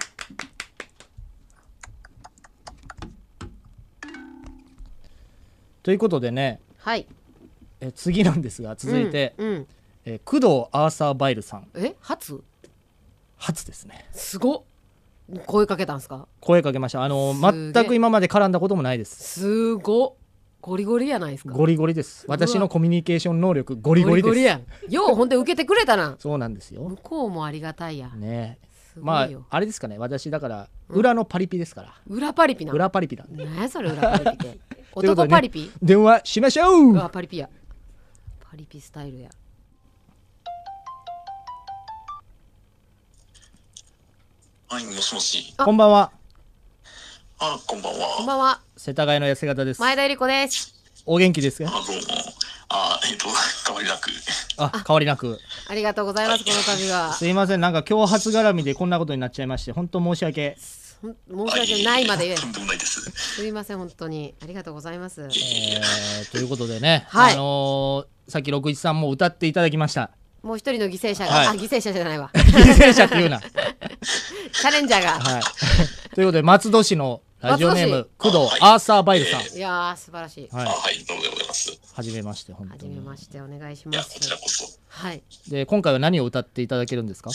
S1: ということでね
S2: はい。
S1: え次なんですが続いて、
S2: うんうん
S1: え工藤アーサー・バイルさん
S2: え、初
S1: 初ですね
S2: すごっ声かけたんですか
S1: 声かけましたあの
S2: すげえ
S1: 全く今まで絡んだこともないです
S2: すごっゴリゴリやないですか。
S1: ゴリゴリです
S2: ごい
S1: 私のコミュニケーション能力ゴリゴリです
S2: ゴリゴリやん。よう、ほんで受けてくれたな。
S1: そうなんですよ
S2: 向こうもありがたいや。
S1: ね
S2: ごい
S1: まあ
S2: よ
S1: あれですかね私だから裏のパリピですから、
S2: 裏パリピな。
S1: 裏パリピなんで
S2: なんやそれ裏パリピって。
S1: ということ
S2: 男
S1: でね
S2: パリピ
S1: 電話しましょう
S2: うわ、パリピや。パリピスタイルや。
S13: はい、もしもし。
S1: こんばんは
S13: あ、こんばん
S2: こん
S13: は。
S2: ばんは。
S1: 世田谷の痩せ方です
S2: 前田ゆり子です。
S1: お元気ですか
S13: あ、どうも。あ、えっと、 変わりなく。
S1: あ変わりなく
S2: ありがとうございます、この度は。
S1: すいませんなんか脅迫絡みでこんなことになっちゃいまして本当申し訳
S2: ほん申し訳ないまで言え。
S13: ないです。
S2: すいません、本当に。ありがとうございます。
S1: えーということでね、
S2: はい
S1: あのーさっき六一さんも歌っていただきま した
S2: もう一人の犠牲者が、
S1: はい
S2: あ、犠牲者じゃないわ。
S1: 犠牲者っていうなは
S2: チャレンジャーが。
S1: い ということで松戸市のラジオネーム工藤アーサーバイルさん
S2: いやー、素晴らしい。
S1: はい
S13: はい、どうもでございます。
S1: はじめまして本当
S2: はじめまして、お願いします。こちらこ
S13: そ。
S2: はい。
S1: で今回は何を歌っていただけるんですか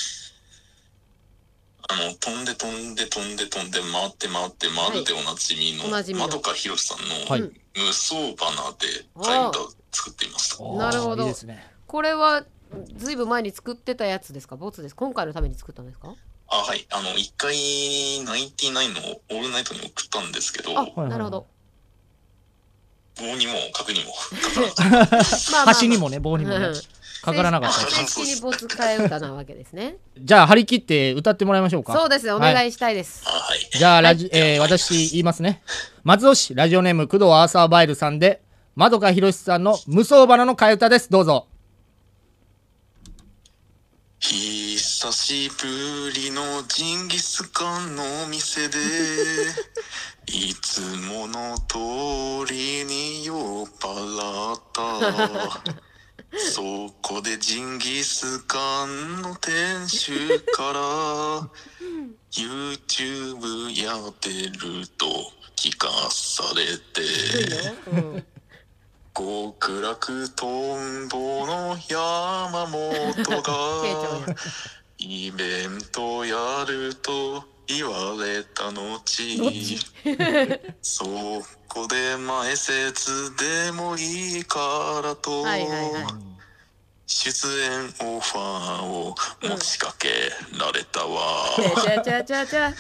S13: あの、飛んで飛んで飛んで飛んで回って回って回るでおなじみの、
S2: おなじみの
S13: まどかひろしさんの、
S1: はい
S13: 無双バナーで替え歌を作っていました。
S2: なるほど。これは、ずいぶん前に作ってたやつですかボツです。今回のために作ったんですか
S13: あ、はい。あの、一回、ナインティナインのオールナイトに送ったんですけど、
S2: あ、なるほど。
S13: 棒にも角にも。
S1: 橋にもね棒にもね
S2: うん
S1: かからなかった
S2: 正式にボツ替え歌なわけですね。
S1: じゃあ張り切って歌ってもらいましょうか
S2: そうです、お
S1: は
S2: 願
S1: い
S2: いしたいです。
S1: じゃあラジ、えー私言いますね松戸市ラジオネーム工藤アーサーバイルさんで窓かひろしさんの無双花の替え歌ですどうぞ
S13: 久しぶりのジンギスカンのお店でいつもの通りに酔っ払ったそこでジンギスカンの店主から YouTube やってると聞かされて極楽とんぼの山本がイベントやると言われた後 そこで前説でもいいからと、出演オファーを持ちかけられたわ。
S2: ちゃちゃちゃちゃ。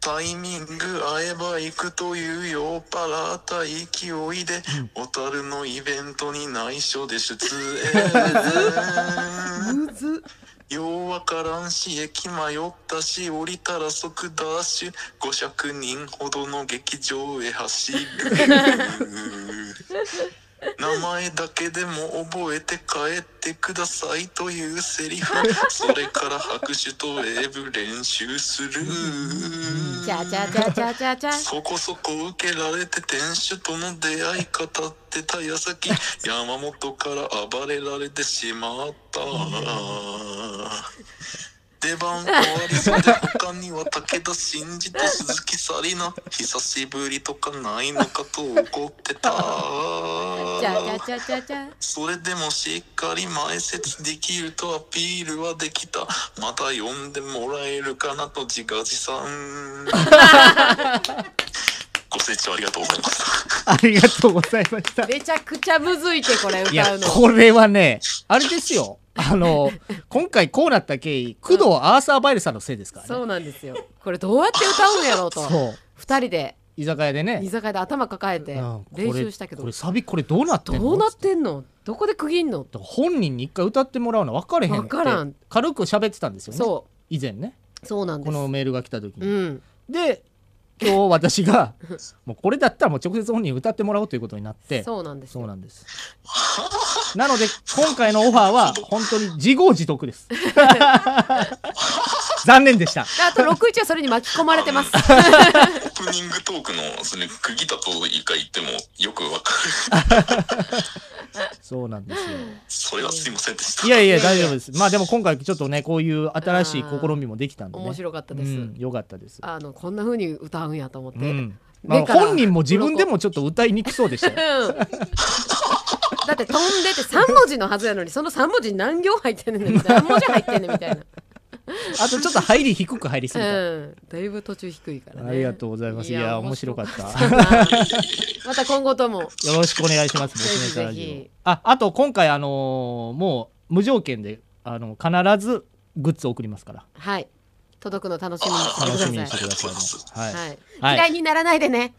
S13: タイミング合えば行くという酔っ払った勢いで、小樽のイベントに内緒で出演。ようわからんし、駅迷ったし、降りたら即ダッシュ、500人ほどの劇場へ走る。名前だけでも覚えて帰ってくださいというセリフそれから拍手とウェーブ練習する
S2: ちゃちゃちゃちゃちゃちゃ。
S13: そこそこ受けられて店主との出会い方ってた矢先山本から暴れられてしまった
S15: 出番終わりそうで他には武田真治と鈴木紗理奈久しぶりとかないのかと怒ってた
S2: じゃあじゃあじゃあじゃあ
S15: それでもしっかり前説できるとアピールはできたまた呼んでもらえるかなと自画自賛ご清聴ありがとうございました
S1: ありがとうございました。
S2: めちゃくちゃむずいってこれ
S1: いや
S2: 歌う、の
S1: これはね、あれですよ。あの、今回こうなった経緯、工藤アーサーバイルさんのせいですからね。
S2: そうなんですよこれどうやって歌うんやろうと
S1: そう。
S2: 二人で
S1: 居酒屋でね
S2: 居。酒屋で頭抱えて
S1: うん
S2: 練習したけ
S1: これこ
S2: ど
S1: れサビこれどうなってんの
S2: どうなってんのどこで区切ん
S1: だ
S2: の
S1: から本人に一回歌ってもらうの分かれへんって
S2: 分からん
S1: 軽く喋ってたんですよね
S2: そ
S1: 以前ね
S2: そうなんです
S1: このメールが来た時に、
S2: うん
S1: で今日私が もうこれだったらもう直接本人に歌ってもらおうということになって
S2: そうなんです
S1: そうなんですなので今回のオファーは本当に自業自得です 残念でした
S2: であと61はそれに巻き込まれてます
S15: オープニングトークのそれ区切ったと一回言ってもよくわか
S1: そうなんですよ
S15: るそれはすいませんでした
S1: いやいや大丈夫ですまあでも今回ちょっとねこういう新しい試みもできたんで、ね、
S2: 面白かったです
S1: うんよかったです
S2: あのこんな風に歌うんやと思って、
S1: うんまあ、
S2: 目から
S1: 本人も自分でもちょっと歌いにくそうでしたよ
S2: うんだって飛んでて3文字のはずやのにその3文字何行入ってんねんみたいな何文字入ってんねんみたいな、
S1: あとちょっと入り低く入りすぎた、
S2: うん、だいぶ途中低いからね
S1: ありがとうございますいや面白かった
S2: また今後とも
S1: よろしくお願いしますボスネタラジオああと今回あのーもう無条件であの必ずグッズ送りますから
S2: はい届くの楽しみにして
S1: 楽しみ
S2: くだ
S1: にし
S2: さ
S1: て
S2: い
S1: くださいねはい、
S2: はい、
S1: はい
S2: 嫌いにならないでね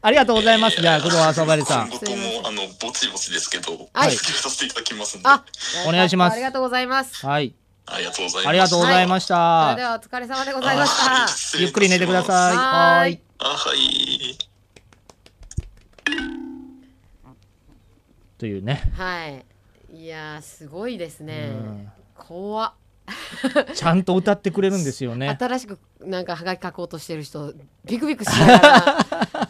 S1: ありがとうございますじゃあ工藤朝晴さん
S15: 僕もあのぼちぼちですけど、
S2: はい
S15: 付き合いさせていただきますんで
S2: あ
S1: お願いします
S2: ありがとうございます
S1: はい
S15: ありがとうございます
S1: ありがとうございました、
S2: それではお疲れ様でございました
S1: ゆっくり寝てください
S2: はーい
S15: あはい
S1: というね
S2: はいいやーすごいですね怖っ
S1: ちゃんと歌ってくれるんですよね
S2: 新しくなんかハガキ書こうとしてる人ビクビクしなが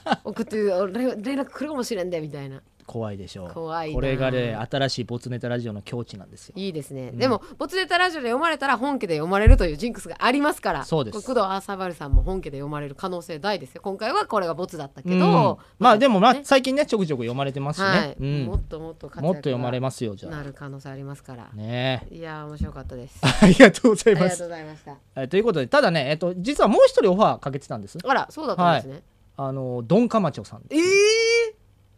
S2: ら送って連連絡来るかもしれんでみたいな
S1: 怖いでしょう
S2: 怖いな
S1: これがね新しいボツネタラジオの境地なんですよ
S2: いいですね、
S1: うん
S2: でもボツネタラジオで読まれたら本家で読まれるというジンクスがありますから
S1: そうです
S2: これ工藤アーサーバルさんも本家で読まれる可能性大ですよ今回はこれがボツだったけ
S1: うん
S2: ど、
S1: まあでもまあ最近ねちょくちょく読まれてますしね、
S2: はい、
S1: うん、
S2: もっともっと活躍が
S1: もっと読まれますよじゃあ
S2: なる可能性ありますから、
S1: ねえ
S2: いやー面白かったです
S1: ありがとうござい
S2: あ
S1: ま
S2: りがとう
S1: す
S2: ございました
S1: えということでただね、えっと、実はもう一人オファーかけてたんです
S2: あらそうだったんですね、
S1: はい、あのドン・カマチョさん
S2: ええ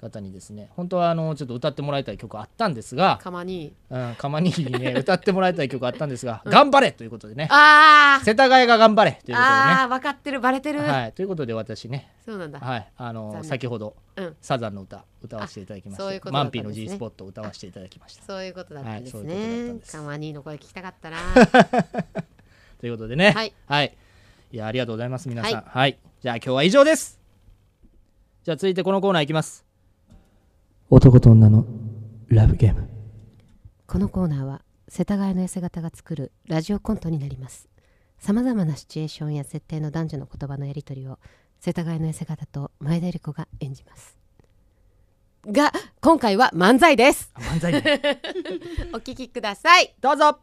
S1: 方にですね本当はあのちょっと歌ってもらいたい曲あったんですが
S2: ー、かまに
S1: うん、かまにいい ね歌ってもらいたい曲あったんですが、頑張れということでね
S2: あー
S1: 世田谷が頑張れというこ
S2: あー分かってるバレて
S1: と
S2: る、
S1: でねはいということで私ね
S2: そうなんだ、
S1: はいあ
S2: 残
S1: の
S2: 念
S1: 先ほど、
S2: うん
S1: サザンの歌歌わせていただきまして
S2: あそういうこと
S1: マ
S2: だった
S1: ン
S2: ん
S1: ピー
S2: ですね
S1: の G スポットを歌わせていただきました
S2: そういうことだったんです
S1: はいそういうことだった
S2: ね
S1: んで。す
S2: カマニーの声聞きたかったな。
S1: ということでね。
S2: はい。
S1: いや、ありがとうございます、皆さん。
S2: は
S1: はいい。じゃあ、今日は以上です。じゃあ、続いてこのコーナーいきます。男と女のラブゲーム。
S2: このコーナーは世田谷の痩せ型が作るラジオコントになります。さまざまなシチュエーションや設定の男女の言葉のやり取りを世田谷の痩せ型と前田理子が演じます。が今回は漫才です。
S1: 漫才ね
S2: お聞きください。
S1: どうぞ。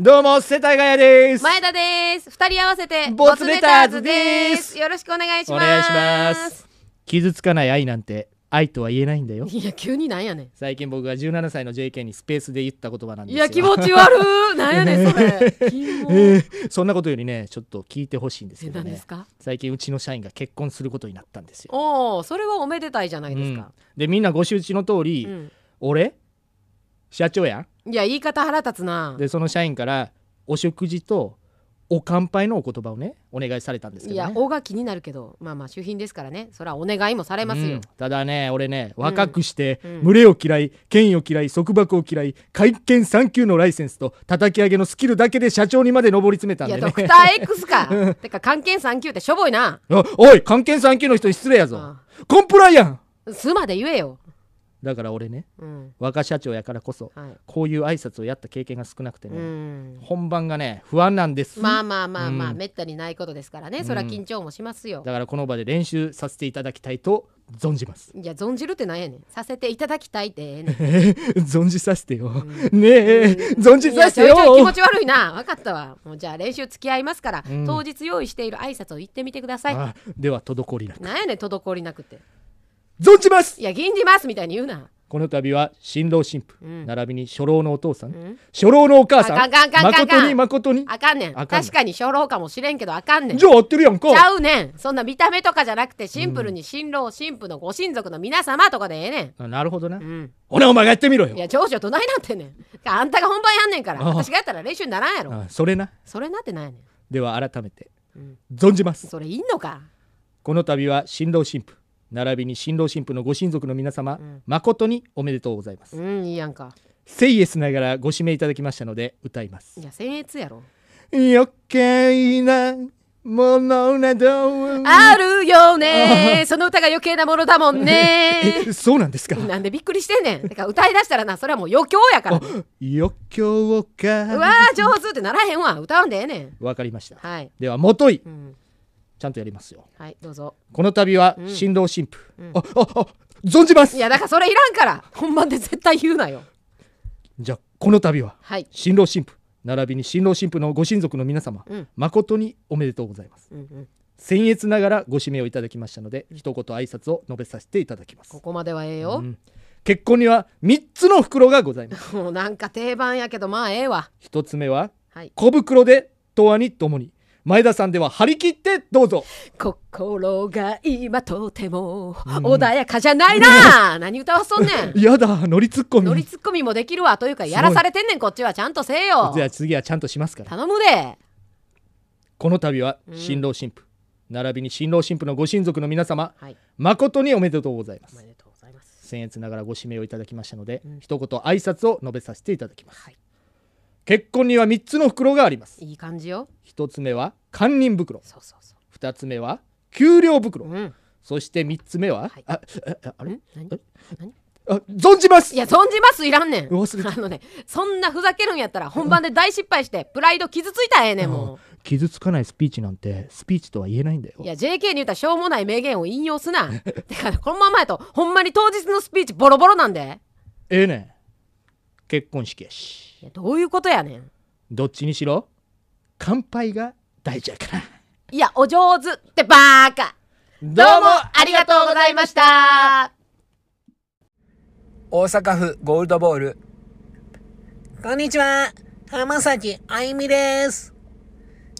S1: どうも、世田谷です。
S2: 前田です。二人合わせて
S1: ボツレターズです
S2: ボツレターズよろしくお願いし
S1: お
S2: ます。
S1: 願いします。傷つかない愛なんて、愛とは言えないんだよ。
S2: いや急になんやねん。
S1: 最近僕が17歳の JK にスペースで言った言葉なんです
S2: い
S1: よ
S2: や気持ち 悪い。なんやねんそれ。
S1: えーそんなことよりねちょっと聞いてほしいんですけど
S2: 何で
S1: ね
S2: すか。
S1: 最近うちの社員が結婚することになったんですよ、
S2: おおそれはおめでたいじゃないですか、
S1: でみんなご周知の通り、
S2: うん
S1: 俺社長や
S2: いや言い方腹立つなん
S1: でその社員からお食事とお乾杯のお言葉をねお願いされたんですけ
S2: い
S1: ど、
S2: や
S1: ね、
S2: おが気になるけどまあまあ主品ですからねそれはお願いもされますよ、
S1: うんただね俺ね若くして、
S2: うん
S1: 群れを嫌い権威を嫌い束縛を嫌い会見3級のライセンスと叩き上げのスキルだけで社長にまで上り詰めたん
S2: い
S1: で
S2: や
S1: ね
S2: ドクター X かてか関係3級ってしょぼいな
S1: あ おい関係3級の人に失礼やぞコンプライアン
S2: すまで言えよ、
S1: だから俺ね
S2: うん
S1: 若社長やからこそ、
S2: はい
S1: こういう挨拶をやった経験が少なくてね、
S2: うん
S1: 本番がね不安なんです
S2: まあまあまあまあ、
S1: うん
S2: めったにないことですからねそれは緊張もしますよ、
S1: だからこの場で練習させていただきたいと存じます
S2: いや存じるってなんやねんさせていただきたいってええねん
S1: えー存じさせてよ、ねえ、存じ
S2: いや
S1: さ
S2: ち
S1: せ
S2: ょ
S1: て
S2: いち
S1: よ
S2: ょい気持ち悪いな分かったわもうじゃあ練習付き合いますから、
S1: うん
S2: 当日用意している挨拶を言ってみてください
S1: あでは滞りなく
S2: なんやねん滞りなくて
S1: 存じます
S2: いや銀じますみたいに言うな
S1: この度は新郎新婦、
S2: うん
S1: 並びに初老のお父さん、
S2: ん
S1: 初老のお母さん
S2: あかんかんかんかんかん
S1: 誠に誠に
S2: あかんねん
S1: あかんねん
S2: 確かに初老かもしれんけどあかんねん
S1: じゃあ合ってるやんか
S2: ちゃうねんそんな見た目とかじゃなくてシンプルに新郎新婦のご親族の皆様とかでええねん
S1: あなるほどな、ほなお前がやってみろよ
S2: いや長女どないなってんねんあんたが本番やんねんから
S1: ああ
S2: 私がやったら練習にならんやろ
S1: あそれな
S2: それなってないねん
S1: では改めて、存じます
S2: それいんのか
S1: この度は新郎新婦並びに新郎新婦のご親族の皆様、誠におめでとうございます
S2: うんいいやんか
S1: セイエスながらご指名いただきましたので歌います
S2: いや僭越やろ
S1: 余計なものなど
S2: あるよね
S1: あ
S2: その歌が余計なものだもんね
S1: えそうなんですか
S2: なんでびっくりしてんねんだから歌いだしたらなそれはもう余興やからう
S1: 余興か
S2: わー上手ってならへんわ歌うんでええねん
S1: わかりました
S2: はい
S1: ではもとい、
S2: ん
S1: ちゃんとやりますよ
S2: はいどうぞ
S1: この度は
S2: うん
S1: 新郎新婦、あああ存じます
S2: いやだからそれいらんから 本番で絶対言うなよ
S1: じゃあこの度は
S2: はい
S1: 新郎新婦並びに新郎新婦のご親族の皆様、
S2: うん
S1: 誠におめでとうございます
S2: うんうん
S1: 僭越ながらご指名をいただきましたので一言挨拶を述べさせていただきます
S2: ここまではええよ、
S1: 結婚には3つの袋がござい ます
S2: もうなんか定番やけどまあええわ
S1: 1つ目は
S2: はい
S1: 小袋で永遠にともに前田さんでは張り切ってどうぞ
S2: 心が今とても穏やかじゃないな、 何歌わしとんねん
S1: やだ乗りツッコミ
S2: ノリツッコミもできるわというかやらされてんねんこっちはちゃんとせえよ
S1: じゃあ次はちゃんとしますから
S2: 頼むで
S1: この度は
S2: うん
S1: 新郎新婦、並びに新郎新婦のご親族の皆様、
S2: はい
S1: 誠におめでとうございます
S2: おめでとうございます
S1: 僭越ながらご指名をいただきましたので、一言挨拶を述べさせていただきます、結婚には3つの袋があります
S2: いい感じよ
S1: 1つ目は堪忍袋
S2: そうそうそう
S1: 2つ目は給料袋、そして3つ目は、あああれえあ存じます
S2: いや存じますいらんねん
S1: 忘れ
S2: あのねそんなふざけるんやったら本番で大失敗してプライド傷ついたらええねんも
S1: 傷つかないスピーチなんてスピーチとは言えないんだよ
S2: ういや JK に言ったらしょうもない名言を引用すな てかこのままやとほんまに当日のスピーチボロボロなんで
S1: ええねん結婚式やし
S2: いやどういうことやねん
S1: どっちにしろ乾杯が大事やから
S2: いやお上手ってバーカ
S1: ど
S2: どうもありがとうございました
S16: 大阪府ゴールドボール。
S17: こんにちは。浜崎あゆみです。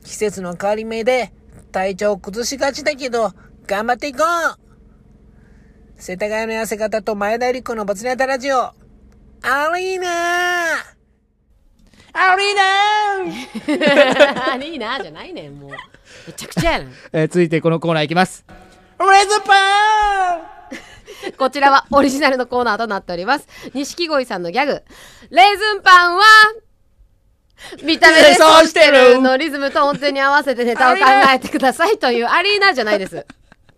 S17: 季節の変わり目で体調を崩しがちだけど、頑張っていこう世田谷の痩せ方と前田由里子のボツネタラジオ、アリーナアリーナ
S2: いいなじゃないねんもうめちゃくちゃやな
S1: えー続いてこのコーナーいきます
S2: レズパンこちらはオリジナルのコーナーとなっております錦鯉さんのギャグレーズンパンは見た目で損してるのリズムと音程に合わせてネタを考えてくださいというアリーナじゃないです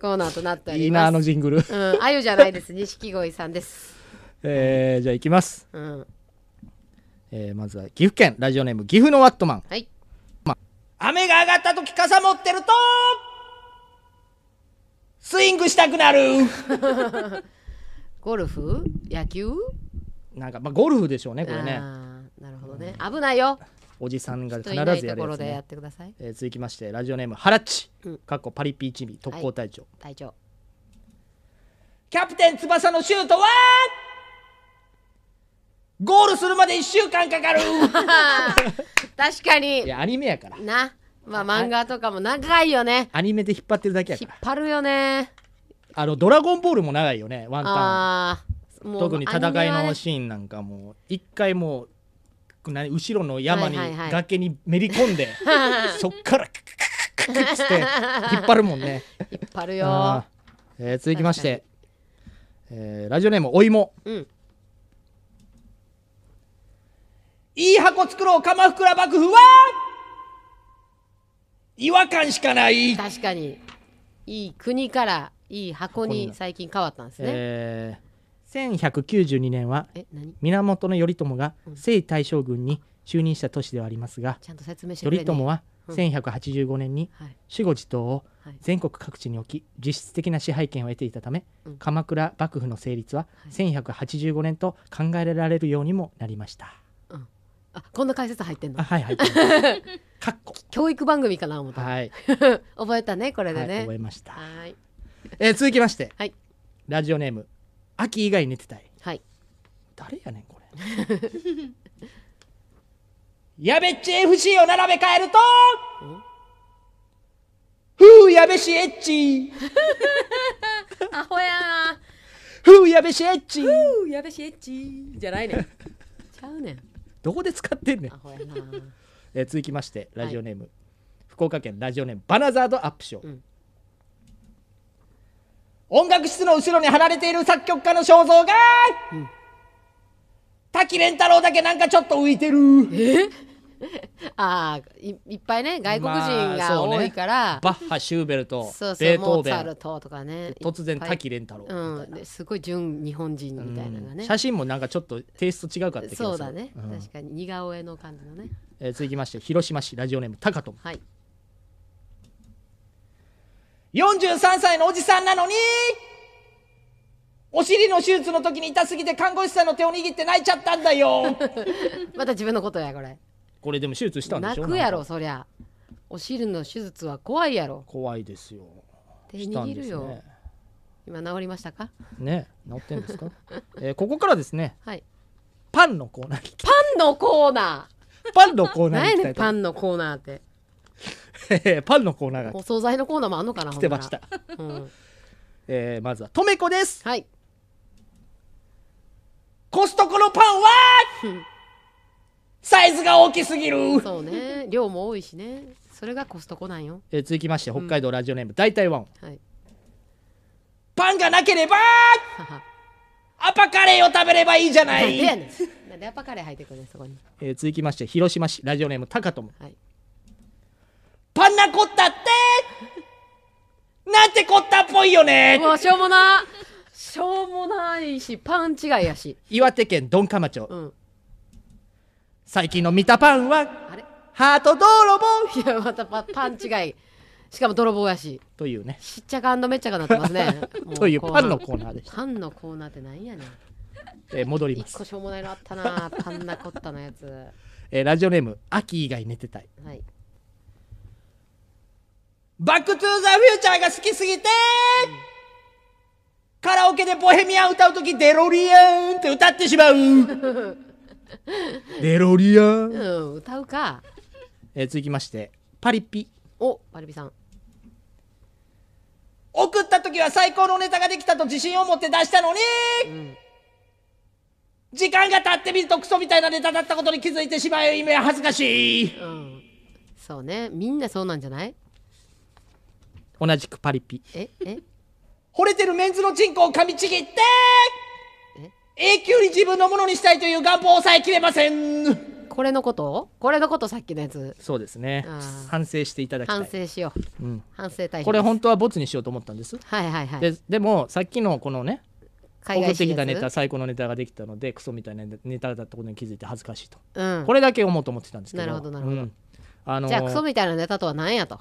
S2: コーナーとなってお
S1: い
S2: り
S1: いな
S2: ま
S1: あ
S2: す
S1: のジングル、
S2: うん、あゆじゃないです錦鯉さんです
S1: えーじゃあいきます、
S2: うん
S1: えーまずは岐阜県ラジオネーム岐阜のワットマン
S2: はい
S5: 雨が上がった時傘持ってるとスイングしたくなる
S2: ゴルフ野球
S1: なんかまあゴルフでしょうねこれね
S2: あーなるほどね危ないよ
S1: おじさんが必
S2: 人
S1: ず
S2: い
S1: や
S2: な
S1: る
S2: い
S1: や
S2: ところ
S1: つ、
S2: でやっ
S1: ね
S2: てください
S1: えー続きましてラジオネームハラッチかっこパリピーチミ特攻隊長、
S2: 隊長
S5: キャプテン翼のシュートはゴールするまで1週間かかる
S2: 確かに
S1: アニメやから
S2: なまあ漫画とかも長いよね
S1: アニメで引っ張ってるだけやから
S2: パるよね
S1: あのドラゴンボールも長いよねワンタン
S2: ああもう
S1: 特に戦
S2: アニメ
S1: い
S2: はね
S1: のシーンなんかもう一回もう何後ろの山に
S2: はいはいはい
S1: 崖にめり込んでそっからククククククっつって引っ張るもんね。
S2: 引っ張る
S1: あ
S2: よ
S1: ーえー続きまして、えーラジオネームお芋
S2: うん
S5: いい箱作ろう鎌倉幕府は違和感しかない
S2: 確かにいい国からいい箱に最近変わったんですね
S1: えー1192年は
S2: え何
S1: 源頼朝が征夷大将軍に就任した年ではありますが
S2: ちゃんと説明してくれ
S1: 頼
S2: ね
S1: 朝は1185年に守護地頭を全国各地に置き実質的な支配権を得ていたため、
S2: うん
S1: 鎌倉幕府の成立は1185年と考えられるようにもなりました。
S2: あこんな解説入ってんの
S1: あはい入 って
S2: る教育番組かな思った、
S1: はい
S2: 覚えたねこれでね、
S1: はい覚えました
S2: はい
S1: えー続きまして、
S2: はい
S1: ラジオネーム秋以外寝てたい、
S2: はい、
S1: 誰やねんこれ
S5: やべっち FC を並べ替えるとふうやべしエッチ
S2: アホやな
S1: ふうやべしエッチ
S2: ふうやべしエッチじゃないねん ちゃうねん
S1: どこで使ってんねん
S2: ア、ホやな
S1: えー続きましてラジオネーム、福岡県ラジオネームバナザードアップショー、
S5: 音楽室の後ろに貼られている作曲家の肖像が、滝蓮太郎だけなんかちょっと浮いてる
S2: あーいいっぱいね外国人
S1: まあ
S2: が
S1: そうね
S2: 多いから、
S1: バッハシューベルト
S2: そうそう
S1: ベートー
S2: モーツァル
S1: ベ
S2: トとかね
S1: ン突然
S2: いっぱい
S1: 滝蓮太郎、
S2: うんですごい純日本人みたいなのがね、
S1: 写真もなんかちょっとテイスト違うかった気がする
S2: そうだね、
S1: ん
S2: 確かに似顔絵の感じのね
S1: えー続きまして広島市ラジオネームタカトン
S2: はい
S5: 43歳のおじさんなのにお尻の手術の時に痛すぎて看護師さんの手を握って泣いちゃったんだよ
S2: また自分のことやこれ
S1: これでも手術したんでし
S2: 泣
S1: ょ
S2: くやろ
S1: なんか
S2: そりゃお汁の手術は怖いやろ
S1: 怖いですよ
S2: 手
S1: したん
S2: 握
S1: で
S2: る
S1: す
S2: よ、
S1: ね
S2: 今治りましたか
S1: ね治ってんですか、 えーここからですね
S2: はい
S1: パンのコーナーに
S2: パンのコーナ
S1: パンのコー
S2: ー
S1: ナー
S2: 何
S1: に行
S2: や
S1: き
S2: ね
S1: た
S2: ん
S1: い
S2: パ
S1: と
S2: ンのコーナーって
S1: えーパンのコーナーが
S2: お惣菜のコーナーもあんのかな
S1: 来てました、
S2: ほんならうん
S1: えーまずはとめこです
S2: はい
S5: コストコのパンはサイズが大きすぎる
S2: そうね量も多いしねそれがコストコなんよ
S1: えー続きまして北海道ラジオネーム、大体ワン
S2: はい
S5: パンがなければアパカレーを食べればいいじゃな
S2: なんでや
S5: い
S2: ねんなんでアパカレー入ってくるねんそこに
S1: えー続きまして広島市ラジオネームタカトム、
S5: パンナコッタってなんてこったっぽいよね
S2: うわし ょうもなしょうもないしパン違いやし
S1: 岩手県鈍化町、
S2: ん
S1: 最近の見たパンは
S2: あれ
S1: ハート泥
S2: 棒いやまたパパン違いしかも泥棒やし
S1: というね
S2: しっちゃかめっちゃかなってま すねも
S1: という
S2: 後
S1: パ
S2: 半
S1: ンのコーナーでした、
S2: パンのコーナーってなんやねん
S1: えー戻りま
S2: 一
S1: す、
S2: 個しょうもないのあったなパンナコッタのやつは
S1: えーラジオネーム秋以外寝てたい
S2: い
S5: バックトゥーザフューチャーが好きすぎて、カラオケでボヘミアン歌うときデロリアンって歌ってしまう。
S1: デロリア
S2: う
S1: ン、
S2: ん歌うか
S1: えー続きましてパリピ
S2: おパルビさん
S5: 送ったときは最高のネタができたと自信を持って出したのに、時間が経ってみるとクソみたいなネタだったことに気づいてしまい、今や恥ずかしい。
S2: うんそうねみんなそうなんじゃない
S1: 同じくパリピ
S2: ええ
S5: 惚れてるメンズのチンコを噛みちぎって、永久に自分のものにしたいという願望を抑えきれません。
S2: これのことこれのことさっきのやつ
S1: そうですね
S2: あー
S1: 反省していただきたい
S2: 反省しよう
S1: うん、
S2: 反省対象
S1: これ本
S2: 当
S1: 当はボツにしようと思ったんです、
S2: はいはいはい
S1: ででもさっきのこのね
S2: 海
S1: 送
S2: 外
S1: ってきたネ
S2: 進出
S1: タ最高のネタができたのでクソみたいなネタだったことに気づいて恥ずかしいと、
S2: うん
S1: これだけ思うと思ってたんですけど
S2: なるほどなるほど
S1: うんあの
S2: じゃあクソみたいなネタとは何やと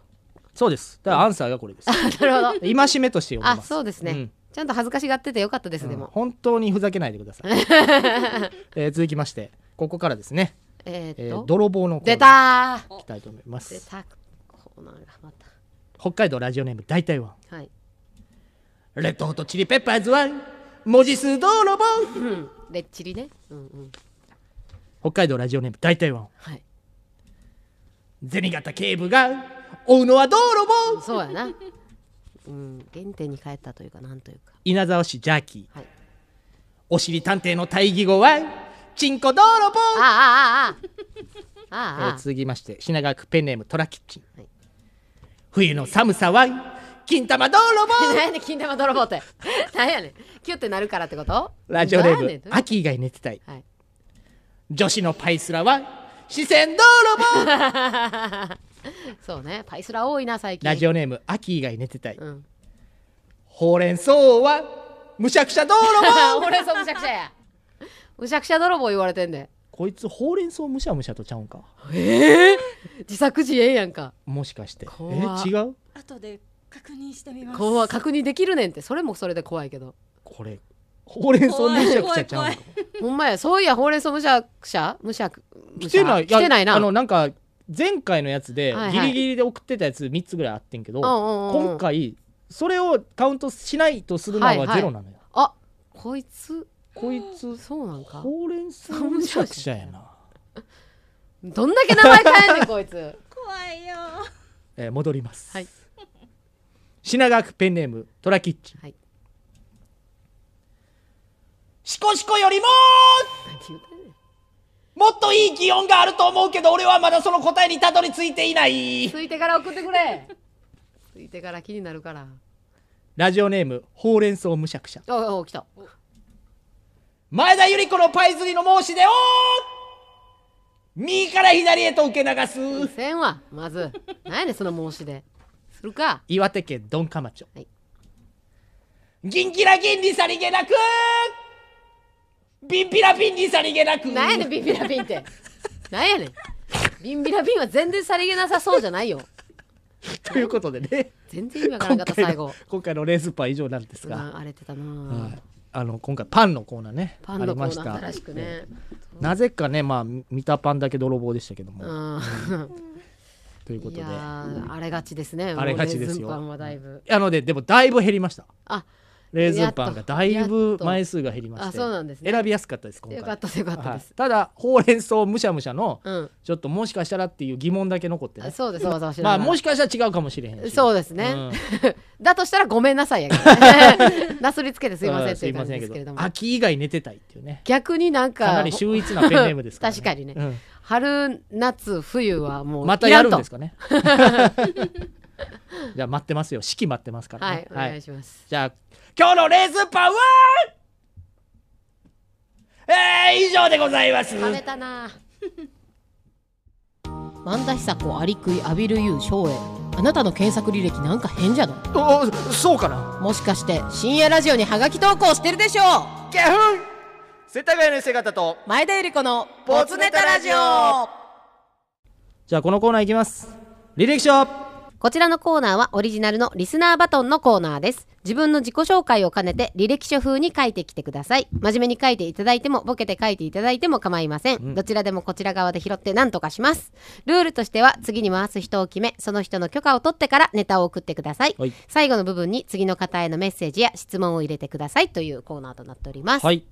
S1: そうですだからアンサーがこれです
S2: なるほど
S1: 今しめとして読み
S2: あ
S1: ます
S2: そうですね、
S1: うん
S2: ちゃんと恥ずかしがっててよかったです、でも
S1: 本当にふざけないでくださ い、えー続きましてここからですね、
S2: えーっと、
S1: えー泥棒のコーナー
S2: 出たー
S1: いきたいと思います
S2: 出たコーナーがま
S1: 北海道ラジオネーム大体は
S2: たはい
S1: レッドホットチリペッパーズは文字数泥棒
S2: うんレッチリねうんうん
S1: 北海道ラジオネーム大体は
S2: はい
S1: 銭形警部が追うのは泥棒
S2: そうや なうん原点に帰ったというかなんというか
S1: 稲沢市ジャーキー、
S2: はい
S1: おしり探偵の大義語はチンコ泥棒
S2: あああああ
S1: え
S2: ああ
S1: ー
S2: あ
S1: 続きまして品川区ペンネームトラキッチン、冬の寒さは金玉泥
S2: あ
S1: 棒
S2: 何やねん金玉泥棒って何やねんキュってなるからってこと
S1: ラジオネー
S2: 何やね
S1: ム
S2: ん
S1: 秋以外寝てたい、
S2: はい
S1: 女子のパイスラは四川泥棒
S2: そうねパイスラ多いな最近
S1: ラジオネーム秋以外寝てたい、
S2: ん
S1: ほうれん草はむしゃくしゃ泥棒
S2: 俺そうむしゃくしゃやむしゃくしゃ泥棒言われてんで
S1: こいつほうれん草むしゃむしゃとちゃうんか
S2: ええ自作自演やんか
S1: もしかしてえ
S2: 怖っ
S1: 違う
S8: 後で確認してみます
S2: 怖い確認できるねんってそれもそれで怖いけど
S1: これほうれん草むしゃくちゃちゃうん か
S2: ほんまやそういやほうれん草むしゃくしゃむしゃくむしゃ
S1: 来てない
S2: 来てないな
S1: あのなんか前回のやつで
S2: はい
S1: ギ
S2: はい
S1: リギリで送ってたやつ3つぐらいあってんけど、
S2: うんうんうん
S1: 今回それをカウントしないとするのはゼロなのよ、
S2: あこいつ
S1: こいつ
S2: そうなんか
S1: ほうれん草むしゃくしゃやな、
S2: どんだけ名前変えんね んこいつ
S8: 怖いよ
S1: えー戻ります、品川区ペンネームトラキッチ、
S5: シコシコよりももっといい気温があると思うけど俺はまだその答えにたどり着いていない
S2: ついてから送ってくれついてから気になるから
S1: ラジオネームほうれん草むしゃくしゃ
S2: おお来た
S5: 前田由里子のパイ釣りの申し出を右から左へと受け流す
S2: せんわまず何やねんその申し出するか
S1: 岩手県ドンカマチョ、
S5: 銀キラ銀にさりげなくビンピラピンにさりげなく
S2: 何やねんビンビラビンって何やねんビンビラビンは全然さりげなさそうじゃないよ
S1: ということでね
S2: 全然意味わからんかった
S1: 今回
S2: 最
S1: の
S2: 後
S1: 今回のレースパー以上なんです
S2: う
S1: が、
S2: ん荒れてたなぁ
S1: はい、あの今回パンのコーナーね
S2: パンのコ
S1: あり
S2: ー
S1: まし
S2: ナー
S1: た
S2: 新しくね
S1: なぜかねまあ見たパンだけ泥棒でしたけど
S2: う
S1: も、
S2: ん
S1: ということ
S2: い
S1: で
S2: やー荒れがちですね
S1: 荒れがちですよ
S2: もうレーズンパンはだいぶ
S1: なのででもだいぶ減りました
S2: あ
S1: レーズンパンがだい
S2: や
S1: ぶ
S2: っと
S1: 枚数が減りまして
S2: あそうなんですね
S1: 選びやすかったです今回
S2: よかったですよかったです
S1: はいただほうれん草むしゃむしゃの、
S2: うん
S1: ちょっともしかしたらっていう疑問だけ残ってね
S2: そうですそうです
S1: まあもしかしたら違うかもしれへんし
S2: そうですね、
S1: うん
S2: だとしたらごめんなさいやけどね なすりつけてすいません
S1: う
S2: っていう感じ
S1: すいますせ
S2: で
S1: ん
S2: けれ
S1: け
S2: ど
S1: ど
S2: も
S1: 秋以外寝てたいっていうね
S2: 逆になんか
S1: かなり秀逸なペンネームですからね
S2: 確かにね、
S1: うん
S2: 春夏冬はもう
S1: また
S2: いら
S1: や
S2: と
S1: るんですかねじゃあ待ってますよ式待ってますからね
S2: はいお願いします
S1: じゃあ
S5: 今日のレーズンパンはえー、以上でございます
S2: 食べた な萬田久子アリクイアビルユーショウエイあなたの検索履歴なんか変じゃない
S1: おそうかな
S2: もしかして深夜ラジオにハガキ投稿してるでしょう
S5: ギャフン世田谷の姿と
S2: 前田ゆり子の
S5: ボツネタラジオ
S1: じゃあこのコーナーいきます履歴書
S2: こちらのコーナーはオリジナルのリスナーバトンのコーナーです。自分の自己紹介を兼ねて履歴書風に書いてきてください。真面目に書いていただいても、ボケて書いていただいても構いません。どちらでもこちら側で拾って何とかします。ルールとしては次に回す人を決め、その人の許可を取ってからネタを送ってください。
S1: はい
S2: 最後の部分に次の方へのメッセージや質問を入れてくださいというコーナーとなっております。
S1: はい、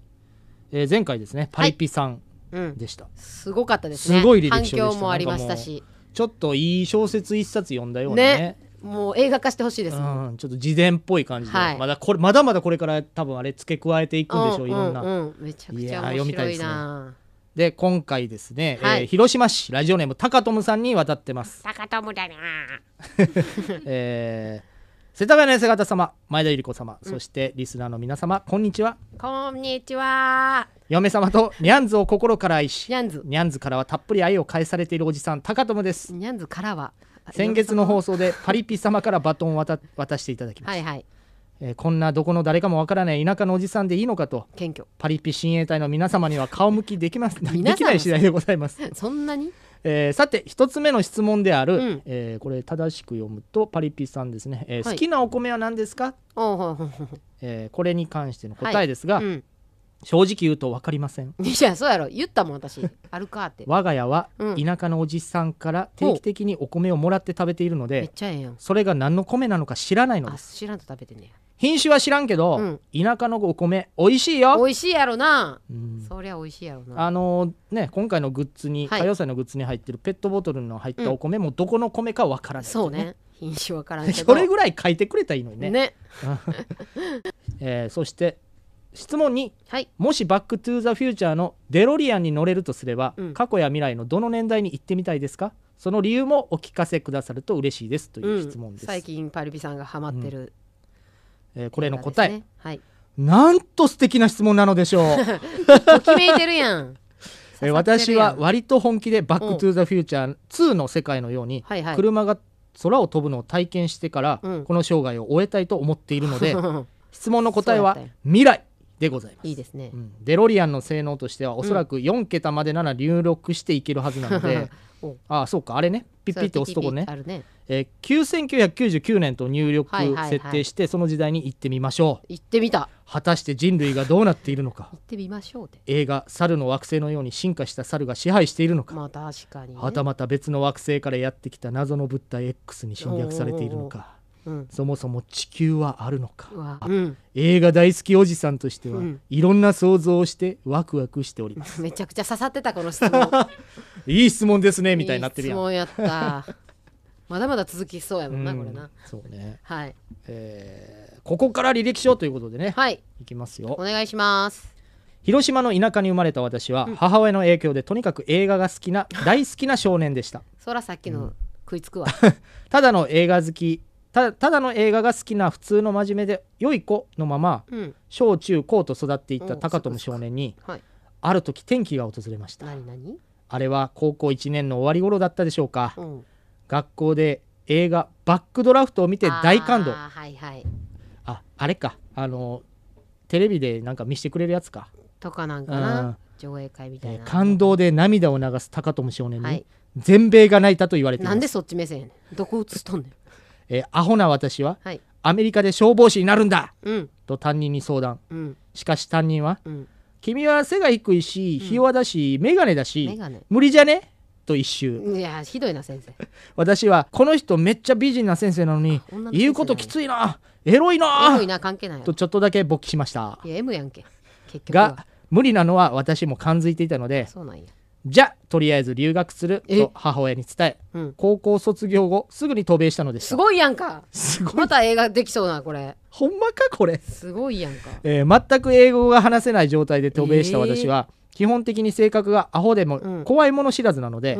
S1: えー前回ですねパリピさんでした、
S2: すごかったですね。
S1: すごい履歴書でした
S2: 反響もありましたし。
S1: ちょっといい小説一冊読んだようなね
S2: ね。もう映画化してほしいですもん。
S1: うん、ちょっと自伝っぽい感じで、
S2: はい
S1: まだこれまだまだこれから多分あれ付け加えていくんでしょう、いろんな、
S2: うんうんうんめちゃくちゃ面白いな
S1: で今回ですね、
S2: は
S1: えー
S2: い
S1: 広島市ラジオネームタカトムさんに渡ってます、
S2: 高友だな
S1: えー世田谷の姿様前田ゆり子様、そしてリスナーの皆様こんにちは
S2: こんにちは
S1: 嫁様とニャンズを心から愛し
S2: ニャンズ
S1: ニャンズからはたっぷり愛を返されているおじさん高友です
S2: ニャンズからは
S1: 先月の放送でパリピ様からバトンを渡渡していただきました、
S2: はいはい
S1: えーこんなどこの誰かもわからない田舎のおじさんでいいのかと
S2: 謙虚
S1: パリピ親衛隊の皆様には顔向きできますで
S2: 皆様
S1: きない次第でございます、
S2: そんなに
S1: えーさて一つ目の質問である、えーこれ正しく読むとパリピさんですね、えー
S2: はい
S1: 好きなお米は何ですか、
S2: おうほうほうほう
S1: えーこれに関しての答えですが、
S2: はいうん
S1: 正直言うと分かりません
S2: いやそうやろ言ったもん私 あるかって
S1: 我が家は
S2: うん
S1: 田舎のおじさんから定期的にお米をもらって食べているので、
S2: めっちゃええやん
S1: それが何の米なのか知らないのです
S2: 知らんと食べてんね
S1: 品種は知らんけど、田舎のお米美味しいよ
S2: 美味しいやろなそりゃ美味しいやろな
S1: あのね今回のグッズに、
S2: はい
S1: 歌謡祭のグッズに入ってるペットボトルの入ったお米もどこの米かわからない、
S2: そうね品種わからんけど
S1: それぐらい書いてくれたらいいのにね
S2: ね
S1: えーそして質問に、
S2: はい
S1: もし「バック・トゥ・ザ・フューチャー」のデロリアンに乗れるとすれば、過去や未来のどの年代に行ってみたいですかその理由もお聞かせくださると嬉しいですという質問です、
S2: うん最近パリピさんがハマってる
S1: えーこれの答え、
S2: ねはい
S1: なんと素敵な質問なのでしょう、
S2: ときめいてるやん
S1: えー私は割と本気で「バック・トゥ・ザ・フューチャー2」の世界のように、
S2: はいはい
S1: 車が空を飛ぶのを体 験してから、この生涯を終えたいと思っているので 質問の答えは
S2: そうやったんや
S1: 未来でございます
S2: いいですね、
S1: デロリアンの性能としてはおそらく4桁までなら入力していけるはずなの で、あそうかあれねピッピって押すとこね
S2: そうピッピッピッあるね
S1: えー、9999年と入力
S2: はいはいはい
S1: 設定して、その時代に行ってみましょう
S2: 行ってみた
S1: 果たして人類がどうなっているのか
S2: 行ってみましょうで
S1: 映画「猿の惑星」のように進化した猿が支配しているのか
S2: まあ確かに、ね、
S1: はたまた別の惑星からやってきた謎の物体 X に侵略されているのか
S2: おーおーおーうん
S1: そもそも地球はあるのか
S2: うわうん
S1: 映画大好きおじさんとしては、
S2: うん
S1: いろんな想像をしてワクワクしております
S2: めちゃくちゃ刺さってたこの質問
S1: いい質問です ねみたいになってるやん
S2: いい質問やったまだまだ続きそうやもんな、
S1: うん
S2: これな
S1: そうね、
S2: はい
S1: えーここから履歴書ということでね、
S2: はい、
S1: いきます
S2: お
S1: よ
S2: 願いします
S1: 広島の田舎に生まれた私は、母親の影響でとにかく映画が好きな大好きな少年でした
S2: そらさっきの食いつ くわ、
S1: ただの映画好きたただの映画が好きな普通の真面目で良い子のまま、
S2: うん
S1: 小中高と育っていっ
S2: お
S1: た
S2: う
S1: 高友少年に
S2: はい
S1: ある時転機が訪れました
S2: 何何
S1: あれは高校1年の終わり頃だったでしょうか、
S2: ん
S1: 学校で映画「バックドラフト」を見て大感動
S2: あーはいはい
S1: ああれかあのテレビでなんか見せてくれるやつか
S2: とかなんか
S1: う
S2: なん上映会みたいな、
S1: 感動で涙を流す高友少年
S2: は
S1: に
S2: い
S1: 全米が泣いたと言われてい
S2: な
S1: ます、
S2: んでそっち目線やねんどこ映しとんねん
S1: えーアホな私は、
S2: はい
S1: アメリカで消防士になるんだ、
S2: うん
S1: と担任に相談
S2: うん
S1: しかし担任は、
S2: うん
S1: 君は背が低いしひ弱だし、眼鏡だし
S2: 眼鏡
S1: 無理じゃねと一周
S2: いやひどいな先生
S1: 私はこの人めっちゃ美人な先生なのに
S2: 女の先生
S1: 言うこときついなエロいな
S2: エロいな関係ないやろ
S1: とちょっとだけ勃起しました
S2: いや M やんけ結局は
S1: が無理なのは私も感づいていたので
S2: そうなんや
S1: じゃとりあえず留学すると母親に伝え、高校卒業後すぐに渡米したのです
S2: すごいやんかまた映画できそうなこれ
S1: ほんまかこれ
S2: すごいやんか
S1: えー全く英語が話せない状態で渡米した私は、基本的に性格がアホでも怖いもの知らずなので、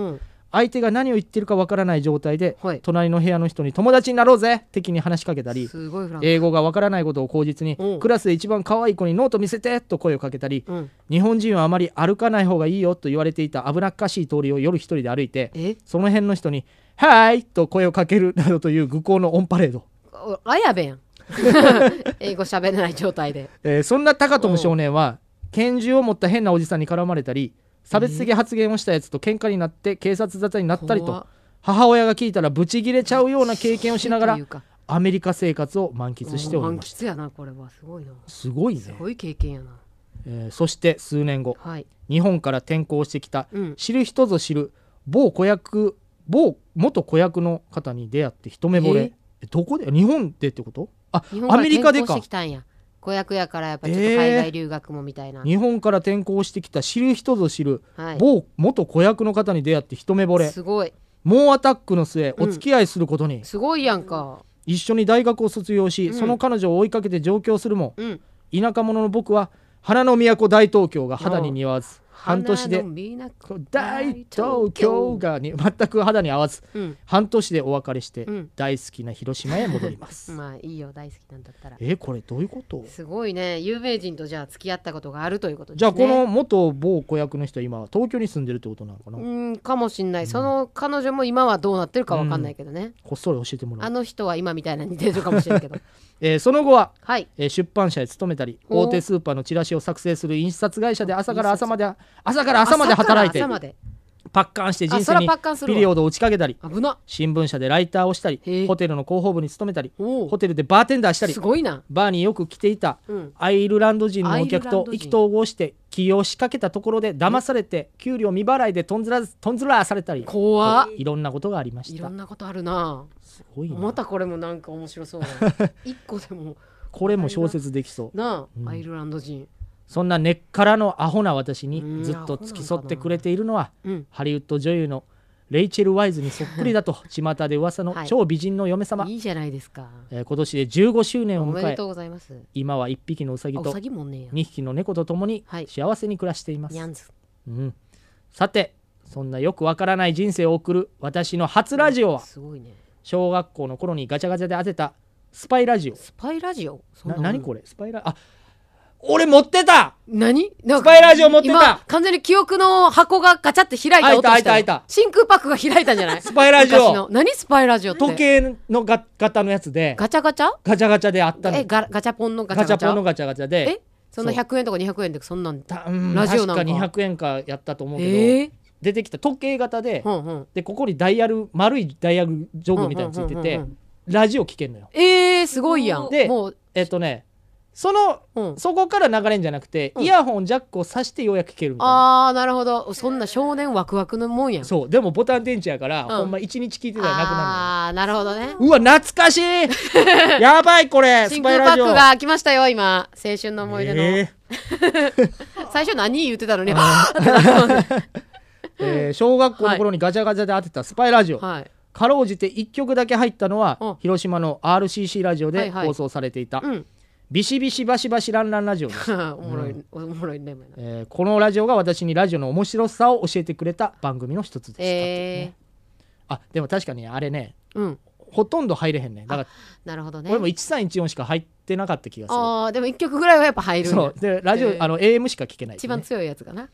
S1: 相手が何を言ってるかわからない状態で、隣の部屋の人に友達になろうぜ的に話しかけたり
S2: すごいフランク
S1: 英語がわからないことを口実に、
S2: うん
S1: クラスで一番可愛い子にノート見せてと声をかけたり、
S2: うん
S1: 日本人はあまり歩かない方がいいよと言われていた危なっかしい通りを夜一人で歩いてその辺の人に「はい!」と声をかけるなどという愚行のオンパレード。
S2: おあやべやん 英語喋れない状態で
S1: えーそんな高友少年は拳銃を持った変なおじさんに絡まれたり差別的発言をしたやつと喧嘩になって警察沙汰になったり
S2: 怖っ
S1: と母親が聞いたらブチギレちゃうような経験をしながら
S2: というか
S1: アメリカ生活を満喫しており
S2: 満
S1: ます
S2: 喫やなこれはすごいな
S1: すごいね
S2: すごい経験やな
S1: えーそして数年後、日本から転校してきた、
S2: うん
S1: 知る人ぞ知る某子役某元子役の方に出会って一目惚れ、えどこで日本でってことあ
S2: 日本か
S1: ア
S2: ら
S1: メリカで
S2: 転校
S1: か
S2: してきたんや子役やからやっぱちょっと海外留学もみたいな、
S1: 日本から転校してきた知る人ぞ知る、
S2: はい
S1: 某元子役の方に出会って一目惚れ
S2: すごい
S1: 猛アタックの末お付き合いすることに、
S2: すごいやんか
S1: 一緒に大学を卒業し、
S2: うん
S1: その彼女を追いかけて上京するも、
S2: うん
S1: 田舎者の僕は花の都大東京が肌に似合わず半年で
S2: 花の都
S1: 大東京がに全く肌に合わず、
S2: うん
S1: 半年でお別れして、
S2: うん
S1: 大好きな広島へ戻ります
S2: まあいいよ大好きなんだったら
S1: えこれどういうこと
S2: すごいね有名人とじゃあ付き合ったことがあるということです
S1: じゃ
S2: ね
S1: あこの元某子役の人は今東京に住んでるってことなのかな、
S2: うーんかもしんない、その彼女も今はどうなってるかわかんないけどね、
S1: こっそり教えてもらおう
S2: あの人は今みたいな似てるかもしれんけど
S1: えーその後は、
S2: はい
S1: えー出版社へ勤めたり
S2: お
S1: 大
S2: ー
S1: 手スーパーのチラシを作成する印刷会社で朝から朝まで朝から朝まで働いて
S2: 朝から朝まで
S1: パッカンして人
S2: あ
S1: 生
S2: そら
S1: に
S2: パッカンするわ
S1: ピリオドを打ち掛けたり
S2: な
S1: 新聞社でライターをしたりホテルの広報部に勤めたりホテルでバーテンダーしたり
S2: すごいな
S1: バーによく来ていた
S2: うん
S1: アイルランド人のお客と
S2: アイルランド人
S1: 意気投合して起用を仕掛けたところで騙されて給料未払いでとんずらとんずらされたり
S2: 怖っ
S1: といろんなことがありまし
S2: い
S1: た
S2: ろんなことあるなす
S1: ごいな
S2: またこれもなんか面白そうな 一個でも
S1: これも小説できそう
S2: なあ、
S1: うん
S2: アイルランド人
S1: そんな根っからのアホな私にずっと付き添ってくれているのは、
S2: うん
S1: ハリウッド女優のレイチェル・ワイズにそっくりだと巷で噂の
S2: はい
S1: 超美人の嫁様、
S2: いいじゃないですか
S1: えー今年で15周年
S2: お
S1: を
S2: め
S1: 迎
S2: で
S1: え
S2: とうございます
S1: 今は1匹のウサギ
S2: あ
S1: と
S2: ウサギもおんねや
S1: 2匹の猫と共に幸せに暮らしています、
S2: にゃんず
S1: うんさてそんなよくわからない人生を送る私の初ラジオは
S2: すごいね
S1: 小学校の頃にガチャガチャで当てたスパイラジオス
S2: パイラジオそんなの
S1: 何これスパイラあ俺持ってた
S2: 何
S1: スパイラジオ持ってた
S2: 今完全に記憶の箱がガチャって開いた音した
S1: 開いた開
S2: よ
S1: いた開いた
S2: 真空パックが開いたんじゃないス
S1: パイラジオ
S2: 何スパイラジオって
S1: 時計のが型のやつで
S2: ガチャガチャ
S1: ガチャガチャであったの
S2: えガガチャポンのガチ
S1: ガ
S2: ャ
S1: チ
S2: ガ
S1: ャ
S2: チャ
S1: ポンのガチャガチャで
S2: えそんな100円とか200円でそんなん
S1: うん
S2: ラジオなんか
S1: 確か200円かやったと思うけど、
S2: えー
S1: 出てきた時計型で,、でここにダイヤル丸いダイヤルジョグみたいについて
S2: うんうんうん
S1: て、
S2: うんう
S1: ラジオ聞けんのよ
S2: えー、すごいやん
S1: で
S2: もう
S1: えっとねその、そこから流れんじゃなくて、イヤホンジャックを挿してようやく聞けるみたいな
S2: ああなるほどそんな少年ワクワクのもんやん
S1: そうでもボタン電池やから、
S2: ん
S1: ほんま1日聞いてたらなくな
S2: ああなるほどね
S1: るのようわ懐かしい やばいこれス
S2: 真
S1: パイ
S2: 空
S1: ラ
S2: パッ
S1: ジオ
S2: クが来ましたよ今青春の思い出の、
S1: えー
S2: 最初何言ってたのに
S1: えー小学校の頃にガチャガチャで当てたスパイラジオ、かろうじて1曲だけ入ったのは広島の RCC ラジオ
S2: は
S1: で
S2: いはい
S1: 放送されていた、
S2: うん
S1: ビシビシバシバシランランラジオです、
S2: おもろい、おもろいね
S1: えーこのラジオが私にラジオの面白さを教えてくれた番組の一つです、
S2: え
S1: あでも確かにあれね、
S2: うん
S1: ほとんど入れへんねだから
S2: ー、なるほどね
S1: 俺も1314しか入ってなかった気がする
S2: ああでも一曲ぐらいはやっぱ入るんや
S1: そうでラジオ、
S2: えー
S1: あの AM しか聞けない、
S2: 一番強いやつかな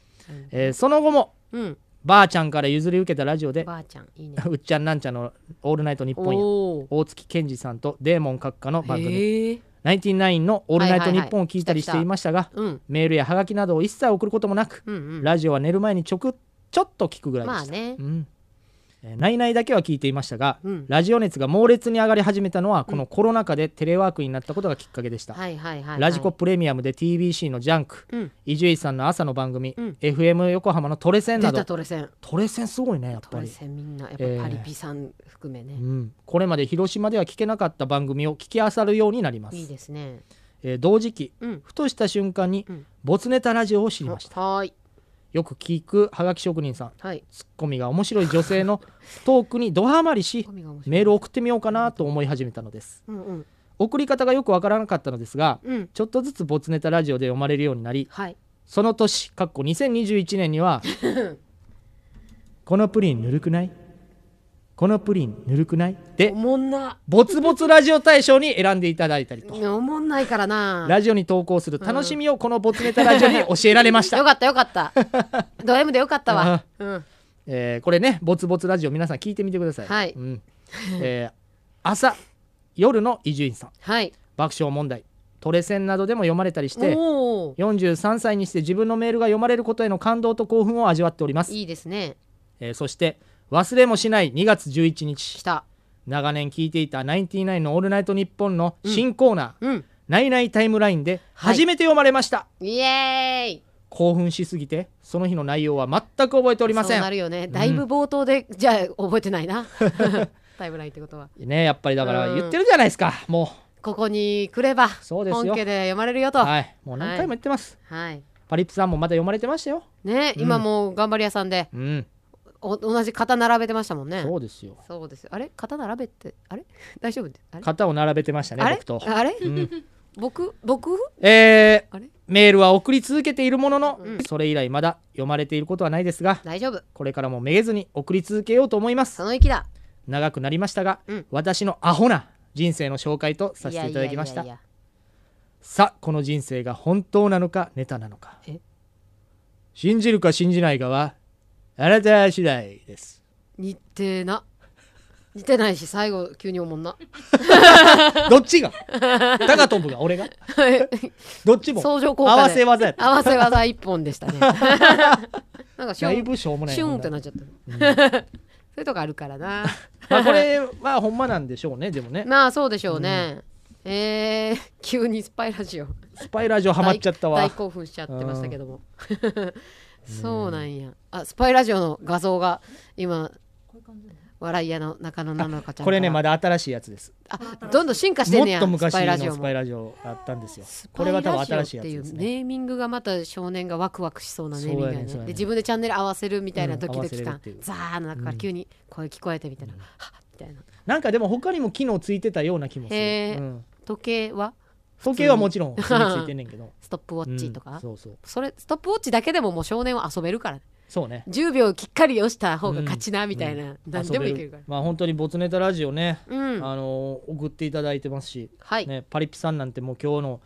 S1: えーその後も、
S2: うん
S1: ばあちゃんから譲り受けたラジオで
S2: ばあちゃんいいね
S1: うっちゃんなんちゃんの「オールナイトニッポン」
S2: お
S1: や大月健二さんとデーモン閣下の番
S2: へ
S1: 組「ナインティナイン」の「オールナイトニッポン」を聞いたりしていましたが
S2: うん
S1: メールやハガキなどを一切送ることもなく、
S2: うんうん
S1: ラジオは寝る前にちょくちょっと聞くぐらいで
S2: まあ
S1: した、
S2: ね、
S1: うんえーナイナイだけは聞いていましたが、
S2: うん
S1: ラジオ熱が猛烈に上がり始めたのはこのコロナ禍でテレワークになったことがきっかけでした、
S2: はいはいはいはい
S1: ラジコプレミアムで TBC の「ジャンク
S2: うん」
S1: 伊集院さんの朝の番組、FM 横浜の「トレセン」
S2: 出
S1: など
S2: たトレセン
S1: トレセンすごいねやっぱ
S2: トレ
S1: り、
S2: センみんなやっ
S1: えー
S2: ぱパリピさん含めね
S1: う、ん、これまで広島では聞けなかった番組を聞き漁るようになります
S2: いいですね
S1: えー同時期、
S2: うん
S1: ふとした瞬間に、没ネタラジオを知りましたよく聞くはがき職人さん、ツッコミが面白い女性 のトークにドハマりしメールを送ってみようかなと思い始めたのです
S2: うんうん
S1: 送り方がよくわからなかったのですが、
S2: うん
S1: ちょっとずつ没ネタラジオで読まれるようになり、
S2: はい
S1: その年かっこ2021年にはこのプリンぬるくないこのプリンぬるくないで
S2: おもんな
S1: ボツボツラジオ大賞に選んでいただいたりと
S2: おもんないからな
S1: ラジオに投稿する楽しみをこのボツネタラジオに教えられました。
S2: よかったよかった ド M でよかったわうん
S1: えーこれね、ボツボツラジオ皆さん聞いてみてください。
S2: はい
S1: うんえー朝、夜の伊集院さん、爆笑問題、トレセンなどでも読まれたりして、
S2: おー
S1: 43歳にして自分のメールが読まれることへの感動と興奮を味わっております。
S2: いいですね
S1: えーそして、忘れもしない2月11日、長年聞いていたナインティナインのオールナイトニッポンの新コーナ
S2: ー、
S1: ナイナイタイムラインで初めて読まれました。
S2: イエーイ
S1: 興奮しすぎてその日の内容は全く覚えておりません
S2: そうなるよねだいぶ冒頭で、じゃあ覚えてな いなタイムラインってことは
S1: ねやっぱりだから
S2: うん
S1: 言ってるじゃないですか、も
S2: ここに来れば
S1: うですよ
S2: 本家で読まれるよと
S1: はいもう何回も言ってます、
S2: はい、
S1: うパリップさんもまた読まれてましたよ
S2: ね、
S1: うん
S2: 今もう頑張り屋さんで
S1: うん
S2: お同じ型並べてましたもんね
S1: そうですよ
S2: そうですあれ型並べてあれ 大丈夫あれ
S1: 型を並べてましたね
S2: あれ
S1: 僕と
S2: あれ、
S1: うん
S2: 僕僕
S1: えーメールは送り続けているものの、それ以来まだ読まれていることはないですが
S2: 大丈夫
S1: これからもめげずに送り続けようと思います
S2: その意気だ
S1: 長くなりましたが、
S2: うん
S1: 私のアホな人生の紹介とさせていただきました
S2: いやいやいやいや
S1: さあこの人生が本当なのかネタなのか
S2: え
S1: 信じるか信じないかはあなた次第です
S2: 似てな似てないし最後急におも んな
S1: どっち が高飛ぶが俺がどっちも
S2: 相乗効果で
S1: 合わせ技やった
S2: 合わせ技一本でした ねなんかシュン
S1: だいぶしょうもない
S2: シュンってなっちゃった、 そういうとこあるからな
S1: まあこれはほんまなんでしょうねでもね
S2: まあそうでしょうね、えー、急にスパイラジオ
S1: スパイラジオハマっちゃったわ
S2: 大大興奮しちゃってましたけどもそうなんやあスパイラジオの画像が今笑い屋の中野菜々香ちゃん
S1: これね
S2: から
S1: まだ新しいやつです
S2: どんどん進化して
S1: も
S2: んね
S1: っ
S2: や
S1: と昔
S2: スパイラジ
S1: の
S2: オ
S1: ス
S2: も
S1: パイラジオあったんですよこれは多分新しいやつです
S2: スパイラジオっていうネーミングがまた少年がワクワクしそうなネーミングや
S1: そ
S2: ね
S1: うやねそうやね
S2: で自分でチャンネル合わせるみたいなドキドキ
S1: うん合わ
S2: 感
S1: せれるっていう
S2: ザーの中から急に声聞こえてみたいな、はっみたいな
S1: なんかでも他にも機能ついてたような気もする、
S2: へー
S1: うん
S2: 時計は
S1: 時計はもちろん普通についてんねんけ ど
S2: ストップウォッチとか、
S1: うんそうそう
S2: れストップウォッチだけでももう少年は遊べるから
S1: そうね
S2: 10秒きっかり押した方が勝ちなみたいな、
S1: うん
S2: 何でもいけるから
S1: 遊べまあ本当にボツネタラジオね、
S2: うん
S1: あのー送っていただいてますし、
S2: はい
S1: ね、パリピさんなんてもう今日の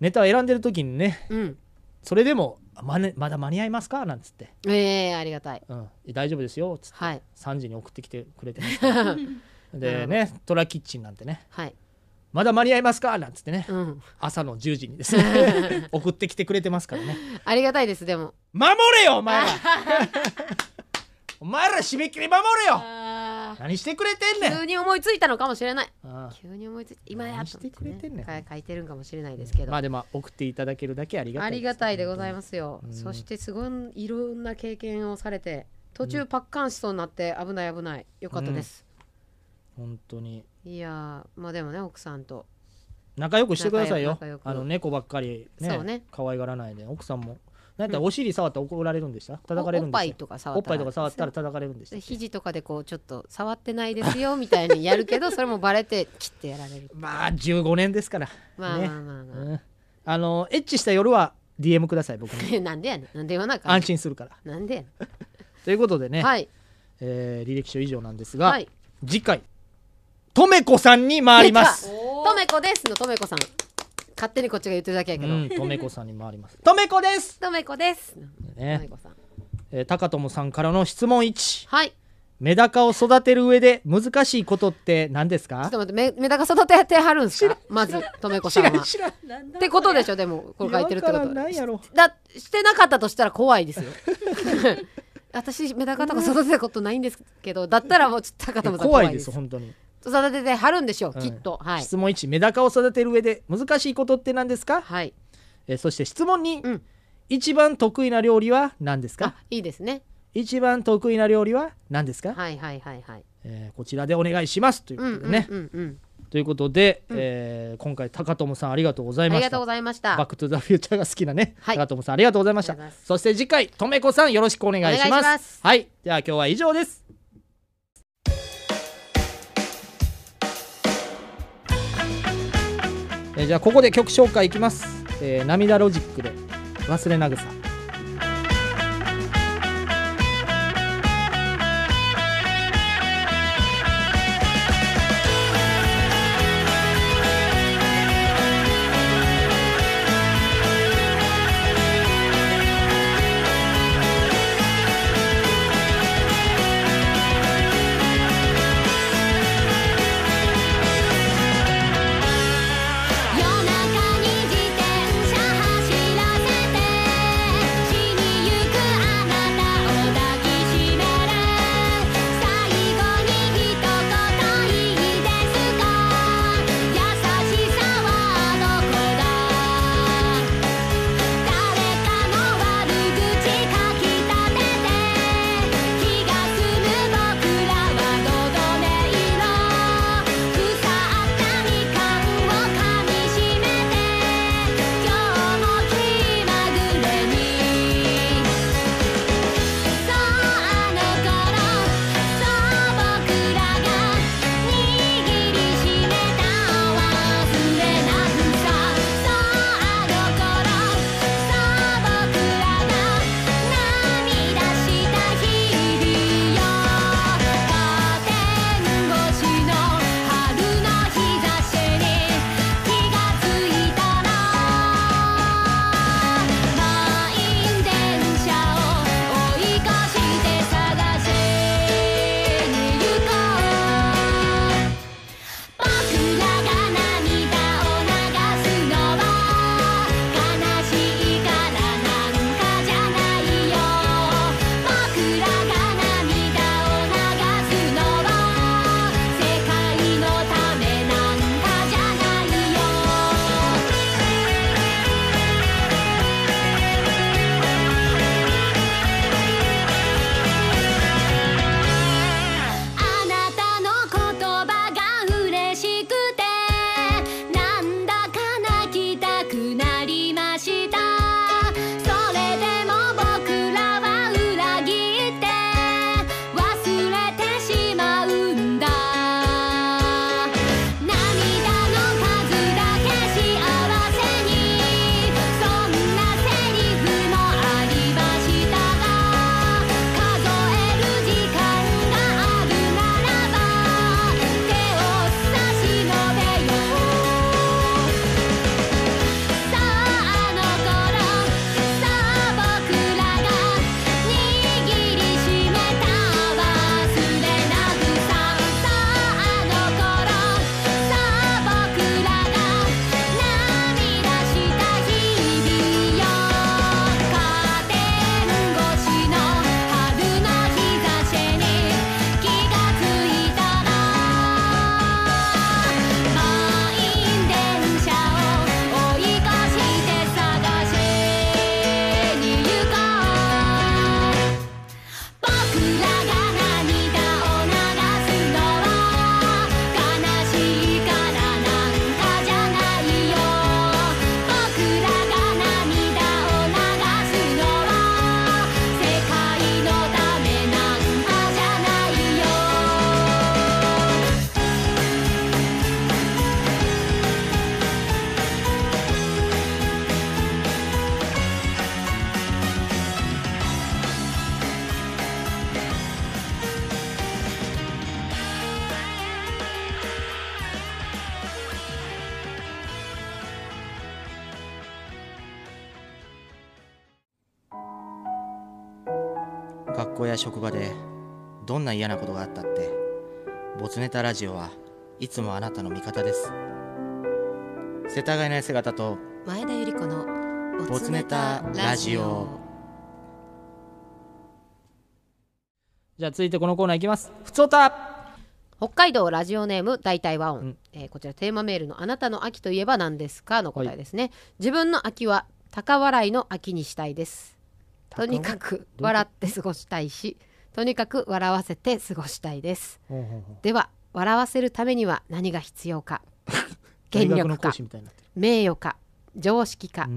S1: ネタを選んでる時にね、
S2: うん
S1: それでもま,、ね、まだ間に合いますかなんつって、
S2: ええありがたい
S1: うん、大丈夫ですよつって、3時に送ってきてくれてます
S2: なる
S1: で
S2: ほ
S1: ねトラキッチンなんてね、
S2: はい
S1: まだ間に合いますかなんつってね、
S2: うん
S1: 朝の10時にです ね送ってきてくれてますからね
S2: ありがたいで すでも
S1: 守れよお前ら お前ら締め切り守れよ何してくれてんねん
S2: 急に思いついたのかもしれない
S1: ああ
S2: 急に思いついた今やっと思って、ねか書いてるんかもしれないですけど、
S1: まあでも送っていただけるだけありがた
S2: あ
S1: い
S2: り
S1: です
S2: がたいでございますよ
S1: うん
S2: そしてすごいいろんな経験をされて途中パッカンしそうになって危ない危ないよかったです、
S1: 本当に
S2: いやーまあでもね奥さんと
S1: 仲良くしてくださいよ
S2: 仲良く
S1: あの猫ばっかりね
S2: そうね
S1: 可愛がらないで奥さんもなん
S2: う
S1: か
S2: ん
S1: お尻触ったら怒られるんでした叩かれるんでした
S2: おおっぱいとか触ったら
S1: おっぱいとか触ったら叩かれるんでした
S2: で肘とかでこうちょっと触ってないですよみたいにやるけ どそれもバレて切ってやられる
S1: まあ15年ですから
S2: まあ
S1: ね
S2: まあまあま
S1: うんあのエッチした夜は DM ください僕 に
S2: なんでやねんなんで言わなあかん
S1: 安心するから
S2: なんでやねん
S1: ということでね、
S2: はい
S1: えー履歴書以上なんですが、
S2: はい
S1: 次回とめこさんに回ります
S2: とめこですのとめこさん勝手にこっちが言ってるだけやけど
S1: うん とめこさんに回ります
S2: と
S1: めこです
S2: とめこです
S1: ね
S2: とめこさん
S1: えー、高友さんからの質問1
S2: はいち
S1: メダカを育てる上で難しいことって何です
S2: ょ
S1: か
S2: っと待ってメメダカ育ててはるんすかまずとめこさんは
S1: 知らん
S2: ってことでしょでもこれ書いてるってこと
S1: いやわからんなんやろ
S2: だしてなかったとしたら怖いですよ 私メダカとか育てたことないんですけどだったらもうちょっと高友さん
S1: 怖
S2: 怖
S1: い
S2: い
S1: で
S2: ですす
S1: 本当に、
S2: 育ててはるんでしょう、
S1: うん
S2: きっとはい
S1: 質問1メダカを育てる上で難しいことって何ですか
S2: はい、
S1: えーそして質問2、一番得意な料理は何ですか
S2: いいですね
S1: 一番得意な料理は何ですか、
S2: はいはいはいはい
S1: えーこちらでお願いしますという
S2: う
S1: こ
S2: ん
S1: とでね、
S2: うんうんうん
S1: ということで、
S2: うん
S1: えー今回高友さんありがとうござ
S2: あ
S1: いま
S2: り
S1: し
S2: がと
S1: た
S2: うございました
S1: バックトゥザフューチャーが好きなね、高友さんありがとうございましたそして次回とめこさんよろしくお願いし
S2: お願
S1: ま
S2: い
S1: す
S2: します
S1: はいでは今日は以上ですえーじゃあここで曲紹介いきます、えー涙ロジックで忘れなぐさ
S9: 「夜中に自転車走らせて」「
S4: 学校や職場でどんな嫌なことがあったってボツネタラジオはいつもあなたの味方です世田谷の痩せ方と
S2: 前田由里子の
S4: ボツネタラジオ
S1: じゃあ続いてこのコーナーいきますふつおた
S2: 北海道ラジオネーム大体和音、えーこちらテーマメールの「あなたの秋といえば何ですか?」の答えですね、自分の秋は高笑いの秋にしたいですとにかく
S18: どういうこと
S2: 笑って過ごしたいしとにかく笑わせて過ごしたいですでは笑わせるためには何が必 要か権
S1: 大学
S2: 力
S1: の
S2: か
S1: 講師みたいになって
S2: 名誉か常識か、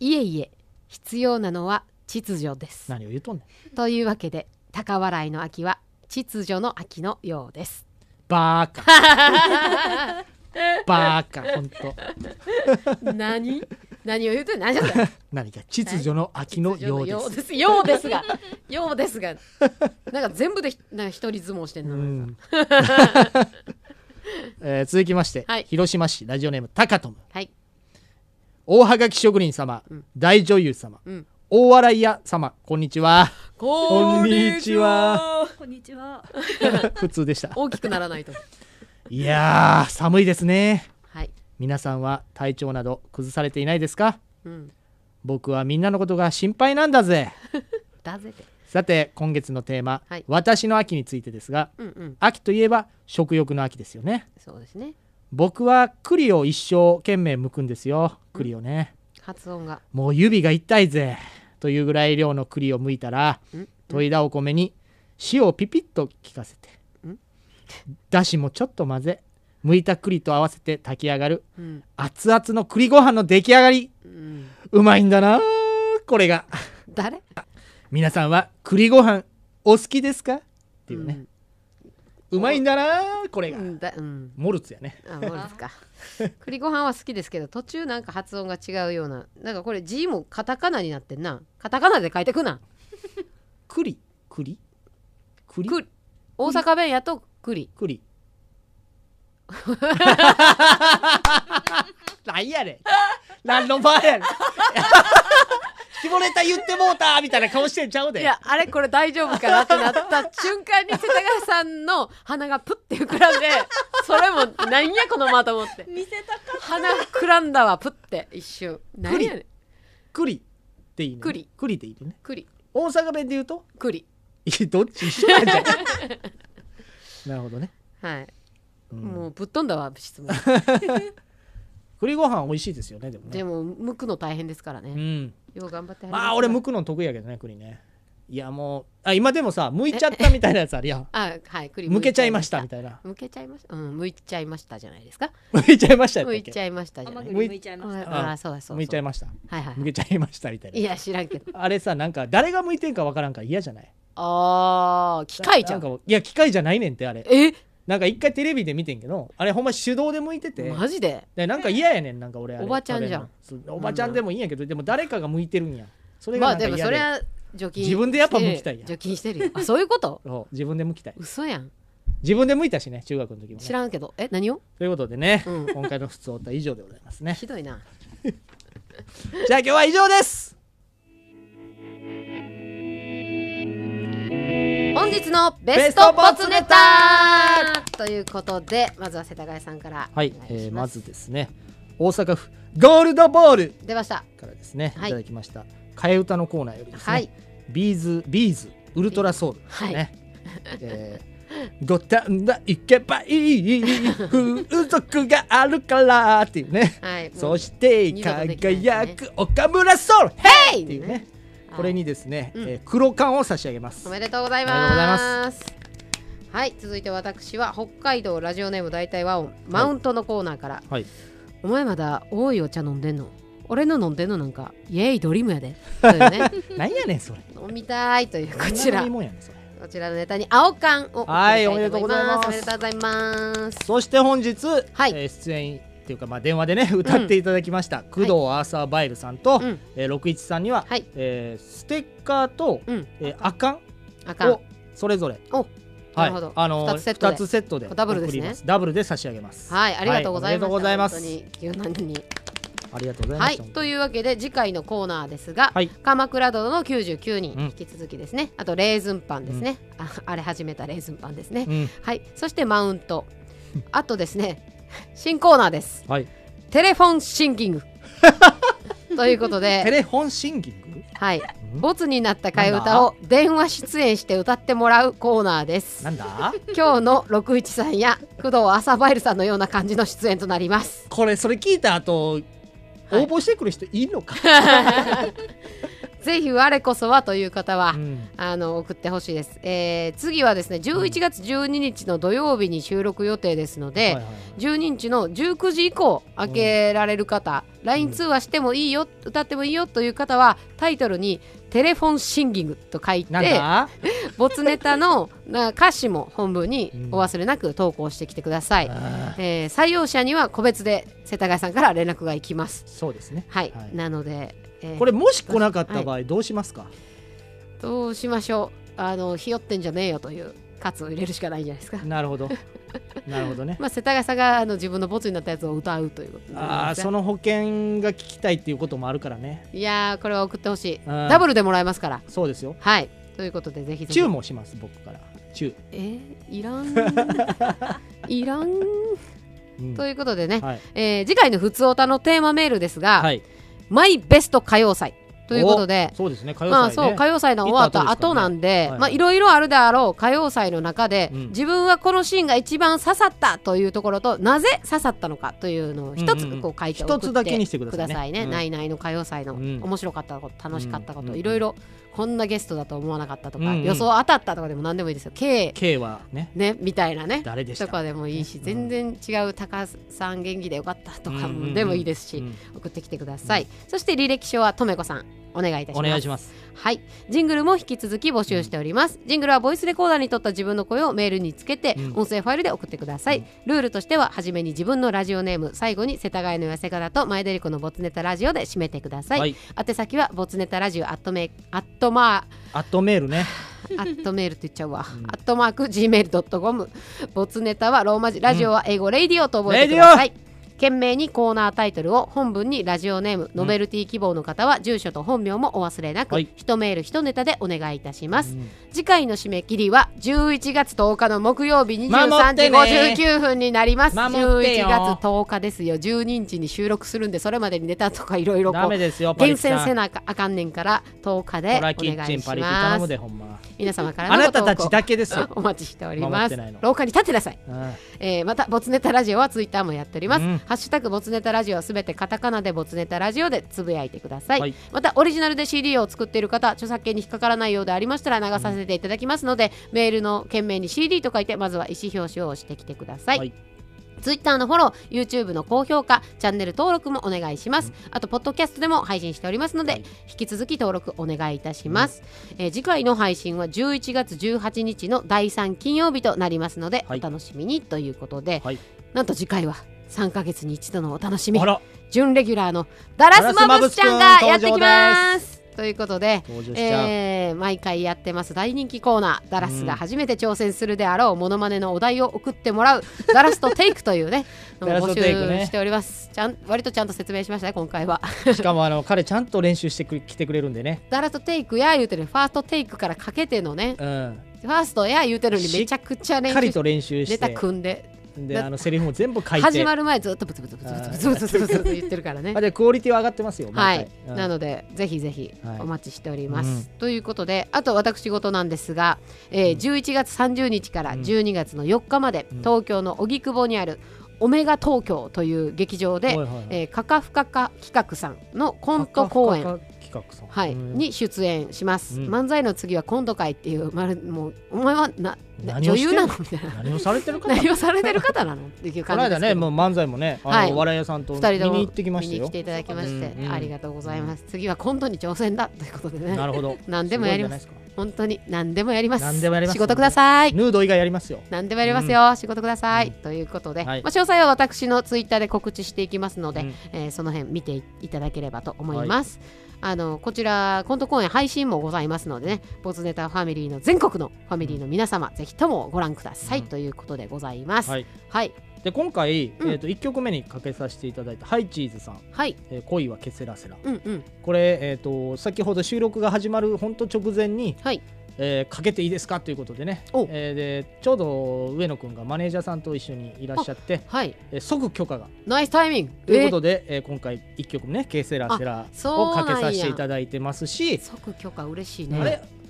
S2: いえいえ必要なのは秩序です
S1: 何を言うとんねん
S2: というわけで高笑いの秋は秩序の秋のようです
S1: バーカバーカほんと
S2: 何何を言うとんねん何じゃそれ
S1: 何か秩序の秋のようで
S2: ようですすようですがようですがなんか全部でひなんか一人相撲してんな、
S1: うんえー続きまして、
S2: はい
S1: 広島市ラジオネームタカトム、
S2: はい
S1: 大はがき職人様、大女優様、
S2: うん
S1: 大笑い屋様こんにち は
S2: こんに
S1: ちは
S18: こんにちは。
S1: 普通でした
S2: 大きくならないと
S1: いやー寒いですね
S2: はい、
S1: 皆さんは体調など崩されていないですか
S2: うん、
S1: 僕はみんなのことが心配なんだぜ
S2: だぜて
S1: さて今月のテーマ、
S2: はい
S1: 私の秋についてですが、
S2: うんうん
S1: 秋といえば食欲の秋ですよね
S2: そうですね
S1: 僕は栗を一生懸命剥くんですよ栗をね、
S2: 発音が
S1: もう指が痛いぜというぐらい量の栗を剥いたら
S2: うん
S1: 研いだお米に塩をピピッと効かせて
S2: うん
S1: だしもちょっと混ぜ剥いた栗と合わせて炊き上がる
S2: うん
S1: 熱々の栗ご飯の出来上がり
S2: うん
S1: うまいんだなこれが
S2: 誰
S1: 皆さんは栗ご飯お好きですかっていうね、うまいんだなこれが、
S2: だうん
S1: モルツやね
S2: あそうですか 栗ご飯は好きですけど途中なんか発音が違うようななんかこれ字もカタカナになってんなカタカナで書いてくな
S1: 栗栗栗
S2: 大阪弁やと栗
S1: 栗なんやねんなんの場合やねん 絞れた言ってもうたみたいな顔してんちゃうで
S2: いやあれこれ大丈夫かなってなった瞬間に世田谷さんの鼻がプッて膨ら んでそれもなんやこのまと思って見せたかった鼻膨らんだわプッて一瞬何やねん
S1: 栗っていいね
S2: 栗
S1: 栗でいいね
S2: 栗
S1: 大阪弁で言うと
S2: 栗
S1: い どっち一緒なんじゃんなるほどね
S2: はい、
S1: うん
S2: もうぶっ飛んだわ質問
S1: 栗ご飯美味しいですよねでもね
S2: でも剥くの大変ですからね、
S1: うん
S2: よう頑張ってはります
S1: まあ俺剥くの得意やけどね栗ねいやもうあ今でもさ剥いちゃったみたいなやつあるや ん
S2: あはい栗
S1: 剥けちゃいましたみたいな
S2: 向けちゃいました。うん、向いちゃいましたじゃないですか。
S1: 剥いちゃいましたやった
S2: 向
S1: っ
S2: い
S1: け
S2: ちゃいましたじゃない。
S1: 甘栗剥い
S2: ちゃい
S1: ました
S2: ああ、そうだそうだ。
S1: 剥いちゃいました
S2: はいはい。
S1: 剥けちゃいましたみたいない
S2: や、知らんけど。
S1: あれさなんか誰が向いてんかわからんから嫌じゃない
S2: ああ、機械じゃ。
S1: なんかいや機械じゃないねんってあれ
S2: え
S1: なんか一回テレビで見てんけどあれほんま手動で向いてて
S2: マジで
S1: なんか嫌やねんなんか俺あれ
S2: おばちゃんじゃん
S1: 食べのそうおばちゃんでもいいんやけどでも誰かが向いてるんやそれ
S2: ま
S1: が
S2: あ
S1: なんか
S2: で
S1: 嫌
S2: も
S1: で
S2: それは除菌
S1: 自分でやっぱ剥きたいやん
S2: 除菌してるよあそういうこと
S1: そう自分で剥きたい
S2: 嘘やん
S1: 自分で剥いたしね中学の時もね
S2: 知らんけどえ何を
S1: ということでね、今回の普通お歌以上でございます ね
S2: ひどいな
S1: じゃあ今日は以上です
S2: 本日のベストボツネタということでまずは世田谷さんから
S1: はいえーまずですね大阪府ゴールドボール
S2: 出ました
S1: からですね、
S2: はい
S1: い、ただきました替え歌のコーナーよりですね、
S2: はい
S1: ビーズビーズウルトラソウルですね、
S2: は
S1: えー五反田行けばいい風俗があるからっていうね、
S2: はい
S1: そして
S2: 二度とできない
S1: 輝く岡村ソウルヘイっていうねこれにですね、えー黒缶を差し上げます
S2: おめでとうござい
S1: おめでとうござい
S2: ます。はい、続いて私は北海道ラジオネーム大体和音マウントのコーナーから、
S1: はい
S2: お前まだ多いお茶飲んでんの俺の飲んでんのなんかイエーイドリームやでという ね
S1: 何やねんそれ
S2: 飲みたいというこち
S1: どんな
S2: ら
S1: 飲み物や
S2: こちらのネタに青缶を送りた
S1: はい
S2: い
S1: おめで
S2: と
S1: とう
S2: 思
S1: ご
S2: い
S1: ざいま
S2: ま
S1: すす
S2: おめでとうございます
S1: そして本日、えー出演っていうか、まあ、電話でね歌っていただきました、工藤アーサー・バイルさんと、えー、六一さんには、えーステッカーと、えー、あかん
S2: あかん
S1: をそれぞれ
S2: な
S1: は
S2: る
S1: い
S2: ほど、
S1: あの
S2: 二つセットで
S1: 二つセットで
S2: ダブルですね
S1: 送りますダブルで差し上げます
S2: はいありがとうござ
S1: おめ
S2: いました、
S1: でとうございます
S2: 本当に柔軟に
S1: ありがとうございま
S2: は
S1: し
S2: い
S1: た、
S2: というわけで次回のコーナーですが、
S1: はい
S2: 鎌倉殿の99人、
S1: うん
S2: 引き続きですねあとレーズンパンですね、ああれ始めたレーズンパンですね、
S1: うん
S2: はいそしてマウントあとですね新コーナーです
S1: はい
S2: テレフォンシンキ ングということで
S1: テレフォンシンキング
S2: はいボツになった替え歌を電話出演して歌ってもらうコーナーです
S1: なんだ
S2: 今日の六一さんや工藤朝バイルさんのような感じの出演となります
S1: これそれ聞いた後、応募してくる人いいの か
S2: ぜひ我こそはという方は、あの送ってほしいです、えー次はですね11月12日の土曜日に収録予定ですので、12日の19時以降開けられる方、LINE 通話してもいいよ歌ってもいいよという方はタイトルに「テレフォンシンギング」と書い
S1: なん
S2: て
S1: だ
S2: ボツネタのな歌詞も本文にお忘れなく投稿してきてください、えー採用者には個別で世田谷さんから連絡がいきます
S1: そうですね
S2: はい、なので、えー
S1: これもし来なかった場
S2: はい
S1: 合どうしますか、
S2: どうしましょうあのひよってんじゃねえよという喝を入れるしかないんじゃないですか
S1: なる ほどなるほどね
S2: まあ世田谷さんがあの自分のボツになったやつを歌うということになり
S1: あ
S2: ま
S1: あ
S2: す
S1: その保険が聞きたいっていうこともあるからね
S2: いやーこれは送ってほしい
S1: うん
S2: ダブルでもらえますから
S1: そうですよ
S2: はいということでぜひぜひ
S1: チューもします僕からチュー
S2: えーいらん いらん、ということでね、
S1: はい
S2: えー次回の「ふつおた」のテーマメールですが「マイベスト歌謡祭」ということで
S1: おそうですね歌謡祭ね
S2: まあそう歌謡祭の終わった後なん
S1: 行
S2: で
S1: った後ですからねはい
S2: まあいろいろあるであろう歌謡祭の中で、
S1: うん
S2: 自分はこのシーンが一番刺さったというところとなぜ刺さったのかというのを一つ
S1: うんうんうん
S2: こう書いて送って
S1: 一つだけにしてくださいねうん
S2: ないないの歌謡祭の
S1: ん
S2: 面白かったこと楽しかったこ
S1: うんうん
S2: と
S1: うん
S2: いろいろこんなゲストだと思わなかったとか、
S1: うんうん
S2: 予想当たったとかでも何でもいいですよ K,
S1: K はね
S2: ねみたいなね
S1: 誰でした
S2: とかでもいいし全然違う高さん元気でよかったとか
S1: うんうんうん
S2: でもいいですし、
S1: うん
S2: 送ってきてください、そして履歴書はとめこさんお願いいたします
S1: お願いします
S2: はいジングルも引き続き募集しております、ジングルはボイスレコーダーに撮った自分の声をメールにつけて、
S1: うん
S2: 音声ファイルで送ってください、ルールとしては初めに自分のラジオネーム最後に世田谷の痩せ方と前田理子のボツネタラジオで締めてください、
S1: はい
S2: 宛先はボツネタラジオアットメアットマー
S1: アットメールね
S2: アットメールって言っちゃうわ、アットマーク Gmail.com ボツネタはローマ字ラジオは英語、レイディオと覚えてください懸命にコーナータイトルを本文にラジオネーム、ノベルティ希望の方は住所と本名もお忘れなく、
S1: はい
S2: 一メール一ネタでお願いいたします、次回の締め切りは11月10日の木曜日23時59分になります
S1: 守って
S2: 11
S1: よ
S2: 月10日ですよ12日に収録するんでそれまでにネタとかいろいろこう
S1: ダメですよパリ
S2: 厳
S1: ピさん
S2: 選せなあかんねんから10日で
S1: ト
S2: お願
S1: ラ
S2: い
S1: キ
S2: しま
S1: ッチンパリピ頼む
S2: す
S1: でほんま
S2: 皆様からの
S1: あなたた
S2: ご投
S1: ち
S2: 稿
S1: だけですよ
S2: お待ちしており
S1: 守
S2: ま
S1: って
S2: す
S1: ないの
S2: 廊下に立ってなさい、
S1: うん
S2: えーまたボツネタラジオはツイッターもやっております、
S1: うん
S2: ハッシュタグボツネタラジオはすべてカタカナでボツネタラジオでつぶやいてください、
S1: はい
S2: またオリジナルで CD を作っている方著作権に引っかからないようでありましたら流させていただきますので、メールの件名に CD と書いてまずは意思表示をしてきてください、ツイッターのフォロー、YouTube の高評価、チャンネル登録もお願いします。あと、ポッドキャストでも配信しておりますので、引き続き登録お願いいたします、えー次回の配信は11月18日の第3金曜日となりますので、お楽しみにということで、なんと次回は3ヶ月に一度のお楽しみ、準レギュラーのダラスマブスちゃんがやってきます。ということで
S1: 登場しちゃう
S2: えー毎回やってます大人気コーナーダラスが初めて挑戦するであろうモノマネのお題を送っ てもらうダラスとテイクというねのを
S1: ダラス
S2: 募
S1: とテイクね
S2: 集しております、ちゃん割とちゃんと説明しましたね今回は
S1: しかもあの彼ちゃんと練習してく来てくれるんでね
S2: ダラスとテイクや言うてるファーストテイクからかけてのね、
S1: うん
S2: ファーストや言うてるのにめちゃくちゃ練
S1: しっ
S2: 習
S1: かりと練習して
S2: ネタ組んで
S1: で
S2: だ
S1: あのセリフも全部書いて
S2: 始まる前ずっとブツブツブツブツブツブツブツブツ言ってるからね
S1: あでクオリティは上がってますよ
S2: は
S1: 毎
S2: い
S1: 回、うん
S2: なのでぜひぜひお待ちしております、
S1: うん
S2: ということであと私事なんですが、えー11月30日から12月の4日まで、東京の荻窪にあるオメガ東京という劇場で、
S1: はいはいはい
S2: えーカカフカカ企画さんのコント公演
S1: カカフカカ企画さん
S2: はい、に出演します、
S1: うん
S2: 漫才の次はコント会っていう、まる、もう、お前はな、な
S1: 何を
S2: 女
S1: して
S2: 優
S1: ん
S2: な
S1: の
S2: のみたいな。
S1: 何をされてる方
S2: 何をされてる方なのっていう
S1: こ
S2: 感
S1: の
S2: じで
S1: 間
S2: す
S1: ね
S2: けど
S1: もう漫才もねあの、
S2: はい
S1: 笑い屋さんと見
S2: 二人とも
S1: に行ってきました
S2: 見に
S1: よ
S2: 来ていただきまして、
S1: うんうん
S2: ありがとうございます、次はコントに挑戦だということでね
S1: なるほど
S2: 何でもやります
S1: すごい
S2: 本当に何でもやります
S1: 何でもやります
S2: 仕事ください
S1: ヌード以外やりますよ
S2: 何でもやりますよ、仕事ください、ということで、
S1: はい
S2: まあ、詳細は私のツイッターで告知していきますので、
S1: うん
S2: えーその辺見ていただければと思います、あのこちらコント公演配信もございますのでねボツネタファミリーの全国のファミリーの皆様、ぜひともご覧ください、ということでございます、
S1: は
S2: はいい
S1: で今回、えー、と1曲目にかけさせていただいた「ハイチーズさん」
S2: はい
S1: えー恋はケセラセラ」
S2: うんうん
S1: これ、えー、と先ほど収録が始まる本当直前に、
S2: はい
S1: えーかけていいですかということでね、えーでちょうど上野くんがマネージャーさんと一緒にいらっしゃって、
S2: はい
S1: えー即許可が。
S2: ナイスタイミング
S1: ということ
S2: で
S1: で、えー今回1曲ね「ケセラセラ
S2: あ」そう
S1: を
S2: なんや
S1: かけさせていただいてますし
S2: 即許可嬉しい
S1: あれ
S2: ね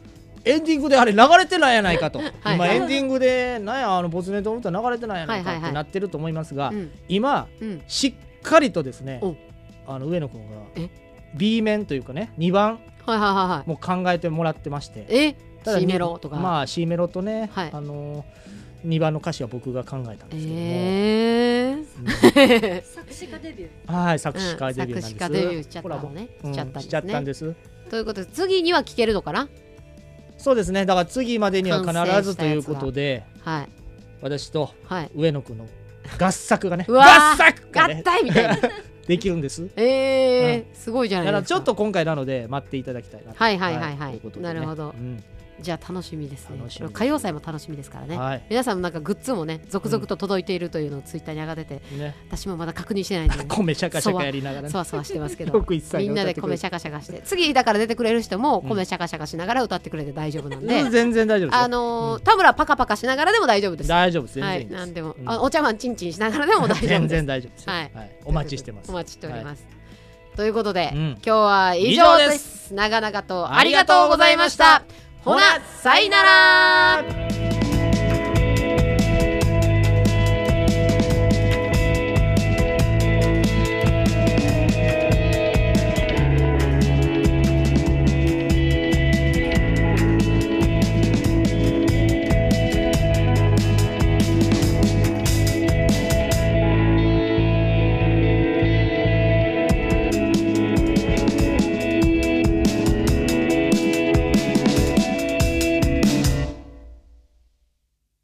S1: エンディングであれ流れてないやないかと
S2: はい
S1: 今エンディングでなんやあのボツネットの歌流れてないやない
S2: はい
S1: か
S2: は
S1: っ
S2: いはい
S1: てなってると思いますが、
S2: うん
S1: 今、
S2: うん
S1: しっかりとですねあの上野くんが B 面というかね2番
S2: はいはいはいはい
S1: もう考えてもらってまして
S2: え
S1: ただ
S2: C メロとか
S1: まあ C メロとね、あの2番の歌詞は僕が考えたんですけども、
S2: え
S1: ー
S8: 作詞家デビュー
S1: はい作詞家デビューなんです、
S2: うん作詞家デビューしちゃったのね
S1: ほら
S2: しちゃ
S1: う
S2: ったん
S1: ん
S2: ですね
S1: しちゃったんです
S2: ということで次には聞けるのかな
S1: そうですねだから次までには
S2: 完成したや
S1: 必
S2: つが
S1: ずということで、
S2: はい、
S1: 私と
S2: はい
S1: 上野くんの合作がね
S2: うわー
S1: 合作が、ね、
S2: 合体みたい な
S1: できるんです
S2: えー
S1: う
S2: すごいじゃ
S1: だか
S2: ない
S1: ら
S2: です
S1: ちょっと今回なので待っていただきたいなと
S2: はいはいはいはい
S1: とうことで
S2: な
S1: ね
S2: るほど、
S1: うん
S2: じゃあ楽しみですね
S1: 楽しみです
S2: 歌謡祭も楽しみですからね、
S1: はい
S2: 皆さんもなんかグッズもね続々と届いているというのをツイッターに上がってて、
S1: ね
S2: 私もまだ確認してないんで、ね、
S1: 米シャカシャカやりながらね
S2: そわそわそわしてますけど
S1: よく一切
S2: みん
S1: 歌
S2: な
S1: っ
S2: で
S1: てくれる
S2: 米シャカシャカして次だから出てくれる人も米シャカシャカしながら歌ってくれて大丈夫なんで、
S1: うん全然大丈夫ですよ
S2: あのー田村パカパカしながらでも大丈夫です
S1: 大丈夫です全
S2: は
S1: 然い
S2: い
S1: いです
S2: なんでも、
S1: うん
S2: あお茶碗チンチンしながらでも大丈夫です
S1: 全然大丈夫ですよ
S2: はい、
S1: はいお待ちしてます
S2: お待ちしております、ということで、
S1: うん
S2: 今日は以上
S1: 以上
S2: で
S1: です
S2: 長々とありがとうございましたほなさいなら